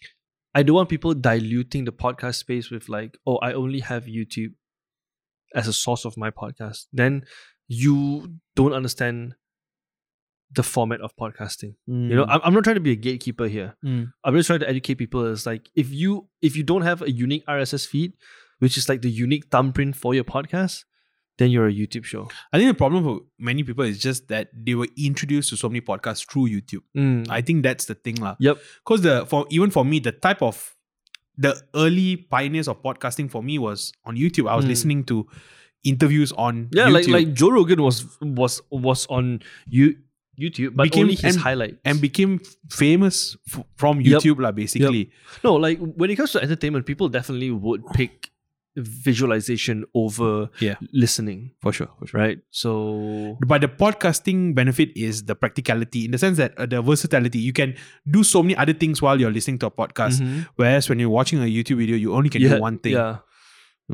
S1: I don't want people diluting the podcast space with like, oh, I only have YouTube as a source of my podcast. Then you don't understand the format of podcasting. You
S2: Hmm.
S1: know, I'm, I'm not trying to be a gatekeeper here.
S2: Mm.
S1: I'm just trying to educate people. It's like if you if you don't have a unique RSS feed, which is like the unique thumbprint for your podcast, then you're a YouTube show.
S2: I think the problem for many people is just that they were introduced to so many podcasts through YouTube. Hmm, I think that's the thing, lah.
S1: Yep.
S2: Because the for even for me, the type of the early pioneers of podcasting for me was on YouTube. I was
S1: Mm.
S2: listening to interviews on
S1: yeah,
S2: YouTube.
S1: like like Joe Rogan was was was on you YouTube, but
S2: Became
S1: only his
S2: and-
S1: highlights.
S2: and became famous f- from
S1: Yep.
S2: YouTube, lah. Basically,
S1: No, like when it comes to entertainment, people definitely would pick visualization over
S2: Yeah.
S1: listening,
S2: for sure, for sure.
S1: right? So
S2: But the podcasting benefit is the practicality in the sense that uh, the versatility. You can do so many other things while you're listening to a podcast.
S1: Mhm.
S2: Whereas when you're watching a YouTube video, you only can
S1: yeah,
S2: do one thing.
S1: Yeah,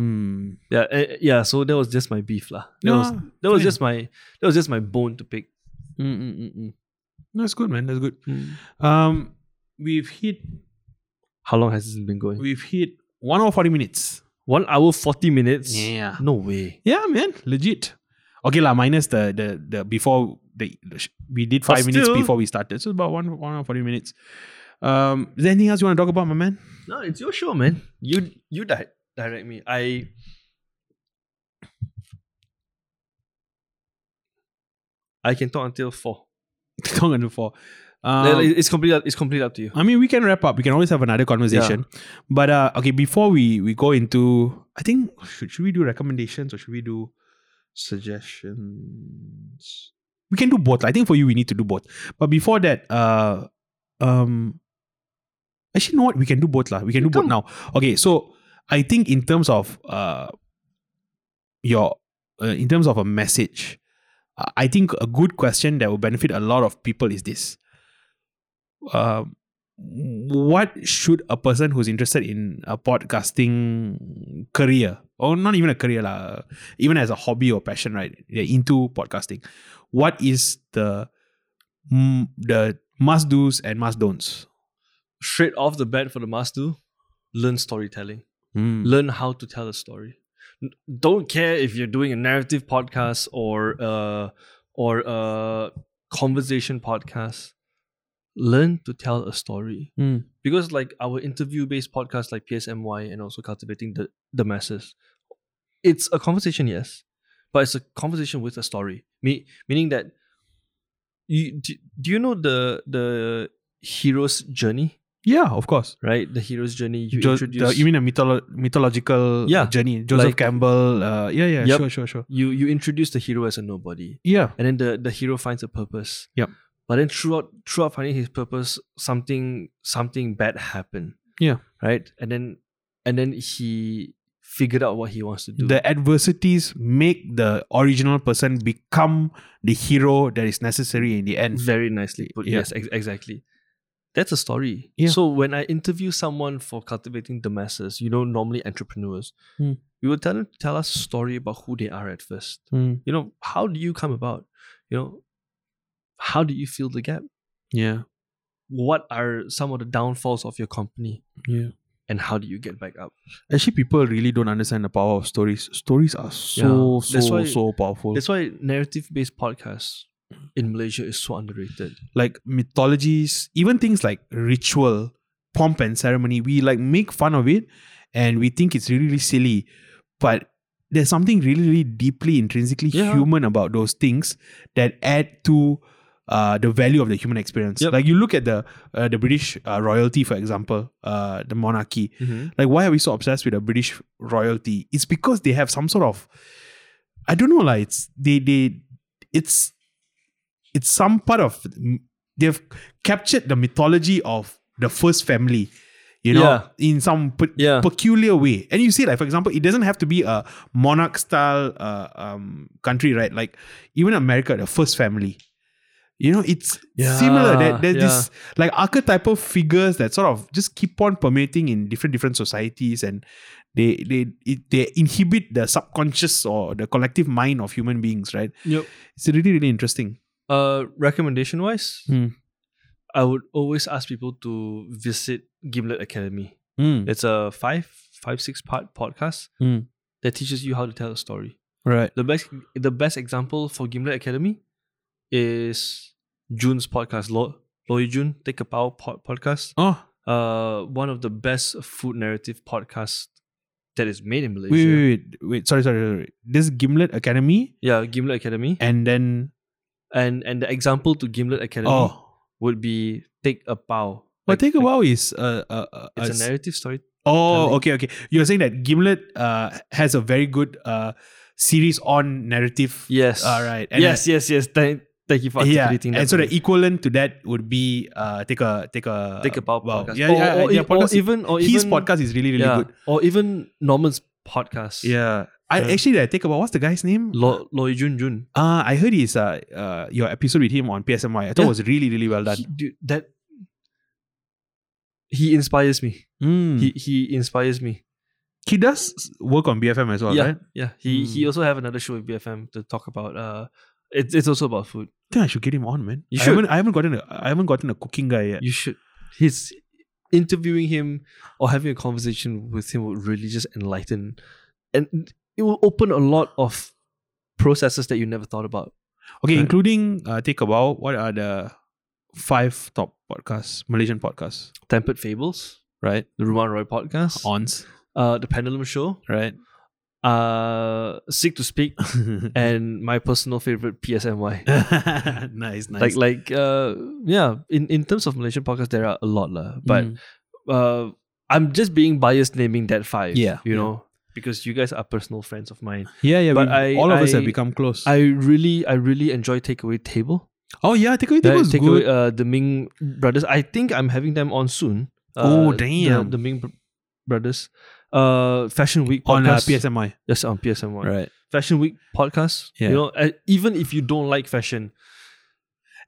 S2: Mm.
S1: yeah, eh, yeah. So that was just my beef, lah. That was
S2: Nah,
S1: that was
S2: fine.
S1: just my that was just my bone to pick.
S2: Mm-mm-mm-mm. That's good, man. That's good. Um, we've hit
S1: How long has this been going?
S2: we've hit one hour forty minutes.
S1: One hour forty minutes.
S2: Yeah,
S1: No way.
S2: yeah, man, legit. Okay, lah. Minus the the the before the the sh- we did five
S1: But
S2: minutes
S1: still-
S2: before we started, so about one one hour forty minutes. Um, is there anything else you want to talk about, my man? *laughs*
S1: No, it's your show, man. You you di- direct me. I I can talk until four.
S2: Talk on the floor. Um,
S1: Like, it's completely it's completely up to you.
S2: I mean, we can wrap up. We can always have another conversation. But uh, okay, before we we go into, I think should should we do recommendations or should we do suggestions? We can do both. I think for you, we need to do both. But before that, uh, um, actually, you know what? We can do both, lah. We can do both
S1: can.
S2: now. Okay, so I think in terms of uh, your uh, in terms of a message, uh, I think a good question that will benefit a lot of people is this. Um, what should a person who's interested in a podcasting career or not even a career la, even as a hobby or passion right they're into podcasting what is the mm, the must do's and must don'ts
S1: straight off the bat for the master, learn storytelling.
S3: Hmm.
S1: Learn how to tell a story. N- Don't care if you're doing a narrative podcast or uh, or a conversation podcast. Learn to tell a story
S2: Mm.
S1: because, like our interview-based podcasts, like PSMY and also cultivating the the masses, it's a conversation, yes, but it's a conversation with a story. Me- meaning that you do, do you know the the hero's journey?
S2: yeah of course
S1: right? The hero's journey. You
S2: Jo- the-
S1: introduce
S2: you mean a mytholo- mythological
S1: Yeah.
S2: journey joseph
S1: Like-
S2: campbell uh, yeah yeah
S1: Yep.
S2: sure sure sure
S1: you you introduce the hero as a nobody,
S2: yeah
S1: and then the the hero finds a purpose.
S2: Yep.
S1: But then throughout throughout finding his purpose, something something bad happened.
S2: Yeah.
S1: Right, and then and then he figured out what he wants to do.
S2: the adversities make the original person become the hero that is necessary in the end
S1: Very nicely put.
S2: Yeah.
S1: Yes, ex- exactly. That's a story.
S2: Yeah.
S1: So when I interview someone for cultivating the masses, you know, normally entrepreneurs,
S2: Hmm.
S1: we will tell them to tell us a story about who they are at first.
S3: hmm,
S2: Mm.
S1: you know how do you come about you know how do you fill the gap
S2: yeah
S1: what are some of the downfalls of your company
S2: yeah
S1: and how do you get back up?
S3: Actually, people really don't understand the power of stories. Stories are so
S1: Yeah. That's
S3: so
S1: why-
S3: so powerful.
S1: That's why narrative based podcasts in Malaysia is so underrated.
S3: Like mythologies,
S2: even things like ritual, pomp and ceremony, we like make fun of it and we think it's really, really silly. But there's something really, really deeply intrinsically
S1: Yeah.
S2: human about those things that add to uh, the value of the human experience.
S1: Yep.
S2: Like you look at the uh, the British uh, royalty, for example, uh, the monarchy.
S1: Mm-hmm.
S2: Like why are we so obsessed with the British royalty? It's because they have some sort of I don't know, like it's they they it's it's some part of they've captured the mythology of the first family you know in some pe-
S1: Yeah.
S2: peculiar way and you see like for example it doesn't have to be a monarch style uh, um, country right like even america the first family you know it's
S1: Yeah,
S2: similar that there's
S1: yeah.
S2: this like archetypal figures that sort of just keep on permeating in different different societies and they they it, they inhibit the subconscious or the collective mind of human beings right
S1: Yep.
S2: it's really really interesting
S1: Uh, recommendation wise,
S2: Hmm.
S1: I would always ask people to visit Gimlet Academy.
S3: Mm,
S1: It's a five, five, six part podcast
S3: Hmm.
S1: that teaches you how to tell a story.
S3: right?
S1: The best, the best example for Gimlet Academy is June's podcast, Lo, Loi June Take a Power pod, podcast.
S3: Oh,
S1: Uh, one of the best food narrative podcasts that is made in Malaysia.
S2: wait, wait, wait, wait. Sorry, sorry, sorry. This Gimlet Academy,
S1: Yeah, Gimlet Academy,
S2: and then
S1: and and the example to Gimlet Academy
S2: oh,
S1: would be Take a Pow.
S2: but
S1: Like-
S2: take a
S1: like,
S2: while is uh, uh, uh
S1: It's a
S2: uh,
S1: narrative story.
S2: oh, okay, okay. You're saying that Gimlet uh has a very good uh series on narrative.
S1: Yes.
S2: All right.
S1: yes, yes, yes. Thank, thank you for
S2: then- yeah.
S1: articulating that.
S2: And so
S1: for
S2: the e-
S1: me.
S2: equivalent to that would be uh take a take a
S1: Take a Pow
S2: uh, wow.
S1: podcast.
S2: Yeah,
S1: Or-
S2: yeah,
S1: or,
S2: yeah,
S1: e-
S2: podcast
S1: or even or
S2: his
S1: even,
S2: podcast is really really
S1: yeah,
S2: good.
S1: Or even Norman's podcast.
S2: Yeah. I
S1: Yeah.
S2: actually that take about what's the guy's name?
S1: Lo, Loi Jun Jun.
S2: Uh, I heard his uh, uh your episode with him on PSMY. I thought
S1: Yeah.
S2: it was really really well done.
S1: He, dude, that he inspires me.
S2: Mm.
S1: He he inspires me.
S2: he does work on BFM as well,
S1: yeah,
S2: right? Hmm.
S1: yeah. He he also have another show with BFM to talk about. Uh, it's it's also about food.
S2: I think I should get him on, man.
S1: You
S2: I
S1: should.
S2: haven't, I haven't gotten a, I haven't gotten a cooking guy yet.
S1: You should. His interviewing him or having a conversation with him would really just enlighten, and it will open a lot of processes that you never thought about.
S2: Okay,
S1: Right.
S2: including uh, Take a Bow. What are the five top podcasts, Malaysian podcasts,
S1: Tempered Fables,
S2: right?
S1: the Ruman Roy podcast,
S2: Ons,
S1: uh, the Pendulum Show,
S2: right? *laughs*
S1: uh, Seek to Speak,
S2: Mm-hmm.
S1: and my personal favorite PSMY.
S2: *laughs* nice, nice.
S1: Like like uh yeah, in, in terms of Malaysian podcasts, there are a lot lah. But
S2: Mm.
S1: uh, I'm just being biased naming that five.
S2: Yeah,
S1: you
S2: yeah.
S1: know, because you guys are personal friends of mine.
S2: yeah, yeah.
S1: but
S2: But
S1: I-
S2: all of us
S1: I-
S2: have become close.
S1: I really, I really enjoy Takeaway Table.
S2: oh yeah, Take Away
S1: That
S2: Table is
S1: Takeaway,
S2: good.
S1: uh, the Ming Brothers. I think I'm having them on soon.
S2: Oh,
S1: Uh, the-
S2: damn.
S1: The, Ming Br- Brothers, uh, Fashion Week
S2: on uh,
S1: podcast.
S2: PSMI,
S1: yes, on PSM One.
S2: right?
S1: Fashion Week podcast.
S2: Yeah.
S1: You know, uh, even if you don't like fashion,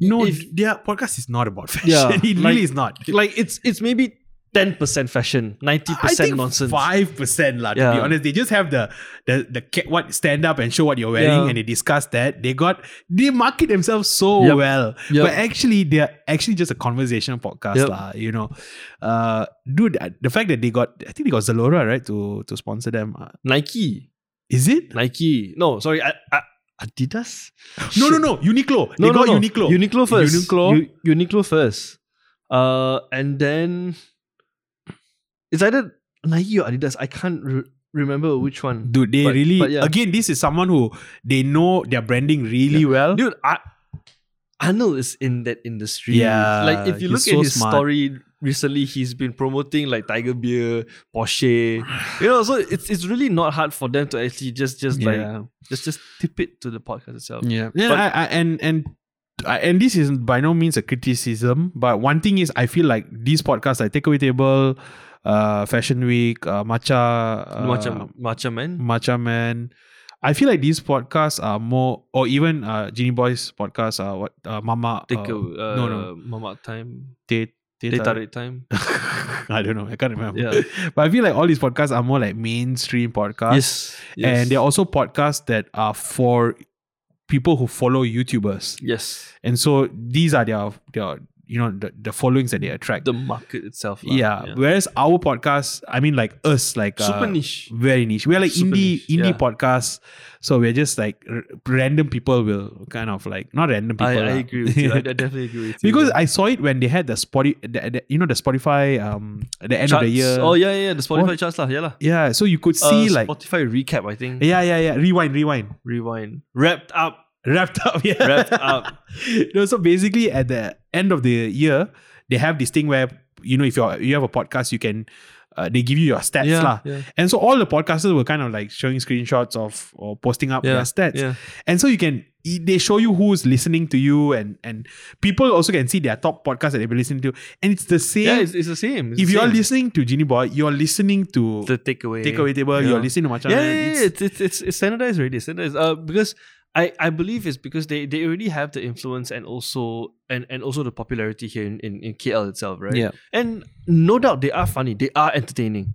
S2: No,
S1: If-
S2: their podcast is not about fashion.
S1: Yeah,
S2: *laughs* it
S1: like-
S2: really is not.
S1: like it's it's maybe ten percent fashion, ninety percent nonsense.
S2: Five percent, lah. To be
S1: Yeah.
S2: honest, they just have the the the ca- what stand up and show what you're
S1: Yeah.
S2: wearing, and they discuss that. They got they market themselves so
S1: Yep.
S2: well,
S1: Yep.
S2: but actually they're actually just a conversation podcast,
S1: Yep.
S2: lah. You know, uh, dude, uh, the fact that they got I think they got Zalora right to to sponsor them. Uh,
S1: Nike,
S2: is it?
S1: *laughs* Nike. No, sorry, I, I, Adidas. Shit.
S2: No, *laughs* no, no.
S1: No,
S2: Uniqlo. they
S1: no,
S2: got
S1: no.
S2: Uniqlo.
S1: Uniqlo first.
S2: Uniqlo.
S1: U- Uniqlo first. Uh, and then it's either Nike or Adidas. I can't re- remember which one.
S2: Dude, they
S1: But-
S2: really
S1: but yeah.
S2: again. This is someone who they know their branding really well.
S1: Dude, I, Arnold is in that industry.
S2: Yeah,
S1: like if you
S2: he's
S1: look
S2: so
S1: at his
S2: smart.
S1: story recently, he's been promoting like Tiger Beer, Porsche. *sighs* You know, so it's it's really not hard for them to actually just just like just just tip it to the podcast itself.
S2: Yeah. Yeah.
S1: But-
S2: I, I, and and I, and this is by no means a criticism, but one thing is I feel like these podcasts like Takeaway Table, uh, Fashion Week, uh, Matcha, uh, mm,
S1: Macam macam um, man.
S2: Matcha Man. I feel like these podcasts are more, or even uh, Genie Boys podcasts are what uh, Mama.
S1: Take
S2: uh,
S1: a uh,
S2: no, no.
S1: Mamak time.
S2: Te- Te-
S1: Data rate time.
S2: *laughs* I don't know. I can't remember.
S1: Yeah.
S2: *laughs* But I feel like all these podcasts are more like mainstream podcasts.
S1: Yes, yes.
S2: Uh, And they're also podcasts that are for people who follow YouTubers.
S1: yes.
S2: And so these are their their you know the, the followings that they attract.
S1: the market itself. lah.
S2: yeah. Whereas our podcast, I mean, like us, like
S1: Super
S2: uh,
S1: niche.
S2: very niche. We're like
S1: Super
S2: indie
S1: niche,
S2: indie
S1: yeah.
S2: podcasts, so we're just like r- random people will kind of like not random people.
S1: I, I
S2: lah.
S1: agree with
S2: *laughs*
S1: you. I, I definitely agree with you.
S2: because
S1: yeah.
S2: I saw it when they had the Spotify, the, the, you know, the Spotify, um, at the end of the
S1: Charts.
S2: year.
S1: Oh yeah, yeah, yeah, the Spotify
S2: What?
S1: charts lah. Yeah lah.
S2: yeah. So you could
S1: Uh,
S2: see like,
S1: Spotify recap. I think.
S2: yeah, yeah, yeah. Rewind, rewind.
S1: Rewind. Wrapped up.
S2: Wrapped up, *laughs* yeah.
S1: Wrapped up.
S2: no, so basically, at the end of the year, they have this thing where you know if you are you have a podcast, you can uh, they give you your stats lah.
S1: yeah.
S2: And so all the podcasters were kind of like showing screenshots of or posting up their
S1: Yeah,
S2: stats.
S1: yeah.
S2: And so you can e, they show you who's listening to you and and people also can see their top podcasts that they've been listening to. And it's the same.
S1: Yeah, it's, it's the same. It's
S2: if
S1: the
S2: you're
S1: same.
S2: listening to Genie Boy, you're listening to
S1: the takeaway.
S2: Takeaway Table,
S1: Yeah.
S2: you're listening to Machan.
S1: yeah, yeah, yeah, It's, it's it's it's standardized already. Standardized. Uh, because I, I believe it's because they, they already have the influence and also and, and also the popularity here in, in, in KL itself, right?
S3: Yeah.
S1: And no doubt they are funny. They are entertaining.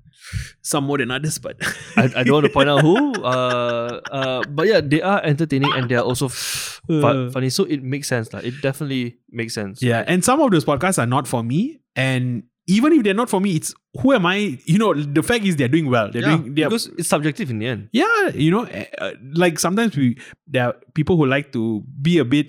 S2: some more than others, but
S1: I,
S2: *laughs*
S1: I don't want to point out who. Uh, uh, but yeah, they are entertaining and they are also f- fu-
S2: Uh.
S1: funny. So it makes sense, lah. It definitely makes sense.
S2: Yeah, and some of those podcasts are not for me. And even if they're not for me, it's who am I? You know, the fact is they're doing well. They're
S1: Yeah,
S2: doing they're,
S1: because it's subjective in the end.
S2: yeah, you know, eh, uh, like sometimes we there are people who like to be a bit.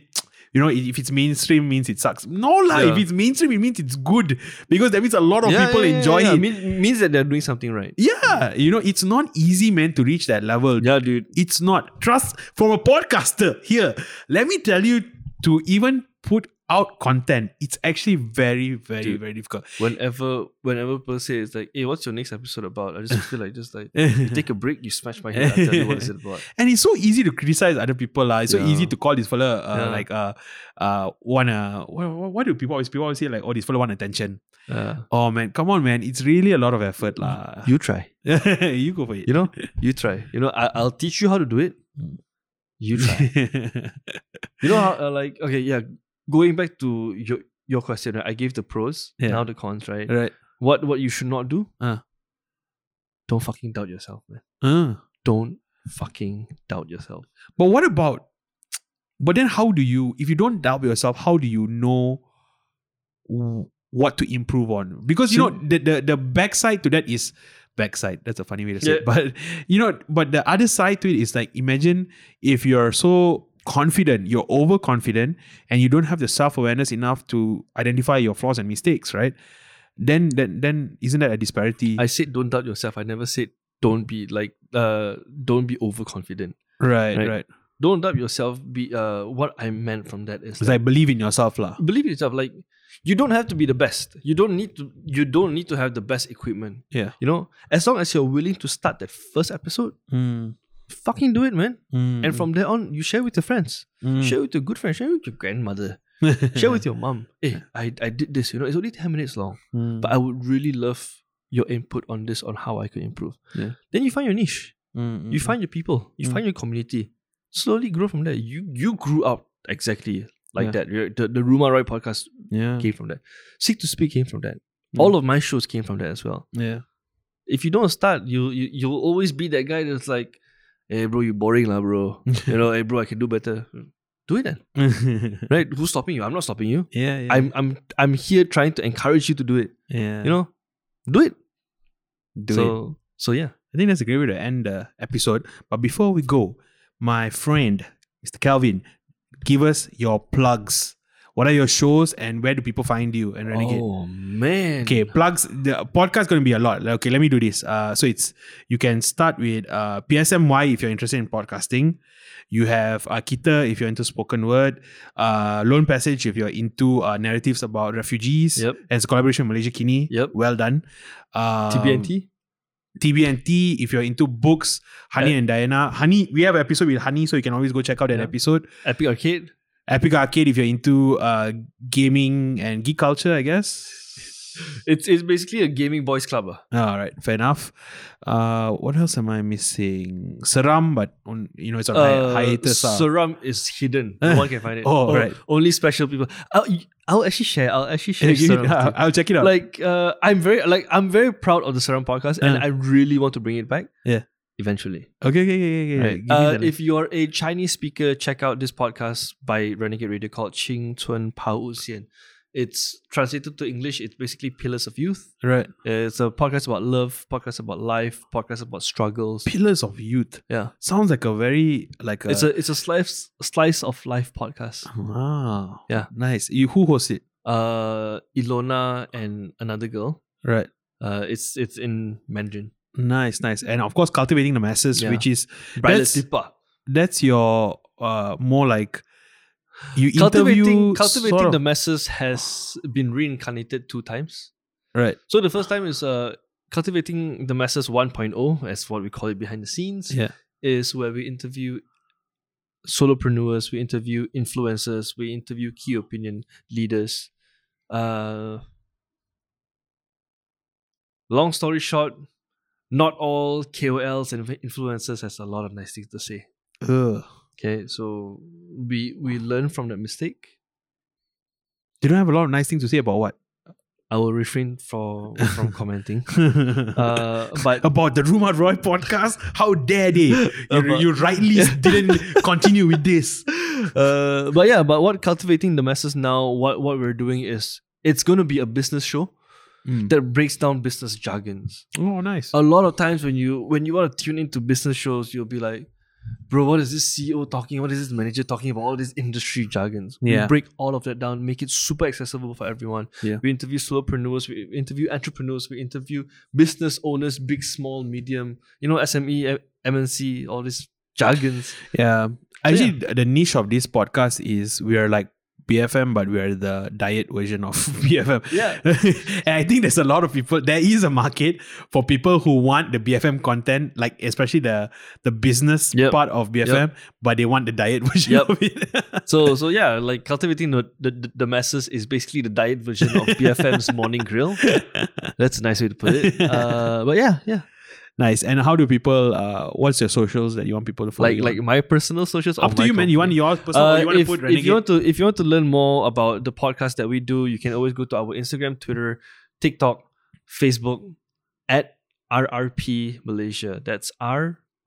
S2: You know, if it's mainstream, means it sucks. No lah,
S1: Yeah.
S2: if it's mainstream, it means it's good because that means a lot of people enjoy
S1: yeah,
S2: it.
S1: Mean, means that they're doing something right.
S2: yeah, you know, it's not easy, man, to reach that level
S1: Yeah, dude.
S2: it's not trust from a podcaster here let me tell you to even put out content it's actually very very
S1: Dude.
S2: very difficult *laughs*
S1: Whenever whenever people say it's like, hey, what's your next episode about? I just *laughs* feel like just like
S2: and
S1: take a break, you smash my *laughs* head, I'll tell you what is it about.
S2: it's so easy to criticize other people lah. it's so
S1: Yeah.
S2: easy to call this fella uh,
S1: Yeah.
S2: like uh uh wanna what, what do people always people always say like oh this fella want attention
S1: Uh,
S2: oh man come on man it's really a lot of effort lah.
S1: you try.
S2: *laughs* you go for it
S1: You know? You try. You know, I, I'll teach you how to do it. You try. you know how uh, like okay, yeah. Going back to your your question, right? I gave the pros,
S2: Yeah.
S1: now the cons, right?
S2: *laughs* right
S1: What what you should not do?
S2: Uh.
S1: Don't fucking doubt yourself, man.
S2: Uh.
S1: Don't fucking doubt yourself.
S2: But what about? But then, how do you? If you don't doubt yourself, how do you know w- what to improve on? Because you
S1: So-
S2: know the the the backside to that is backside. That's a funny way to say. it.
S1: Yeah.
S2: But you know, but the other side to it is like imagine if you're so confident, you're overconfident, and you don't have the self awareness enough to identify your flaws and mistakes, right? Then then then isn't that a disparity?
S1: I said don't doubt yourself. I never said don't be like uh don't be overconfident.
S2: right,
S1: right.
S2: right,
S1: Don't doubt yourself. Be uh what I meant from that is
S2: Because I believe in yourself, lah.
S1: believe in yourself. Like you don't have to be the best. You don't need to. You don't need to have the best equipment.
S2: Yeah.
S1: You know, as long as you're willing to start that first episode, fucking do it, man.
S2: Mm.
S1: And from there on, you share with your friends.
S2: *laughs*
S1: Share with your good friends. Share with your grandmother. share with your mom. Hey, I I did this. You know, it's only ten minutes long,
S2: Mm,
S1: but I would really love your input on this on how I could improve.
S2: Yeah.
S1: Then you find your niche.
S2: mm,
S1: You
S2: Mm-hmm.
S1: find your people. You find your community. Slowly grow from there. You you grew up exactly like
S2: Yeah.
S1: that. You're- The the Rumor Roy podcast
S2: yeah
S1: came from that. Seek to Speak came from that.
S2: Mm.
S1: All of my shows came from that as well.
S2: yeah
S1: *laughs* If you don't start, you, you you'll always be that guy that's like, "Hey, bro, you boring lah, bro. you know, hey, bro, I can do better. Do it then,
S2: yeah,
S1: right? Who's stopping you? I'm not stopping you.
S2: yeah.
S1: I'm I'm I'm here trying to encourage you to do it.
S2: yeah.
S1: You know, do it.
S2: do
S1: so
S2: it.
S1: so yeah,
S2: I think that's a great way to end the episode. But before we go, my friend, Mr. Calvin, give us your plugs. What are your shows and where do people find you and Renegade?
S1: oh man, Um,
S2: Okay, plugs. The podcast going to be a lot. Okay, let me do this. Uh, so it's you can start with uh, PSMY if you're interested in podcasting. You have uh, Kita if you're into spoken word. Uh, Lone Passage if you're into uh, narratives about refugees.
S1: Yep.
S2: And it's a collaboration with Malaysia Kini.
S1: Yep.
S2: Well done. Um,
S1: TBNT.
S2: TBNT if you're into books. Honey
S1: Uh,
S2: and Diana. Honey, we have an episode with Honey, so you can always go check out that
S1: Yeah.
S2: episode.
S1: Epic Arcade.
S2: Epic Arcade if you're into uh, gaming and geek culture, I guess.
S1: It's it's basically a gaming boys club. ah.
S2: All right, fair enough. Uh, what else am I missing? Seram, but on, you know it's on
S1: Uh,
S2: hi- hiatus. ah.
S1: Seram is
S2: *laughs*
S1: hidden. No one can find it.
S2: Oh, right.
S1: Only special people. I'll, I'll actually share. I'll actually share.
S2: *laughs* Yeah, give
S1: Seram
S2: it- I'll,
S1: too.
S2: I'll check it out.
S1: like uh, I'm very like I'm very proud of the Seram podcast, and
S2: Uh.
S1: I really want to bring it back.
S2: Yeah.
S1: eventually.
S2: okay, okay, okay, okay.
S1: Right. Uh, if you are a Chinese speaker, check out this podcast by Renegade Radio called Qing Chun Pao Wu Xian. It's translated to English. It's basically Pillars of Youth.
S3: Right.
S1: It's a podcast about love, podcast about life, podcast about struggles.
S2: Pillars of Youth
S1: Yeah,
S2: sounds like a very like a,
S1: it's a
S3: uh,
S1: it's a slice slice of life podcast.
S3: Wow.
S1: Yeah.
S3: Nice. You, who hosts it?
S1: Uh, Ilona and another girl.
S3: Right.
S1: Uh, it's it's in Mandarin.
S3: Nice, nice. And of course, cultivating the masses,
S1: Yeah.
S3: which is
S1: That's,
S3: that's, that's your uh more like you interview
S1: cultivating cultivating
S3: sort of-
S1: the masses has been reincarnated two times.
S3: right.
S1: So the first time is uh cultivating the masses 1.0 as what we call it behind the scenes
S3: Yeah.
S1: is where we interview solopreneurs, we interview influencers, we interview key opinion leaders. Uh long story short, not all KOLs and influencers has a lot of nice things to say.
S3: Ugh.
S1: Okay, so we we learn from that mistake.
S3: They don't have a lot of nice things to say about what *laughs*
S1: I will refrain for, from commenting. Uh,
S2: *laughs*
S1: but
S2: about the Rumor Roy podcast. How dare they?
S3: *laughs*
S2: You,
S1: About-
S2: you rightly didn't continue with this.
S1: uh, but yeah, but what cultivating the masses now, what what we're doing is it's going to be a business show
S2: Hmm.
S3: Mm.
S1: that breaks down business jargons.
S3: Oh, nice.
S1: A lot of times when you when you want to tune into business shows, you'll be like, "Bro, what is this CEO talking? What is this manager talking about? All these industry jargons."
S3: Yeah.
S1: We break all of that down, make it super accessible for everyone.
S3: Yeah.
S1: We interview solopreneurs, we interview entrepreneurs, we interview business owners, big, small, medium, you know, E, SME, MNC, all these
S3: *laughs*
S1: jargons.
S3: Yeah. Actually, th- the niche of this podcast is we are like BFM, but we are the diet version of *laughs* BFM.
S1: Yeah.
S2: and I think there's a lot of people. There is a market for people who want the BFM content, like especially the the business
S1: Yep.
S2: part of BFM, but they want the
S3: *laughs*
S2: diet version
S1: Yep.
S2: of it.
S1: So so yeah, like cultivating the, the the masses is basically the diet version of
S3: *laughs*
S1: BFM's morning grill. That's a nice way to put it.
S3: *laughs*
S1: Uh, but yeah, yeah.
S3: Nice. And how do people? Uh, what's your socials that you want people to follow?
S1: Like
S3: you on?
S1: like my personal socials. or
S2: Up to
S1: my
S2: you, man. You want
S1: company?
S2: your personal, or
S1: Uh,
S2: you want
S1: if,
S2: to put
S1: if
S2: renegade.
S1: you want to if you want to learn more about the podcast that we do, you can always go to our Instagram, Twitter, TikTok, Facebook at RRP Malaysia. That's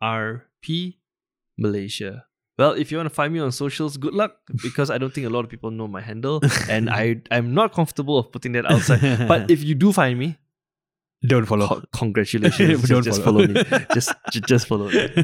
S1: RRP Malaysia. Well, if you want to find me on socials, good luck because I don't think a lot of people know my
S2: *laughs*
S1: handle, and I I'm not comfortable of putting that outside. *laughs* But if you do find me,
S3: don't
S2: *laughs*
S3: follow.
S1: co- congratulations! just,
S3: Don't
S1: just
S3: follow.
S1: follow. me. Just ju- just follow.
S2: *laughs*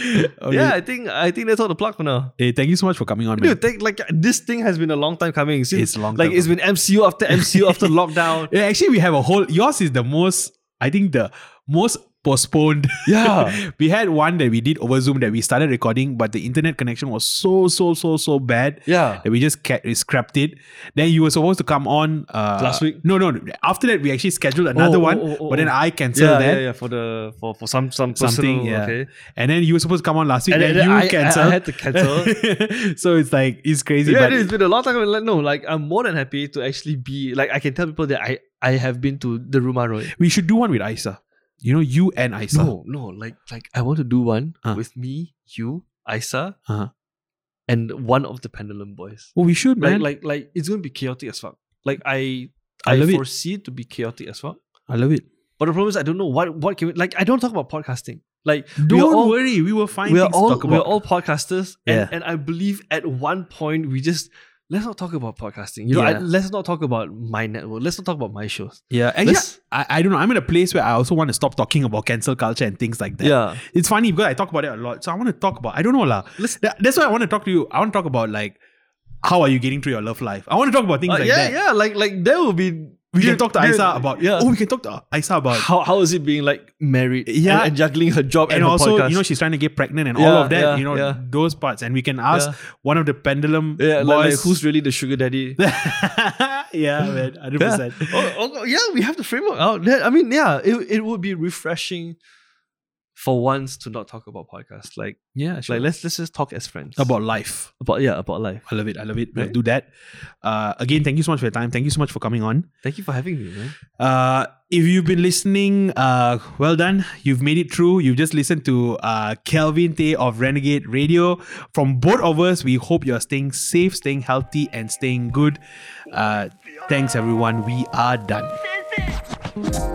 S1: Me.
S3: Okay.
S1: Yeah, I think I think that's all the plug for now.
S3: Hey, thank you so much for coming
S2: Mm.
S3: on, man.
S1: Dude, thank, like this thing has been a long time coming. Since,
S3: It's a long
S1: Like
S3: time
S1: it's been MCU after MCU after lockdown.
S2: Yeah, actually, we have a whole. Yours is the most. I think the most postponed.
S1: Yeah.
S2: *laughs* we had one that we did over Zoom that we started recording, but the internet connection was so so so so bad.
S1: Yeah.
S2: that we just ca- we scrapped it. Then you were supposed to come on uh,
S1: Last week?
S2: No, no. After that, we actually scheduled another
S1: oh,
S2: one,
S1: oh, oh,
S2: but then
S1: oh.
S2: I
S1: *laughs*
S2: canceled
S1: yeah,
S2: that.
S1: yeah, yeah, for the for for some some
S2: Something,
S1: personal,
S2: yeah.
S1: okay.
S2: And then you were supposed to come on last week,
S1: And
S2: then,
S1: then
S2: you
S1: I- I- I
S2: canceled.
S1: had to
S2: *laughs*
S1: cancel.
S2: so it's like it's crazy.
S1: Yeah,
S2: but
S1: it's been a long time. Like, no, like I'm more than happy to actually be like I can tell people that I I have been to the Rumaroy.
S2: we should do one with Isa. You know, you and Isa.
S1: No, no, like like I want to do one
S3: Uh.
S1: with me, you, Isa,
S3: Uh-huh.
S1: and one of the Pendulum Boys.
S3: Oh, we should, man.
S1: Like like like it's gonna be chaotic as fuck. Like I
S3: I
S1: I,
S3: love it.
S1: foresee it to be chaotic as fuck.
S3: I love it.
S1: But the problem is I don't know what what can we like I don't talk about podcasting. Like
S2: Don't
S1: we are all,
S2: worry, we will find
S1: we are
S2: things to
S1: all
S2: talk
S1: we're
S2: about.
S1: all podcasters and,
S3: Yeah.
S1: and I believe at one point we just let's not talk about podcasting. You know, I-
S3: Yeah.
S1: let's not talk about my network. Let's not talk about my shows.
S3: Yeah. Actually,
S1: Let's-
S2: I, I don't know. I'm in a place where I also want to stop talking about cancel culture and things like that.
S1: Yeah.
S2: It's funny because I talk about it a lot. So I want to talk about I don't know lah. That- that's why I want to talk to you. I want to talk about like how are you getting through your love life? I want to talk about things
S1: Uh,
S2: like
S1: yeah,
S2: that.
S1: yeah. Like like there will be
S2: We
S1: there-
S2: can talk to
S1: there-
S2: Isa about
S1: yeah.
S2: Oh, we can talk to Isa about
S1: how how is it being like married
S2: Yeah.
S1: and, and juggling her job and,
S2: and
S1: her
S2: also
S1: podcast.
S2: you know she's trying to get pregnant and all
S1: Yeah,
S2: of that.
S1: yeah,
S2: you know
S1: yeah.
S2: those parts, and we can ask
S1: Yeah.
S2: one of the pendulum
S1: yeah,
S2: boys.
S1: like, like who's really the sugar daddy?
S2: *laughs* yeah, man, hundred
S1: Yeah.
S2: percent.
S1: Oh, oh, oh, yeah, we have the framework out. That- I mean, yeah, it, it would be refreshing for once to not talk about podcasts. Like,
S3: yeah. Sure.
S1: like let's let's just talk as friends
S2: About life.
S1: about yeah about life.
S2: I love it. I love it.
S1: Right.
S2: We'll do that. Uh, again, thank you so much for your time. Thank you so much for coming on.
S1: Thank you for having me, man.
S2: Uh, if you've been listening, uh, well done. You've made it through. You've just listened to uh, Kelvin Tay of Renegade Radio. From both of us, we hope you're staying safe, staying healthy, and staying good. Uh, thanks, everyone. We are done.
S4: This is it.